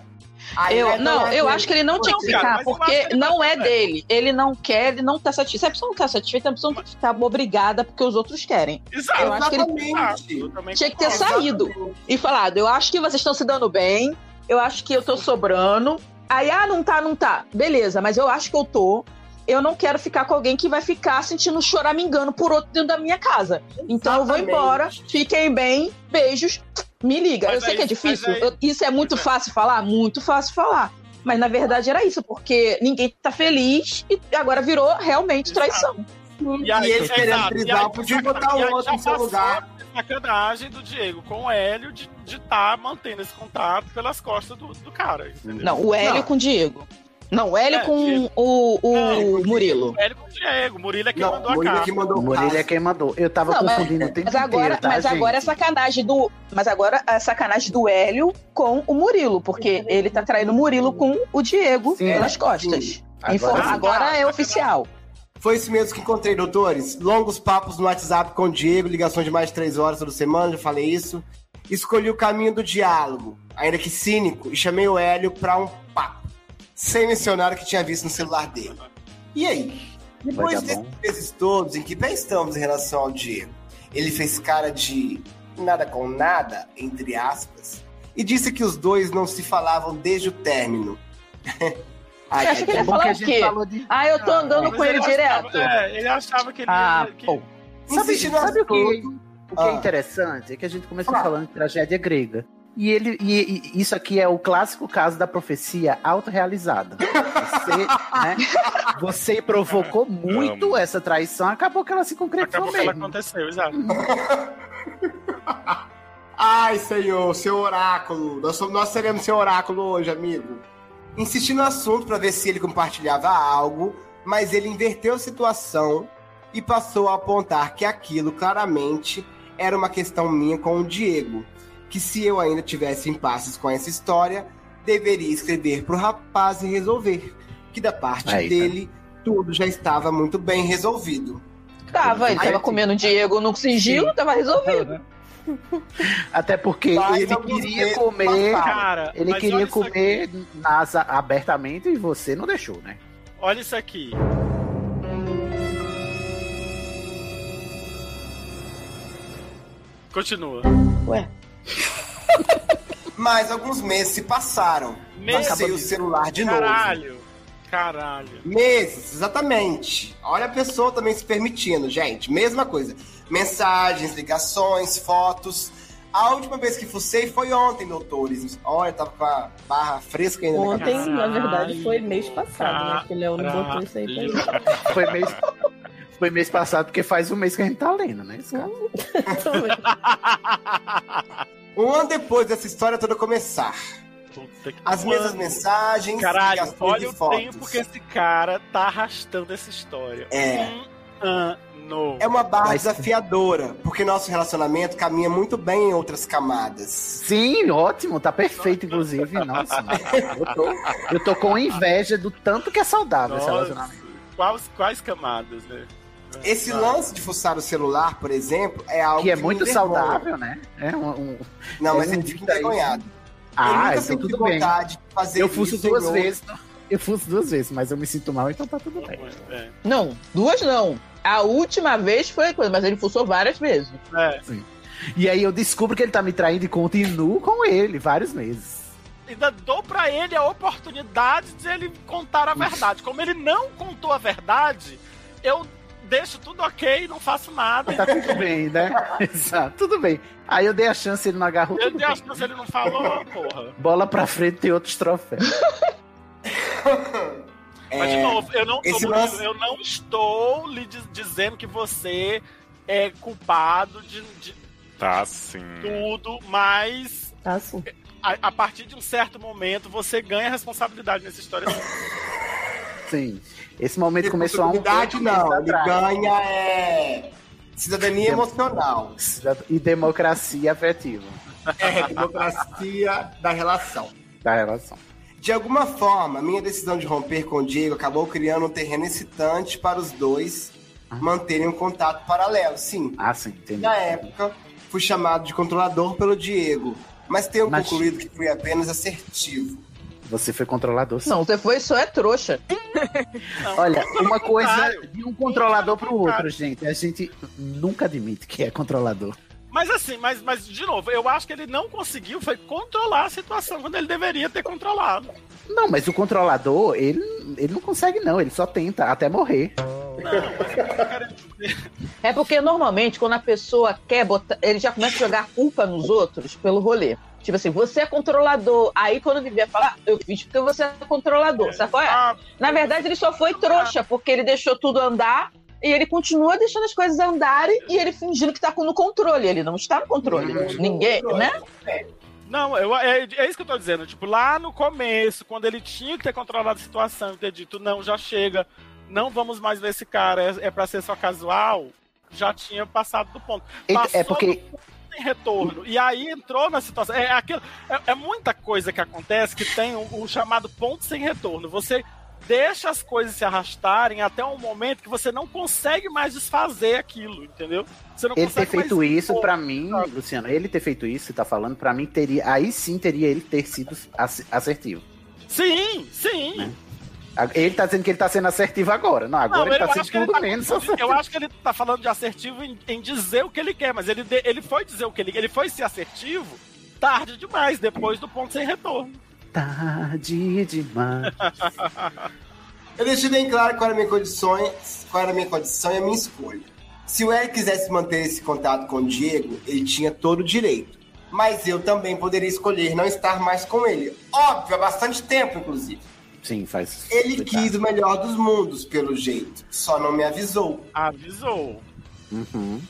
[SPEAKER 3] Aí
[SPEAKER 5] Eu,
[SPEAKER 3] vai assim,
[SPEAKER 5] não,
[SPEAKER 3] tomar
[SPEAKER 5] eu
[SPEAKER 3] dois.
[SPEAKER 5] acho que ele não tinha que
[SPEAKER 3] cara,
[SPEAKER 5] ficar,
[SPEAKER 3] mas eu acho
[SPEAKER 5] porque
[SPEAKER 3] que ele
[SPEAKER 5] não
[SPEAKER 3] vai
[SPEAKER 5] é
[SPEAKER 3] ficar,
[SPEAKER 5] dele. Ele não quer, ele não tá satisfeito. Se a pessoa não tá satisfeita, a pessoa não tem que ficar obrigada porque os outros querem.
[SPEAKER 9] Exato. Ah,
[SPEAKER 5] Eu acho que
[SPEAKER 3] Exatamente.
[SPEAKER 5] ele
[SPEAKER 9] Eu também
[SPEAKER 5] tinha que ter
[SPEAKER 9] concordo.
[SPEAKER 5] saído e falado: eu acho que vocês estão se dando bem, eu acho que eu tô sobrando. Aí, ah, não tá, não tá. Beleza, mas eu acho que eu tô. Eu não quero ficar com alguém que vai ficar sentindo chorar me engano por outro dentro da minha casa. Então eu vou
[SPEAKER 3] Exatamente.
[SPEAKER 5] embora, fiquem bem, beijos, me liga.
[SPEAKER 9] Mas
[SPEAKER 5] eu sei
[SPEAKER 9] aí-
[SPEAKER 5] que é difícil,
[SPEAKER 9] mas aí-
[SPEAKER 5] eu- isso é muito fácil falar? Muito fácil falar. Mas na verdade era isso, porque ninguém tá feliz e agora virou realmente traição.
[SPEAKER 9] E, aí,
[SPEAKER 3] E ele querendo
[SPEAKER 9] exato, e
[SPEAKER 3] brisar,
[SPEAKER 9] aí,
[SPEAKER 3] podia
[SPEAKER 9] saca-
[SPEAKER 3] botar um
[SPEAKER 9] e aí
[SPEAKER 3] tá outro
[SPEAKER 9] já
[SPEAKER 3] no seu
[SPEAKER 9] passou
[SPEAKER 3] lugar.
[SPEAKER 9] a Sacanagem do Diego com o Hélio de estar mantendo esse contato pelas costas do, do cara. entendeu?
[SPEAKER 5] Não, o Hélio
[SPEAKER 3] Não.
[SPEAKER 5] com o Diego. Não, o Hélio
[SPEAKER 9] É,
[SPEAKER 5] com
[SPEAKER 9] Diego.
[SPEAKER 5] o, o Murilo.
[SPEAKER 9] O Hélio com o Diego. O Murilo é quem
[SPEAKER 3] Não,
[SPEAKER 9] mandou a
[SPEAKER 3] Murilo
[SPEAKER 9] carta.
[SPEAKER 3] é que mandou
[SPEAKER 1] O
[SPEAKER 3] o
[SPEAKER 1] Murilo é
[SPEAKER 3] passe.
[SPEAKER 1] quem mandou. Eu tava
[SPEAKER 5] Não, mas-
[SPEAKER 1] confundindo o tempo
[SPEAKER 5] Mas agora,
[SPEAKER 1] inteiro, tá,
[SPEAKER 5] mas
[SPEAKER 1] gente?
[SPEAKER 5] agora é sacanagem do. Mas agora é sacanagem do Hélio com o Murilo, porque ele tá traindo o Murilo com o Diego
[SPEAKER 1] Sim, é.
[SPEAKER 5] pelas costas.
[SPEAKER 1] Agora
[SPEAKER 5] Informa-
[SPEAKER 1] sim.
[SPEAKER 5] Agora,
[SPEAKER 9] Ah,
[SPEAKER 5] é
[SPEAKER 9] tá.
[SPEAKER 5] oficial.
[SPEAKER 3] Foi isso mesmo que encontrei, doutores. Longos papos no WhatsApp com o Diego, ligações de mais de três horas toda semana, já falei isso. Escolhi o caminho do diálogo, ainda que cínico, e chamei o Hélio pra um papo, sem mencionar o que tinha visto no celular dele. E aí? Depois
[SPEAKER 1] dar bom.
[SPEAKER 3] desses meses todos, em que pé estamos em relação ao Diego? Ele fez cara de nada com nada, entre aspas, e disse que os dois não se falavam desde o término. Ai,
[SPEAKER 5] Você acha
[SPEAKER 3] ai,
[SPEAKER 5] que ele ia
[SPEAKER 3] bom
[SPEAKER 5] falar
[SPEAKER 1] É a
[SPEAKER 5] o
[SPEAKER 1] gente
[SPEAKER 5] quê?
[SPEAKER 1] falou de...
[SPEAKER 5] Ah, eu tô andando
[SPEAKER 9] Mas
[SPEAKER 5] com ele
[SPEAKER 9] achava-
[SPEAKER 5] direto.
[SPEAKER 9] é, ele achava que ele
[SPEAKER 1] Ah,
[SPEAKER 9] ia-
[SPEAKER 3] É,
[SPEAKER 9] que-
[SPEAKER 1] pô. Sabe,
[SPEAKER 3] Insistindo
[SPEAKER 1] sabe o que,
[SPEAKER 3] tudo.
[SPEAKER 1] o que é
[SPEAKER 3] Ah.
[SPEAKER 1] interessante? É que a gente começou
[SPEAKER 3] Ah.
[SPEAKER 1] falando de tragédia grega. E, ele, e, e isso aqui é o clássico caso da profecia autorrealizada. Você, né, você provocou muito
[SPEAKER 4] Amo.
[SPEAKER 1] essa traição, acabou que ela se concretizou
[SPEAKER 9] Acabou que ela
[SPEAKER 1] mesmo.
[SPEAKER 9] aconteceu, exato.
[SPEAKER 3] Ai, senhor, seu oráculo. Nós, somos- nós seremos seu oráculo hoje, amigo. Insisti no assunto para ver se ele compartilhava algo, mas ele inverteu a situação e passou a apontar que aquilo claramente era uma questão minha com o Diego. Que se eu ainda tivesse impasses com essa história, deveria escrever pro rapaz e resolver. Que da parte
[SPEAKER 1] Aí, tá.
[SPEAKER 3] dele, tudo já estava muito bem resolvido.
[SPEAKER 5] Tá, Tava, ele
[SPEAKER 3] Aí
[SPEAKER 5] tava
[SPEAKER 3] sim.
[SPEAKER 5] comendo o Diego no sigilo, tava resolvido.
[SPEAKER 1] Até porque
[SPEAKER 3] Mas
[SPEAKER 1] ele
[SPEAKER 3] alguns
[SPEAKER 1] queria
[SPEAKER 3] meses
[SPEAKER 1] comer.
[SPEAKER 3] passaram.
[SPEAKER 9] Cara,
[SPEAKER 1] Ele
[SPEAKER 9] mas olha
[SPEAKER 1] queria
[SPEAKER 9] isso
[SPEAKER 1] comer
[SPEAKER 9] aqui.
[SPEAKER 1] NASA abertamente e você não deixou, né?
[SPEAKER 9] Olha isso aqui. Continua.
[SPEAKER 3] Mas alguns meses se passaram.
[SPEAKER 9] Meses.
[SPEAKER 3] Passei o celular de novo.
[SPEAKER 9] caralho. Caralho.
[SPEAKER 3] Meses, exatamente. Olha a pessoa também se permitindo, gente. Mesma coisa. Mensagens, ligações, fotos. A última vez que fucei foi ontem, doutores. Olha, tava com a barra fresca ainda. né, na
[SPEAKER 2] Ontem,
[SPEAKER 3] cabeça.
[SPEAKER 2] na verdade, foi mês passado, né? Que o Leandro botou isso aí pra gente.
[SPEAKER 1] Foi mês, foi mês passado, porque faz um mês que a gente tá lendo, né? Esse cara?
[SPEAKER 3] Um ano depois dessa história toda começar.
[SPEAKER 9] Puta que
[SPEAKER 3] As mesmas
[SPEAKER 9] Mano,
[SPEAKER 3] mensagens,
[SPEAKER 9] Caralho,
[SPEAKER 3] ligações
[SPEAKER 9] olha
[SPEAKER 3] e
[SPEAKER 9] o
[SPEAKER 3] fotos.
[SPEAKER 9] tempo que esse cara tá arrastando essa história.
[SPEAKER 3] É.
[SPEAKER 9] Um ano.
[SPEAKER 3] É uma barra
[SPEAKER 1] Mas-
[SPEAKER 3] desafiadora, porque nosso relacionamento caminha muito bem em outras camadas.
[SPEAKER 1] Sim, ótimo, tá perfeito, inclusive. Nossa, eu tô, eu tô com inveja do tanto que é saudável esse
[SPEAKER 9] Nossa,
[SPEAKER 1] relacionamento.
[SPEAKER 9] Quais, quais camadas, né?
[SPEAKER 3] Esse
[SPEAKER 9] Ah.
[SPEAKER 3] lance de fuçar o celular, por exemplo, é algo
[SPEAKER 1] Que é
[SPEAKER 3] me
[SPEAKER 1] muito
[SPEAKER 3] envergonha.
[SPEAKER 1] saudável, né? É um, um...
[SPEAKER 3] Não, mas
[SPEAKER 1] É um
[SPEAKER 3] ele fica
[SPEAKER 1] vício aí.
[SPEAKER 3] envergonhado. eu
[SPEAKER 1] Ah,
[SPEAKER 3] nunca
[SPEAKER 1] então
[SPEAKER 3] senti
[SPEAKER 1] tudo bem.
[SPEAKER 3] vontade de fazer
[SPEAKER 1] Eu fuço
[SPEAKER 3] isso,
[SPEAKER 1] duas
[SPEAKER 3] senhor.
[SPEAKER 1] vezes. Eu fuço duas vezes, mas eu me sinto mal, então tá tudo bem.
[SPEAKER 9] É.
[SPEAKER 5] Não, duas não. A última vez foi coisa, mas ele fuçou várias vezes.
[SPEAKER 9] É.
[SPEAKER 1] E aí eu descubro que ele tá me traindo e continuo com ele vários meses.
[SPEAKER 9] Ainda dou pra ele a oportunidade de ele contar a verdade. Como ele não contou a verdade, eu deixo tudo ok, não faço nada.
[SPEAKER 1] Tá tudo bem, né? Exato, tudo bem. Aí eu dei a chance, ele não agarrou.
[SPEAKER 9] Eu
[SPEAKER 1] tudo
[SPEAKER 9] acho
[SPEAKER 1] bem.
[SPEAKER 9] que se ele não falou, porra.
[SPEAKER 1] Bola pra frente tem outros troféus.
[SPEAKER 9] Mas,
[SPEAKER 3] É,
[SPEAKER 9] de novo, eu não, tô
[SPEAKER 3] esse
[SPEAKER 9] muito-
[SPEAKER 3] lance-
[SPEAKER 9] eu não estou lhe diz- dizendo que você é culpado de, de
[SPEAKER 4] Tá sim.
[SPEAKER 9] tudo, mas
[SPEAKER 2] Tá, sim.
[SPEAKER 9] a, a partir de um certo momento você ganha responsabilidade nessa história.
[SPEAKER 1] Sim. Esse momento
[SPEAKER 3] Ele
[SPEAKER 1] começou há um
[SPEAKER 3] oportunidade,
[SPEAKER 1] oito meses
[SPEAKER 3] não. Ele
[SPEAKER 1] atrás.
[SPEAKER 3] ganha é, cidadania emocional.
[SPEAKER 1] E democracia afetiva
[SPEAKER 3] É a democracia da relação.
[SPEAKER 1] da relação.
[SPEAKER 3] De alguma forma, minha decisão de romper com o Diego acabou criando um terreno excitante para os dois manterem um contato paralelo, sim.
[SPEAKER 1] Ah, sim, entendi.
[SPEAKER 9] é.
[SPEAKER 3] Na época, fui chamado de controlador pelo Diego, mas tenho
[SPEAKER 1] Mas-
[SPEAKER 3] concluído que fui apenas assertivo.
[SPEAKER 1] Você foi controlador, sim.
[SPEAKER 11] Não, você foi só é trouxa.
[SPEAKER 1] Olha, uma coisa de um controlador pro outro, gente. A gente nunca admite que é controlador.
[SPEAKER 9] Mas assim, mas, mas de novo, eu acho que ele não conseguiu foi controlar a situação quando ele deveria ter controlado.
[SPEAKER 1] Não, mas o controlador, ele, ele não consegue, não. Ele só tenta até morrer.
[SPEAKER 11] É porque normalmente quando a pessoa quer botar. Ele já começa a jogar a culpa nos outros pelo rolê. Tipo assim, você é controlador. Aí quando ele vier falar, eu fiz porque você é controlador. Sabe qual é?
[SPEAKER 9] Ah,
[SPEAKER 11] Na verdade, ele só foi trouxa, porque ele deixou tudo andar e ele continua deixando as coisas andarem e ele fingindo que tá no controle. Ele não está no controle. Ninguém, né?
[SPEAKER 9] Não, eu, é, é isso que eu tô dizendo. Tipo, lá no começo, quando ele tinha que ter controlado a situação e ter dito, não, já chega, não vamos mais ver esse cara, é, é pra ser só casual, já tinha passado do ponto.
[SPEAKER 1] É- é
[SPEAKER 9] Passou
[SPEAKER 1] porque-
[SPEAKER 9] do ponto sem retorno. E aí entrou na situação. É, aquilo, é, é muita coisa que acontece que tem o, o chamado ponto sem retorno. Você deixa as coisas se arrastarem até um momento que você não consegue mais desfazer aquilo, entendeu? Você não
[SPEAKER 1] Ele ter
[SPEAKER 9] consegue
[SPEAKER 1] feito
[SPEAKER 9] mais um
[SPEAKER 1] isso,
[SPEAKER 9] impor.
[SPEAKER 1] pra mim, Luciano, ele ter feito isso, você tá falando, pra mim teria. Aí sim teria ele ter sido ac- assertivo.
[SPEAKER 9] Sim, sim.
[SPEAKER 1] A- Ele tá dizendo que ele tá sendo assertivo agora. Não, Né? agora ele
[SPEAKER 9] eu
[SPEAKER 1] tá
[SPEAKER 9] acho
[SPEAKER 1] sendo
[SPEAKER 9] que ele
[SPEAKER 1] tudo
[SPEAKER 9] tá
[SPEAKER 1] menos
[SPEAKER 9] confundindo.
[SPEAKER 1] assertivo.
[SPEAKER 9] Eu acho que ele tá falando de assertivo em, em dizer o que ele quer, mas ele, de- ele foi dizer o que ele Ele foi ser assertivo tarde demais, depois do ponto sem retorno.
[SPEAKER 1] Tarde demais.
[SPEAKER 3] Eu deixei bem claro qual era a minha condições, qual era a minha condição e a minha escolha. Se o Eric quisesse manter esse contato com o Diego, ele tinha todo o direito. Mas eu também poderia escolher não estar mais com ele. Óbvio, há bastante tempo, inclusive.
[SPEAKER 1] Sim, faz.
[SPEAKER 3] Ele quis o melhor dos mundos, pelo jeito. Só não me avisou.
[SPEAKER 9] Avisou.
[SPEAKER 1] Uhum.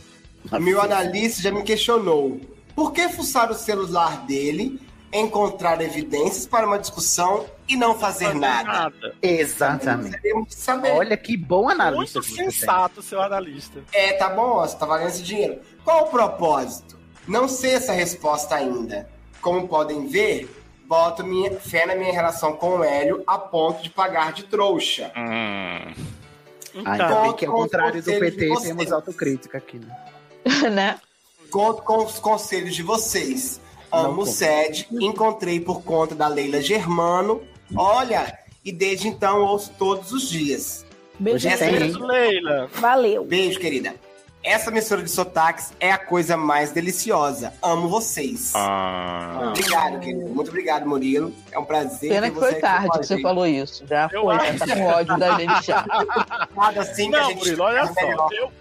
[SPEAKER 3] Meu analista já me questionou. Por que fuçar o celular dele, encontrar evidências para uma discussão e não fazer nada?
[SPEAKER 1] Exatamente.
[SPEAKER 3] Queremos saber.
[SPEAKER 1] Olha que Ah, bom analista.
[SPEAKER 9] Muito sensato seu analista.
[SPEAKER 3] É, tá bom, ó, você tá valendo esse dinheiro. Qual o propósito? Não sei essa resposta ainda. Como podem ver, boto minha fé na minha relação com o Hélio a ponto de pagar de trouxa.
[SPEAKER 4] Hum.
[SPEAKER 9] Então,
[SPEAKER 1] Ainda bem que, ao
[SPEAKER 3] Contra os
[SPEAKER 1] contrário do
[SPEAKER 3] conselhos de
[SPEAKER 1] PT,
[SPEAKER 3] vocês.
[SPEAKER 1] temos autocrítica aqui, né?
[SPEAKER 11] né?
[SPEAKER 3] Conto com os conselhos de vocês.
[SPEAKER 1] Não
[SPEAKER 3] Amo o
[SPEAKER 1] conto.
[SPEAKER 3] SED, encontrei por conta da Leila Germano. Olha, e desde então ouço todos os dias.
[SPEAKER 11] é
[SPEAKER 2] Beijo,
[SPEAKER 5] assim,
[SPEAKER 3] Essa-
[SPEAKER 9] Leila.
[SPEAKER 2] Valeu.
[SPEAKER 3] Beijo, querida. Essa mistura de sotaques é a coisa mais deliciosa. Amo vocês.
[SPEAKER 4] Ah,
[SPEAKER 3] Obrigado, querido. Muito obrigado, Murilo. É um prazer.
[SPEAKER 11] Pena
[SPEAKER 3] ter
[SPEAKER 11] que foi
[SPEAKER 3] aqui
[SPEAKER 11] tarde
[SPEAKER 3] com a
[SPEAKER 11] que você
[SPEAKER 3] gente.
[SPEAKER 11] falou isso. Já
[SPEAKER 3] Eu
[SPEAKER 11] foi,
[SPEAKER 3] acho.
[SPEAKER 11] já tá com ódio da gente já.
[SPEAKER 3] Nada assim que a
[SPEAKER 9] Não,
[SPEAKER 3] gente
[SPEAKER 9] Murilo, olha
[SPEAKER 3] faz
[SPEAKER 9] só.
[SPEAKER 3] melhor.
[SPEAKER 9] Eu,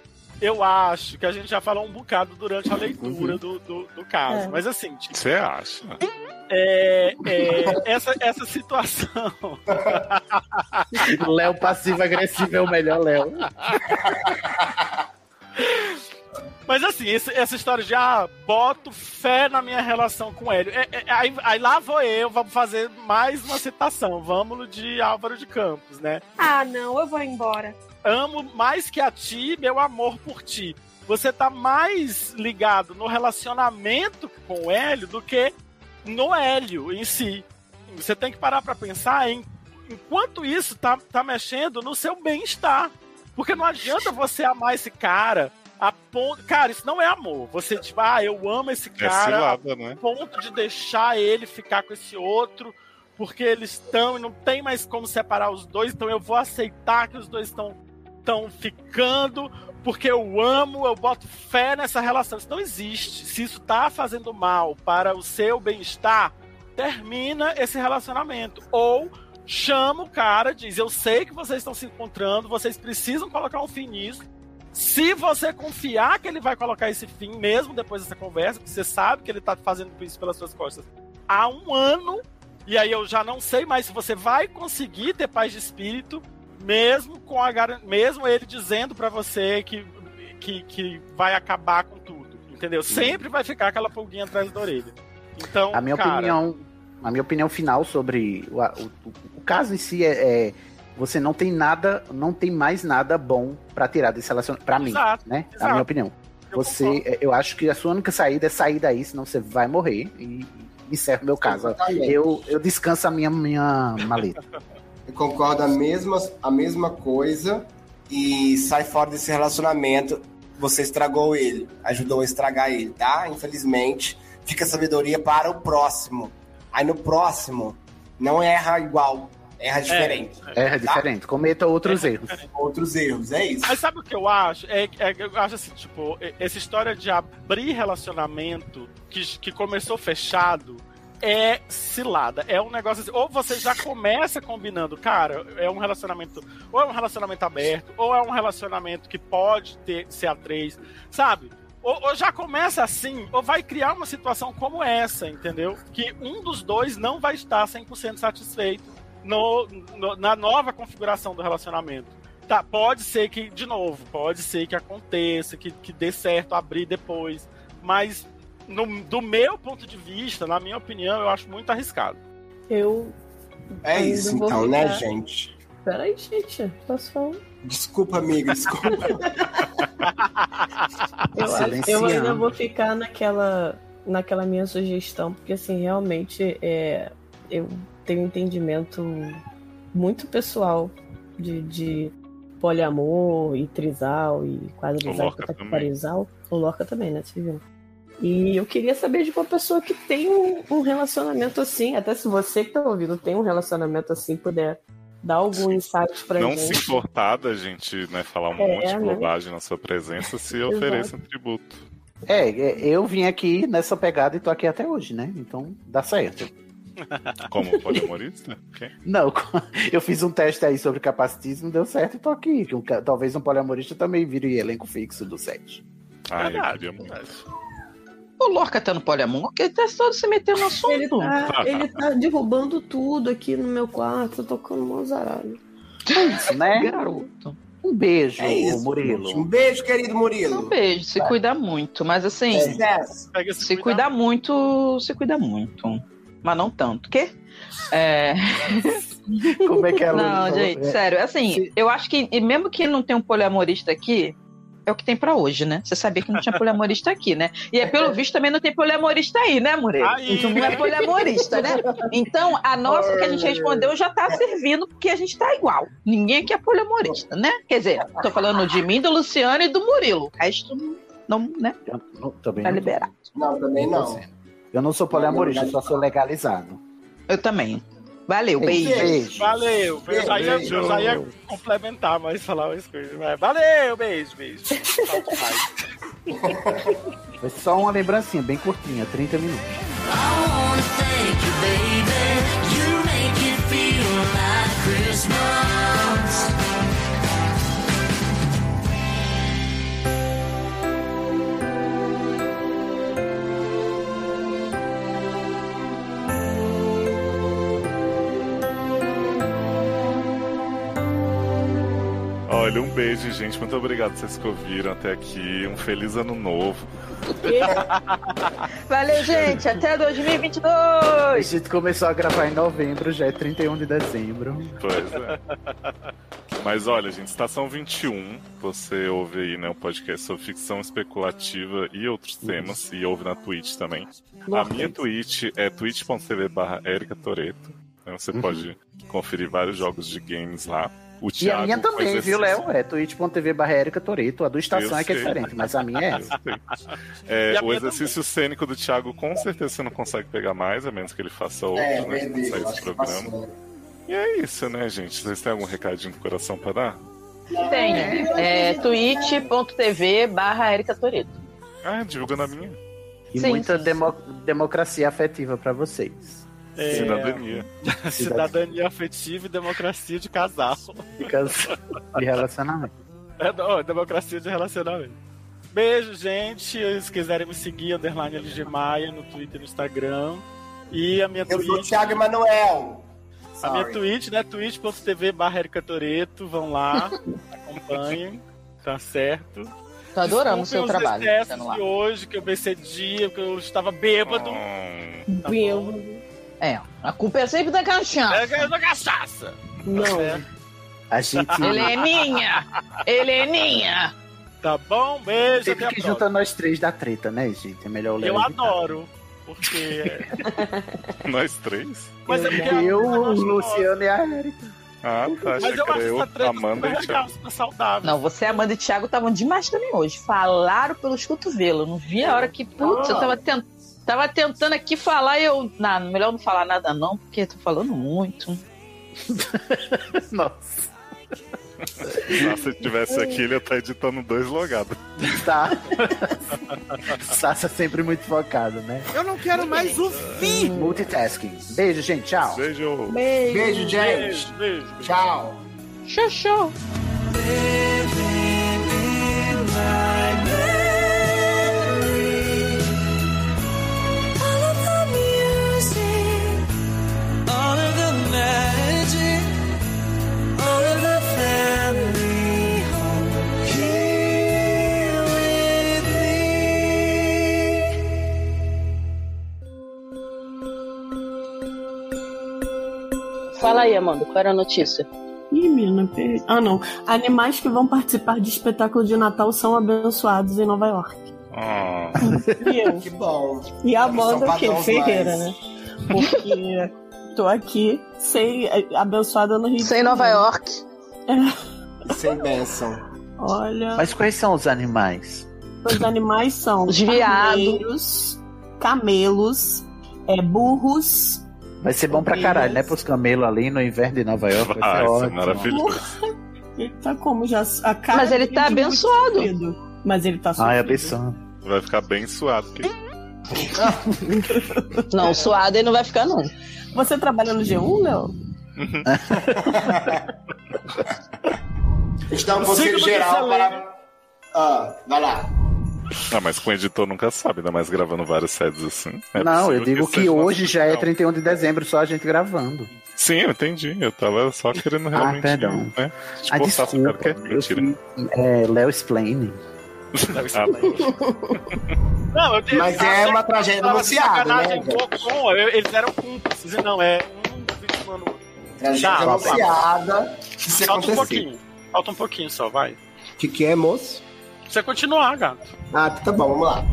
[SPEAKER 9] eu acho que a gente já falou um bocado durante a
[SPEAKER 1] Uhum.
[SPEAKER 9] leitura do, do, do caso.
[SPEAKER 4] É.
[SPEAKER 9] Mas assim, tipo,
[SPEAKER 4] Você acha?
[SPEAKER 9] é, é, essa, essa situação.
[SPEAKER 1] Léo passivo-agressivo é o melhor Léo.
[SPEAKER 9] Mas assim, esse- essa história de ah, boto fé na minha relação com ele. É, é, aí, aí lá vou eu, vamos fazer mais uma citação. Vamos de Álvaro de Campos, né?
[SPEAKER 13] Ah, não, eu vou embora.
[SPEAKER 9] Amo mais que a ti, meu amor por ti. Você tá mais ligado no relacionamento com o Hélio do que no Hélio em si. Você tem que parar pra pensar em enquanto isso tá, tá mexendo no seu bem-estar. Porque não adianta você amar esse cara a ponto. Cara, isso não é amor. Você, tipo, ah, eu amo esse cara
[SPEAKER 4] cilada, né?
[SPEAKER 9] a ponto de deixar ele ficar com esse outro, porque eles estão e não tem mais como separar os dois, então eu vou aceitar que os dois estão estão ficando, porque eu amo, eu boto fé nessa relação. Isso não existe. Se isso tá fazendo mal para o seu bem-estar, termina esse relacionamento. Ou chama o cara, diz: Eu sei que vocês estão se encontrando, vocês precisam colocar um fim nisso. Se você confiar que ele vai colocar esse fim, mesmo depois dessa conversa, porque você sabe que ele tá fazendo isso pelas suas costas há um ano, e aí eu já não sei mais se você vai conseguir ter paz de espírito, mesmo com a garan- mesmo ele dizendo pra você que, que, que vai acabar com tudo, entendeu? Sempre vai ficar aquela pulguinha atrás da orelha. Então,
[SPEAKER 1] a minha
[SPEAKER 9] cara,
[SPEAKER 1] opinião a minha opinião final sobre o, o- o caso em si é, é você não tem nada não tem mais nada bom pra tirar desse relacionamento para mim
[SPEAKER 9] Exato,
[SPEAKER 1] né
[SPEAKER 9] exato.
[SPEAKER 1] a minha opinião você é, eu acho que a sua única saída é sair daí senão você vai morrer e e encerro meu caso
[SPEAKER 3] Exatamente.
[SPEAKER 1] eu eu descanso a minha minha maleta
[SPEAKER 3] Eu concordo a mesma, a mesma coisa. e sai fora desse relacionamento, você estragou ele, ajudou a estragar ele, tá? Infelizmente, fica a sabedoria para o próximo. Aí no próximo, não erra igual,
[SPEAKER 9] É,
[SPEAKER 3] erra diferente.
[SPEAKER 1] Erra É diferente, cometa outros erros.
[SPEAKER 3] Outros erros, é isso.
[SPEAKER 9] Mas sabe o que eu acho? É, é- eu acho assim, tipo, é- essa história de abrir relacionamento que, que começou fechado é cilada. É um negócio assim, ou você já começa combinando, cara, é um relacionamento, ou é um relacionamento aberto, ou é um relacionamento que pode ter, ser a três, sabe? Ou, ou já começa assim, ou vai criar uma situação como essa, entendeu? Que um dos dois não vai estar 100% satisfeito no- no- na nova configuração do relacionamento. Tá, pode ser que, de novo, pode ser que aconteça, que, que dê certo abrir depois. Mas, no- do meu ponto de vista, na minha opinião, eu acho muito arriscado.
[SPEAKER 2] Eu.
[SPEAKER 3] É
[SPEAKER 2] ainda
[SPEAKER 3] isso
[SPEAKER 2] vou
[SPEAKER 3] então, né,
[SPEAKER 2] ficar-
[SPEAKER 3] gente?
[SPEAKER 2] Peraí, gente, posso falar?
[SPEAKER 3] Desculpa, amiga, desculpa.
[SPEAKER 2] Eu, acho- eu ainda
[SPEAKER 3] Silenciando.
[SPEAKER 2] vou ficar naquela, naquela minha sugestão, porque assim, realmente é, eu tenho um entendimento muito pessoal de, de poliamor e trisal e
[SPEAKER 14] O
[SPEAKER 2] quadrisal,
[SPEAKER 14] Lorca
[SPEAKER 2] cataparisal. O Lorca também, né? Você viu? E eu queria saber de uma pessoa que tem um, um relacionamento assim, até se você que tá ouvindo tem um relacionamento assim, puder dar algum insight pra
[SPEAKER 4] não
[SPEAKER 2] gente.
[SPEAKER 4] se importar da gente né, falar um
[SPEAKER 2] É,
[SPEAKER 4] monte de
[SPEAKER 2] né?
[SPEAKER 4] bobagem na sua presença se
[SPEAKER 2] Exato.
[SPEAKER 4] ofereça um tributo.
[SPEAKER 1] É, é, eu vim aqui nessa pegada e tô aqui até hoje, né? Então dá certo.
[SPEAKER 4] Como poliamorista? Ok.
[SPEAKER 1] Não, eu fiz um teste aí sobre capacitismo, deu certo e tô aqui. Um ca- Talvez um poliamorista também vire elenco fixo do set.
[SPEAKER 4] Ah, eu
[SPEAKER 5] Verdade,
[SPEAKER 4] queria muito.
[SPEAKER 5] O Lorca tá no poliamor, que ele tá só se metendo no assunto.
[SPEAKER 2] Ele tá, ele tá derrubando tudo aqui no meu quarto, tocando mó zaralho.
[SPEAKER 1] É isso, né?
[SPEAKER 5] Garoto.
[SPEAKER 1] Um beijo,
[SPEAKER 5] É isso,
[SPEAKER 1] Murilo.
[SPEAKER 5] gente. Um
[SPEAKER 3] beijo, querido Murilo. É
[SPEAKER 5] Um beijo, se cuida muito. Mas assim,
[SPEAKER 1] É,
[SPEAKER 3] Sucesso.
[SPEAKER 5] se cuida muito, se cuida muito. Mas não tanto. Quê? É...
[SPEAKER 1] Como é que ela
[SPEAKER 5] Não,
[SPEAKER 1] falou?
[SPEAKER 5] gente,
[SPEAKER 1] É.
[SPEAKER 5] sério. Assim, eu acho que, e mesmo que não tenha um poliamorista aqui, é o que tem pra hoje, né? Você sabia que não tinha poliamorista aqui, né? E é, pelo visto também não tem poliamorista aí, né, Murilo?
[SPEAKER 14] Aí.
[SPEAKER 5] Então não é poliamorista, né? Então a nossa que a gente respondeu já tá servindo porque a gente tá igual. Ninguém aqui é poliamorista, né? Quer dizer, tô falando de mim, do Luciano e do Murilo. O resto não, né?
[SPEAKER 1] Não, também
[SPEAKER 5] Tá
[SPEAKER 1] não tô-
[SPEAKER 5] liberado.
[SPEAKER 3] Não, também
[SPEAKER 1] tô sendo. Eu não sou poliamorista, eu só sou legalizado.
[SPEAKER 5] Eu também. Valeu,
[SPEAKER 1] beijo.
[SPEAKER 9] Valeu, beijo. Eu já ia,
[SPEAKER 1] Beijo.
[SPEAKER 9] eu já ia complementar, mas falar umas coisas. mas Valeu, beijo, beijo. Falta mais.
[SPEAKER 1] Foi só uma lembrancinha, bem curtinha, 30 minutos.
[SPEAKER 4] Olha, um beijo, gente. Muito obrigado vocês que ouviram até aqui. Um feliz ano novo.
[SPEAKER 5] Valeu, gente. Até 2022.
[SPEAKER 1] A gente começou a gravar em novembro, já é 31 de dezembro.
[SPEAKER 4] Pois é. Mas olha, gente, Estação 21, você ouve aí, né, o podcast sobre ficção especulativa e outros temas, e ouve na Twitch também. A minha Twitch é twitch.tv barra Erika Toreto. Então
[SPEAKER 1] Uhum.
[SPEAKER 4] você pode conferir vários jogos de games lá. O
[SPEAKER 1] E a
[SPEAKER 4] Thiago
[SPEAKER 1] minha
[SPEAKER 4] faz
[SPEAKER 1] também,
[SPEAKER 4] esse-
[SPEAKER 1] viu, Léo? É twitch.tv barra Erika Toreto. A do Estação
[SPEAKER 4] Eu
[SPEAKER 1] é que é
[SPEAKER 4] sei.
[SPEAKER 1] diferente, mas a minha é essa.
[SPEAKER 4] É, o exercício cênico do Thiago com certeza você não consegue pegar mais, a menos que ele faça outro,
[SPEAKER 3] É,
[SPEAKER 4] né?
[SPEAKER 3] verdade,
[SPEAKER 4] Sair
[SPEAKER 3] acho
[SPEAKER 4] do
[SPEAKER 3] que
[SPEAKER 4] programa. E é isso, né, gente? Vocês têm algum recadinho pro coração pra dar?
[SPEAKER 5] Tem. É, twitch.tv barra Erika Toreto.
[SPEAKER 4] Ah, divulgando a minha.
[SPEAKER 1] E
[SPEAKER 5] Sim,
[SPEAKER 1] muita demo- democracia afetiva pra vocês.
[SPEAKER 9] É.
[SPEAKER 4] Cidadania.
[SPEAKER 9] Cidadania afetiva e democracia de casal.
[SPEAKER 1] De relacionamento.
[SPEAKER 9] É, não, é democracia de relacionamento. Beijo, gente. Se quiserem me seguir, underline LG Maia no Twitter e no Instagram. E a minha
[SPEAKER 3] Eu
[SPEAKER 9] Twitch.
[SPEAKER 3] sou o Thiago Emanuel.
[SPEAKER 9] A minha
[SPEAKER 3] Sorry.
[SPEAKER 9] Twitch, né? twitch.tv barra Erika Toreto. Vão lá, acompanhem. Tá certo.
[SPEAKER 5] Tô adorando o seu
[SPEAKER 9] Desculpem
[SPEAKER 5] trabalho,
[SPEAKER 9] os excessos
[SPEAKER 5] ficando lá.
[SPEAKER 9] de hoje, que eu pensei dia, que eu estava bêbado.
[SPEAKER 5] Ah,
[SPEAKER 9] Tá bom.
[SPEAKER 5] É, a culpa é sempre da cachaça.
[SPEAKER 9] Eu ganho da é, cachaça. Tá
[SPEAKER 2] Não.
[SPEAKER 1] A gente.
[SPEAKER 5] é
[SPEAKER 15] é
[SPEAKER 5] Heleninha! Heleninha!
[SPEAKER 9] Tá bom? Beijo,
[SPEAKER 1] Sempre
[SPEAKER 9] até a
[SPEAKER 1] que
[SPEAKER 9] próxima.
[SPEAKER 1] junta nós três da treta, né, gente? É melhor o Léo.
[SPEAKER 9] Eu
[SPEAKER 1] evitar.
[SPEAKER 9] adoro, porque... é.
[SPEAKER 4] Nós três? é
[SPEAKER 9] um
[SPEAKER 4] um
[SPEAKER 1] eu, o Luciano e a Erika.
[SPEAKER 4] Ah, tá.
[SPEAKER 9] Mas
[SPEAKER 4] achei
[SPEAKER 9] eu
[SPEAKER 4] que
[SPEAKER 9] acho
[SPEAKER 4] era eu,
[SPEAKER 9] essa treta
[SPEAKER 4] Amanda e
[SPEAKER 9] super
[SPEAKER 4] Thiago.
[SPEAKER 9] legal, super saudável.
[SPEAKER 15] Não, você, Amanda e Thiago estavam demais também hoje. Falaram pelos cotovelos. Não vi a hora que, putz, eu tava, ten- tava tentando aqui falar e eu. Não, melhor não falar nada, não, porque tô falando muito.
[SPEAKER 1] Nossa.
[SPEAKER 4] Nossa, se tivesse aqui, ele ia estar editando dois logados.
[SPEAKER 1] Tá. Sasha sempre muito focado, né?
[SPEAKER 16] Eu não quero mais ouvir.
[SPEAKER 1] Multitasking. Beijo, gente. Tchau.
[SPEAKER 4] Beijo.
[SPEAKER 3] Beijo, gente. Tchau.
[SPEAKER 15] Show, show.
[SPEAKER 6] All of the music, all of the magic, all of the family home here with me.
[SPEAKER 11] Fala aí, Amanda, qual era a notícia?
[SPEAKER 2] Ih, menina, peraí. Ah, não. Animais que vão participar de espetáculo de Natal são abençoados em Nova York. E eu?
[SPEAKER 3] Que bom.
[SPEAKER 2] E a moda
[SPEAKER 3] São
[SPEAKER 2] é o quê?
[SPEAKER 3] padrões
[SPEAKER 2] Ferreira,
[SPEAKER 3] mais.
[SPEAKER 2] né? Porque tô aqui sem eh, abençoada no Rio Sem Nova
[SPEAKER 11] York.
[SPEAKER 3] Sem bênção.
[SPEAKER 2] Olha.
[SPEAKER 1] Mas quais são os animais?
[SPEAKER 2] Os animais são
[SPEAKER 11] Os viados.
[SPEAKER 2] carneiros, camelos, é, burros.
[SPEAKER 1] Vai ser bom pra caralho, né? Pros camelos ali no inverno de Nova York. Vai
[SPEAKER 4] Vai
[SPEAKER 1] ser
[SPEAKER 4] ser
[SPEAKER 1] ótimo.
[SPEAKER 4] maravilhoso.
[SPEAKER 2] Ele tá como já. A cara
[SPEAKER 11] Mas ele
[SPEAKER 2] dele
[SPEAKER 11] tá
[SPEAKER 2] de é muito
[SPEAKER 11] abençoado.
[SPEAKER 2] sofrido. Mas ele tá
[SPEAKER 1] Ah, é
[SPEAKER 2] sofrido.
[SPEAKER 1] abençoado.
[SPEAKER 4] Vai ficar bem suado. Que...
[SPEAKER 11] Não, suado ele não vai ficar, não.
[SPEAKER 2] Você trabalha no G1, Léo?
[SPEAKER 3] A gente dá um
[SPEAKER 2] Sigma
[SPEAKER 3] conselho
[SPEAKER 2] do
[SPEAKER 3] geral
[SPEAKER 2] Selene.
[SPEAKER 3] para. Ah, vai lá.
[SPEAKER 4] Ah, mas com o editor nunca sabe, ainda mais gravando vários sets assim. É
[SPEAKER 1] Não,
[SPEAKER 4] possível
[SPEAKER 1] eu digo que
[SPEAKER 4] seja uma
[SPEAKER 1] hoje já é
[SPEAKER 4] sugestão.
[SPEAKER 1] 31 de dezembro, só a gente gravando.
[SPEAKER 4] Sim, eu entendi. Eu tava só querendo realmente.
[SPEAKER 1] perdão.
[SPEAKER 4] Né?
[SPEAKER 1] Ah,
[SPEAKER 4] Tipo, Sassi,
[SPEAKER 1] desculpa.
[SPEAKER 4] cara, que é mentira.
[SPEAKER 1] É, Léo Explain.
[SPEAKER 4] Ah,
[SPEAKER 9] é Não, eu tenho-
[SPEAKER 3] Mas
[SPEAKER 9] tá
[SPEAKER 3] é
[SPEAKER 9] certo,
[SPEAKER 3] uma
[SPEAKER 9] tá
[SPEAKER 3] tragédia
[SPEAKER 9] certo,
[SPEAKER 3] anunciada,
[SPEAKER 9] sacanagem um
[SPEAKER 3] né,
[SPEAKER 9] com- com- eu- Eles eram cúmplices, e não, é um vitimando o outro.
[SPEAKER 3] Tragédia
[SPEAKER 9] Tá, vamos lá.
[SPEAKER 3] anunciada. Se
[SPEAKER 9] Falta um
[SPEAKER 3] acontecer.
[SPEAKER 9] pouquinho. Falta um pouquinho só, vai.
[SPEAKER 3] O que, que é, moço?
[SPEAKER 9] Você continuar, gato.
[SPEAKER 3] Ah, tá bom, vamos lá.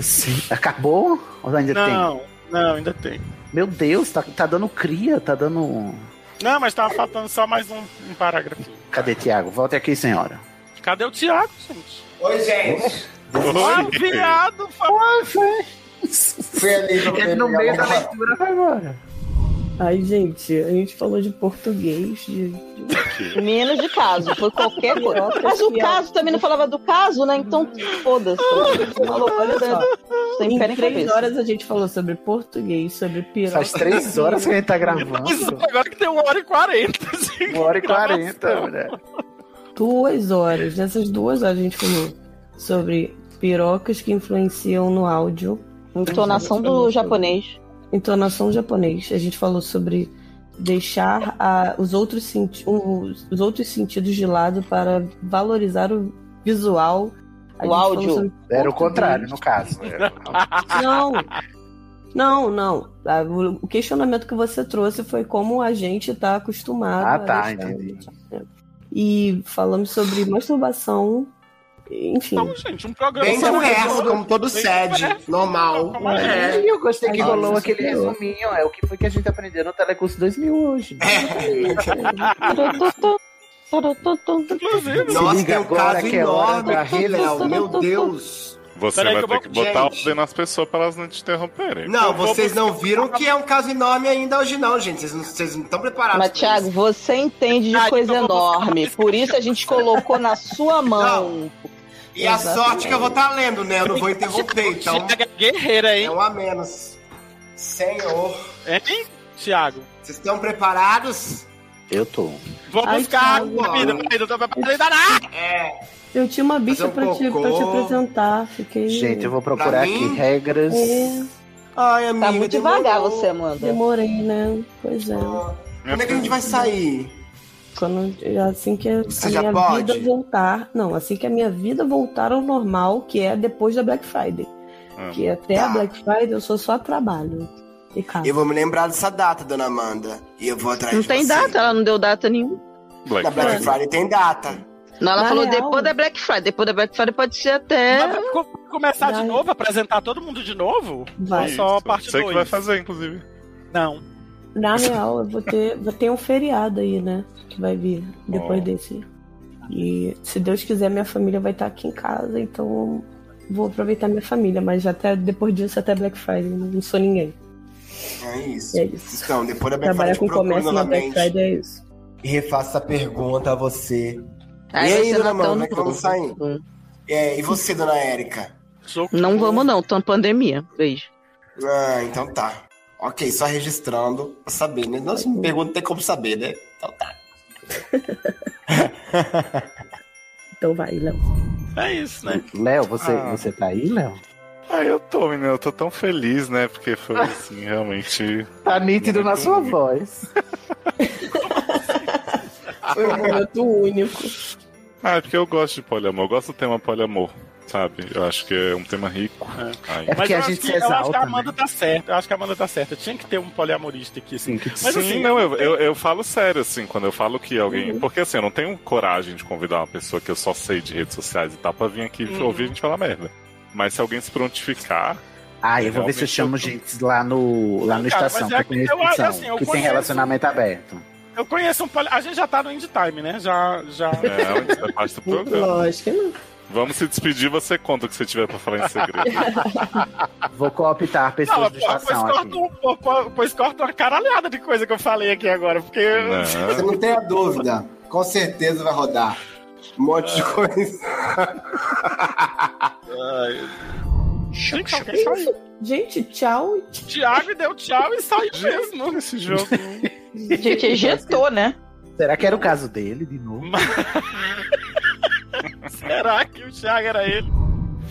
[SPEAKER 1] Sim. Acabou? Ou ainda
[SPEAKER 9] não,
[SPEAKER 1] tem?
[SPEAKER 9] não, ainda tem.
[SPEAKER 1] Meu Deus, tá, tá dando cria, tá dando.
[SPEAKER 9] Não, mas tava faltando só mais um, um parágrafo.
[SPEAKER 1] Cadê, Tiago? Volte aqui, senhora.
[SPEAKER 9] Cadê o Thiago, gente?
[SPEAKER 3] Oi, gente.
[SPEAKER 9] Ah, viado, fala.
[SPEAKER 3] Fui ali pra
[SPEAKER 2] Ele no
[SPEAKER 3] pegar
[SPEAKER 2] meio da
[SPEAKER 3] uma-
[SPEAKER 2] leitura vai embora. Ai, gente, a gente falou de português. De... de-
[SPEAKER 11] Menos de caso, por qualquer coisa.
[SPEAKER 2] Pior,
[SPEAKER 11] Mas o
[SPEAKER 2] pior.
[SPEAKER 11] caso também não falava do caso, né? Então, foda-se. Uma loucura da- sem
[SPEAKER 2] Hum. Em
[SPEAKER 11] pé nem
[SPEAKER 2] três
[SPEAKER 11] cabeça.
[SPEAKER 2] horas a gente falou sobre português, sobre piroca.
[SPEAKER 1] Faz três horas que a gente tá gravando.
[SPEAKER 9] Agora que tem uma hora e quarenta.
[SPEAKER 1] Uma hora
[SPEAKER 9] tá
[SPEAKER 1] e quarenta, mulher.
[SPEAKER 2] Duas horas. Nessas duas horas a gente falou sobre pirocas que influenciam no áudio.
[SPEAKER 11] Entonação do japonês.
[SPEAKER 2] Entonação do japonês. A gente falou sobre deixar a- os, outros senti- os, os outros sentidos de lado para valorizar o visual. A
[SPEAKER 1] O
[SPEAKER 2] gente falou sobre
[SPEAKER 1] áudio. Era o
[SPEAKER 2] português.
[SPEAKER 1] contrário, no caso. Era-
[SPEAKER 2] Não. Não, não. Ah, o- O questionamento que você trouxe foi como a gente está acostumado.
[SPEAKER 1] Ah,
[SPEAKER 2] a
[SPEAKER 1] tá,
[SPEAKER 2] deixar- É.
[SPEAKER 1] entendi.
[SPEAKER 2] E falamos sobre masturbação. Enfim.
[SPEAKER 9] Então, gente, um programa.
[SPEAKER 3] Bem é
[SPEAKER 9] só-
[SPEAKER 3] conversa, como todo
[SPEAKER 9] Bem
[SPEAKER 3] sede,
[SPEAKER 9] conversa.
[SPEAKER 3] normal.
[SPEAKER 9] Como é.
[SPEAKER 1] Ih, Eu gostei que
[SPEAKER 2] Aí,
[SPEAKER 1] rolou
[SPEAKER 2] nossa,
[SPEAKER 1] aquele
[SPEAKER 2] superou.
[SPEAKER 1] resuminho. É o que foi que a gente aprendeu no Telecurso 2000 hoje.
[SPEAKER 9] É. Inclusive,
[SPEAKER 1] Se
[SPEAKER 3] Nossa,
[SPEAKER 1] liga
[SPEAKER 3] tem um
[SPEAKER 1] agora
[SPEAKER 3] caso
[SPEAKER 1] que é hora
[SPEAKER 3] enorme
[SPEAKER 1] da
[SPEAKER 3] aqui, Léo. Meu Deus.
[SPEAKER 4] Você
[SPEAKER 3] Peraí
[SPEAKER 4] vai
[SPEAKER 3] que eu
[SPEAKER 4] ter
[SPEAKER 3] vou-
[SPEAKER 4] que botar
[SPEAKER 3] Gente.
[SPEAKER 4] ordem nas pessoas pra elas não te interromperem.
[SPEAKER 3] Não,
[SPEAKER 4] Eu vou
[SPEAKER 3] vocês
[SPEAKER 4] buscar-
[SPEAKER 3] não viram que é um caso enorme ainda hoje, não, gente. Vocês não, vocês não estão preparados.
[SPEAKER 11] Mas,
[SPEAKER 3] pra
[SPEAKER 11] Thiago, você entende de coisa enorme. Por isso a gente colocou na sua mão.
[SPEAKER 3] isso. E a sorte que eu vou estar lendo, né? Eu não vou interromper, então.
[SPEAKER 9] Guerreira, hein?
[SPEAKER 3] É um a menos. Senhor.
[SPEAKER 9] É, Hein, Thiago?
[SPEAKER 3] Vocês estão preparados?
[SPEAKER 1] Eu tô.
[SPEAKER 9] Vou
[SPEAKER 2] Ai,
[SPEAKER 9] buscar
[SPEAKER 2] Thiago,
[SPEAKER 9] água, vida, tá
[SPEAKER 3] olha.
[SPEAKER 9] vida, eu tô preparada.
[SPEAKER 3] É.
[SPEAKER 2] Eu tinha uma bicha
[SPEAKER 3] Fazer
[SPEAKER 2] pra
[SPEAKER 3] um
[SPEAKER 2] te,
[SPEAKER 3] cocô.
[SPEAKER 2] pra te apresentar. Fiquei.
[SPEAKER 1] Gente, eu vou
[SPEAKER 3] Pra
[SPEAKER 1] procurar aqui
[SPEAKER 3] mim?
[SPEAKER 1] regras.
[SPEAKER 2] É,
[SPEAKER 3] Ai, amiga,
[SPEAKER 11] Tá muito
[SPEAKER 3] demorou.
[SPEAKER 11] devagar você, Amanda.
[SPEAKER 2] demorei, né? Pois é.
[SPEAKER 3] Como é que a gente vai sair?
[SPEAKER 2] Quando, assim que a
[SPEAKER 3] Você já
[SPEAKER 2] minha
[SPEAKER 3] pode?
[SPEAKER 2] vida voltar. Não, assim que a minha vida voltar ao normal, que é depois da Black Friday.
[SPEAKER 3] Ah,
[SPEAKER 2] Que até
[SPEAKER 3] tá.
[SPEAKER 2] a Black Friday eu sou só trabalho. E casa.
[SPEAKER 3] Eu vou me lembrar dessa data, dona Amanda. E eu vou atrás
[SPEAKER 11] Não
[SPEAKER 3] de
[SPEAKER 11] tem
[SPEAKER 3] você.
[SPEAKER 11] data, Tá ela não deu data nenhuma.
[SPEAKER 3] Na Black Friday tem data.
[SPEAKER 11] Não, ela
[SPEAKER 2] Na
[SPEAKER 11] falou
[SPEAKER 2] real-
[SPEAKER 11] depois da Black Friday. Depois da Black Friday pode ser até.
[SPEAKER 9] Mas vai co- começar de novo, apresentar todo mundo de novo?
[SPEAKER 2] Vai.
[SPEAKER 9] Ou só a parte
[SPEAKER 4] Sei que vai
[SPEAKER 9] 2?
[SPEAKER 4] fazer, inclusive.
[SPEAKER 9] Não.
[SPEAKER 2] Na real, eu vou ter, vou ter um feriado aí, né? Que vai vir depois
[SPEAKER 4] Ó.
[SPEAKER 2] desse. E se Deus quiser, minha família vai estar aqui em casa, então vou aproveitar minha família, mas até depois disso, até Black Friday, não sou ninguém.
[SPEAKER 3] É isso.
[SPEAKER 2] É isso.
[SPEAKER 3] Então, depois da Black
[SPEAKER 2] Trabalhar
[SPEAKER 3] Friday,
[SPEAKER 2] com
[SPEAKER 3] procura
[SPEAKER 2] comércio na Black
[SPEAKER 3] novamente.
[SPEAKER 2] Friday é isso.
[SPEAKER 3] E refaça a pergunta a você.
[SPEAKER 5] Aí vai
[SPEAKER 3] e aí,
[SPEAKER 5] ser
[SPEAKER 3] dona
[SPEAKER 5] Natal
[SPEAKER 3] Mão,
[SPEAKER 5] no
[SPEAKER 3] né, que vamos sair? É, e você, dona Érica?
[SPEAKER 5] Não vamos, não, tô na pandemia. Beijo.
[SPEAKER 3] Ah, então tá. Ok, só registrando pra saber, né? Não se me pergunta, tem como saber, né? Então tá.
[SPEAKER 2] Então vai, Léo.
[SPEAKER 9] É isso, né?
[SPEAKER 1] Léo, você,
[SPEAKER 4] Ah.
[SPEAKER 1] você tá aí, Léo?
[SPEAKER 4] Ah, eu tô, menino. Eu tô tão feliz, né? Porque foi assim, realmente.
[SPEAKER 1] Tá nítido na sua voz.
[SPEAKER 2] Foi um momento único.
[SPEAKER 4] Ah, é porque eu gosto de poliamor. Eu gosto do tema poliamor, sabe? Eu acho que é um tema rico. Aí-
[SPEAKER 2] É,
[SPEAKER 1] É
[SPEAKER 9] Mas eu acho que, Eu acho
[SPEAKER 1] né?
[SPEAKER 9] que a Amanda tá certa. Eu acho que a Amanda tá certa. Tinha que ter um poliamorista aqui, assim. Mas
[SPEAKER 4] Sim,
[SPEAKER 9] assim,
[SPEAKER 4] não, eu,
[SPEAKER 2] é-
[SPEAKER 4] eu, eu falo sério, assim, quando eu falo que alguém.
[SPEAKER 2] Uhum.
[SPEAKER 4] Porque assim, eu não tenho coragem de convidar uma pessoa que eu só sei de redes sociais e tal pra vir aqui
[SPEAKER 1] Uhum.
[SPEAKER 4] ouvir a gente falar merda. Mas se alguém se prontificar.
[SPEAKER 1] Ah, eu vou ver se eu chamo gente lá no, lá no
[SPEAKER 9] Cara, mas
[SPEAKER 1] estação,
[SPEAKER 9] é
[SPEAKER 1] que eu
[SPEAKER 9] que eu
[SPEAKER 1] conheço
[SPEAKER 9] acho,
[SPEAKER 1] que são,
[SPEAKER 9] assim, eu
[SPEAKER 1] que tem
[SPEAKER 9] conheço-
[SPEAKER 1] relacionamento aberto.
[SPEAKER 9] Eu conheço um poli... A gente já tá no end time, né? Já. já...
[SPEAKER 4] Não, isso é parte do programa.
[SPEAKER 2] Lógico que não.
[SPEAKER 4] Vamos se despedir, você conta o que você tiver pra falar em segredo.
[SPEAKER 1] Vou cooptar pessoas
[SPEAKER 9] Não,
[SPEAKER 1] do
[SPEAKER 9] pô, pois,
[SPEAKER 1] estação aqui.
[SPEAKER 9] corta um, pô, pô, pois corta uma caralhada de coisa que eu falei aqui agora, porque.
[SPEAKER 4] é. né?
[SPEAKER 3] Você não tem a dúvida. Com certeza vai rodar. Um monte de coisa.
[SPEAKER 9] Tem que alguém sair.
[SPEAKER 2] Gente, tchau.
[SPEAKER 9] Thiago deu tchau e saiu mesmo. Esse jogo.
[SPEAKER 15] Gente, ejetou, né?
[SPEAKER 1] Será que era o caso dele de novo?
[SPEAKER 9] Será que o Thiago era ele?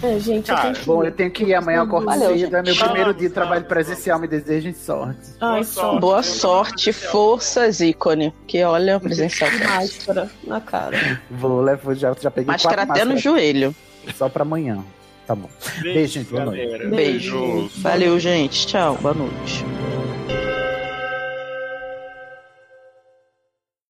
[SPEAKER 2] É, gente,
[SPEAKER 9] Cara,
[SPEAKER 2] eu tenho que...
[SPEAKER 1] Bom, eu tenho que ir amanhã ao corte
[SPEAKER 15] Valeu, gente.
[SPEAKER 1] cedo, é meu
[SPEAKER 15] Vamos,
[SPEAKER 1] primeiro dia de trabalho presencial, me desejem sorte.
[SPEAKER 2] Ai, um
[SPEAKER 15] Boa sorte, forças, ícone. Que olha, presencial. tá
[SPEAKER 2] Máscara na cara.
[SPEAKER 1] Vou levar, já, já peguei
[SPEAKER 15] Máscara
[SPEAKER 1] quatro
[SPEAKER 15] até no
[SPEAKER 1] máscaras.
[SPEAKER 15] joelho.
[SPEAKER 1] Só pra amanhã. Tá bom. Beijo, gente. Boa noite.
[SPEAKER 15] Beijo. Valeu, gente. Tchau. Boa noite.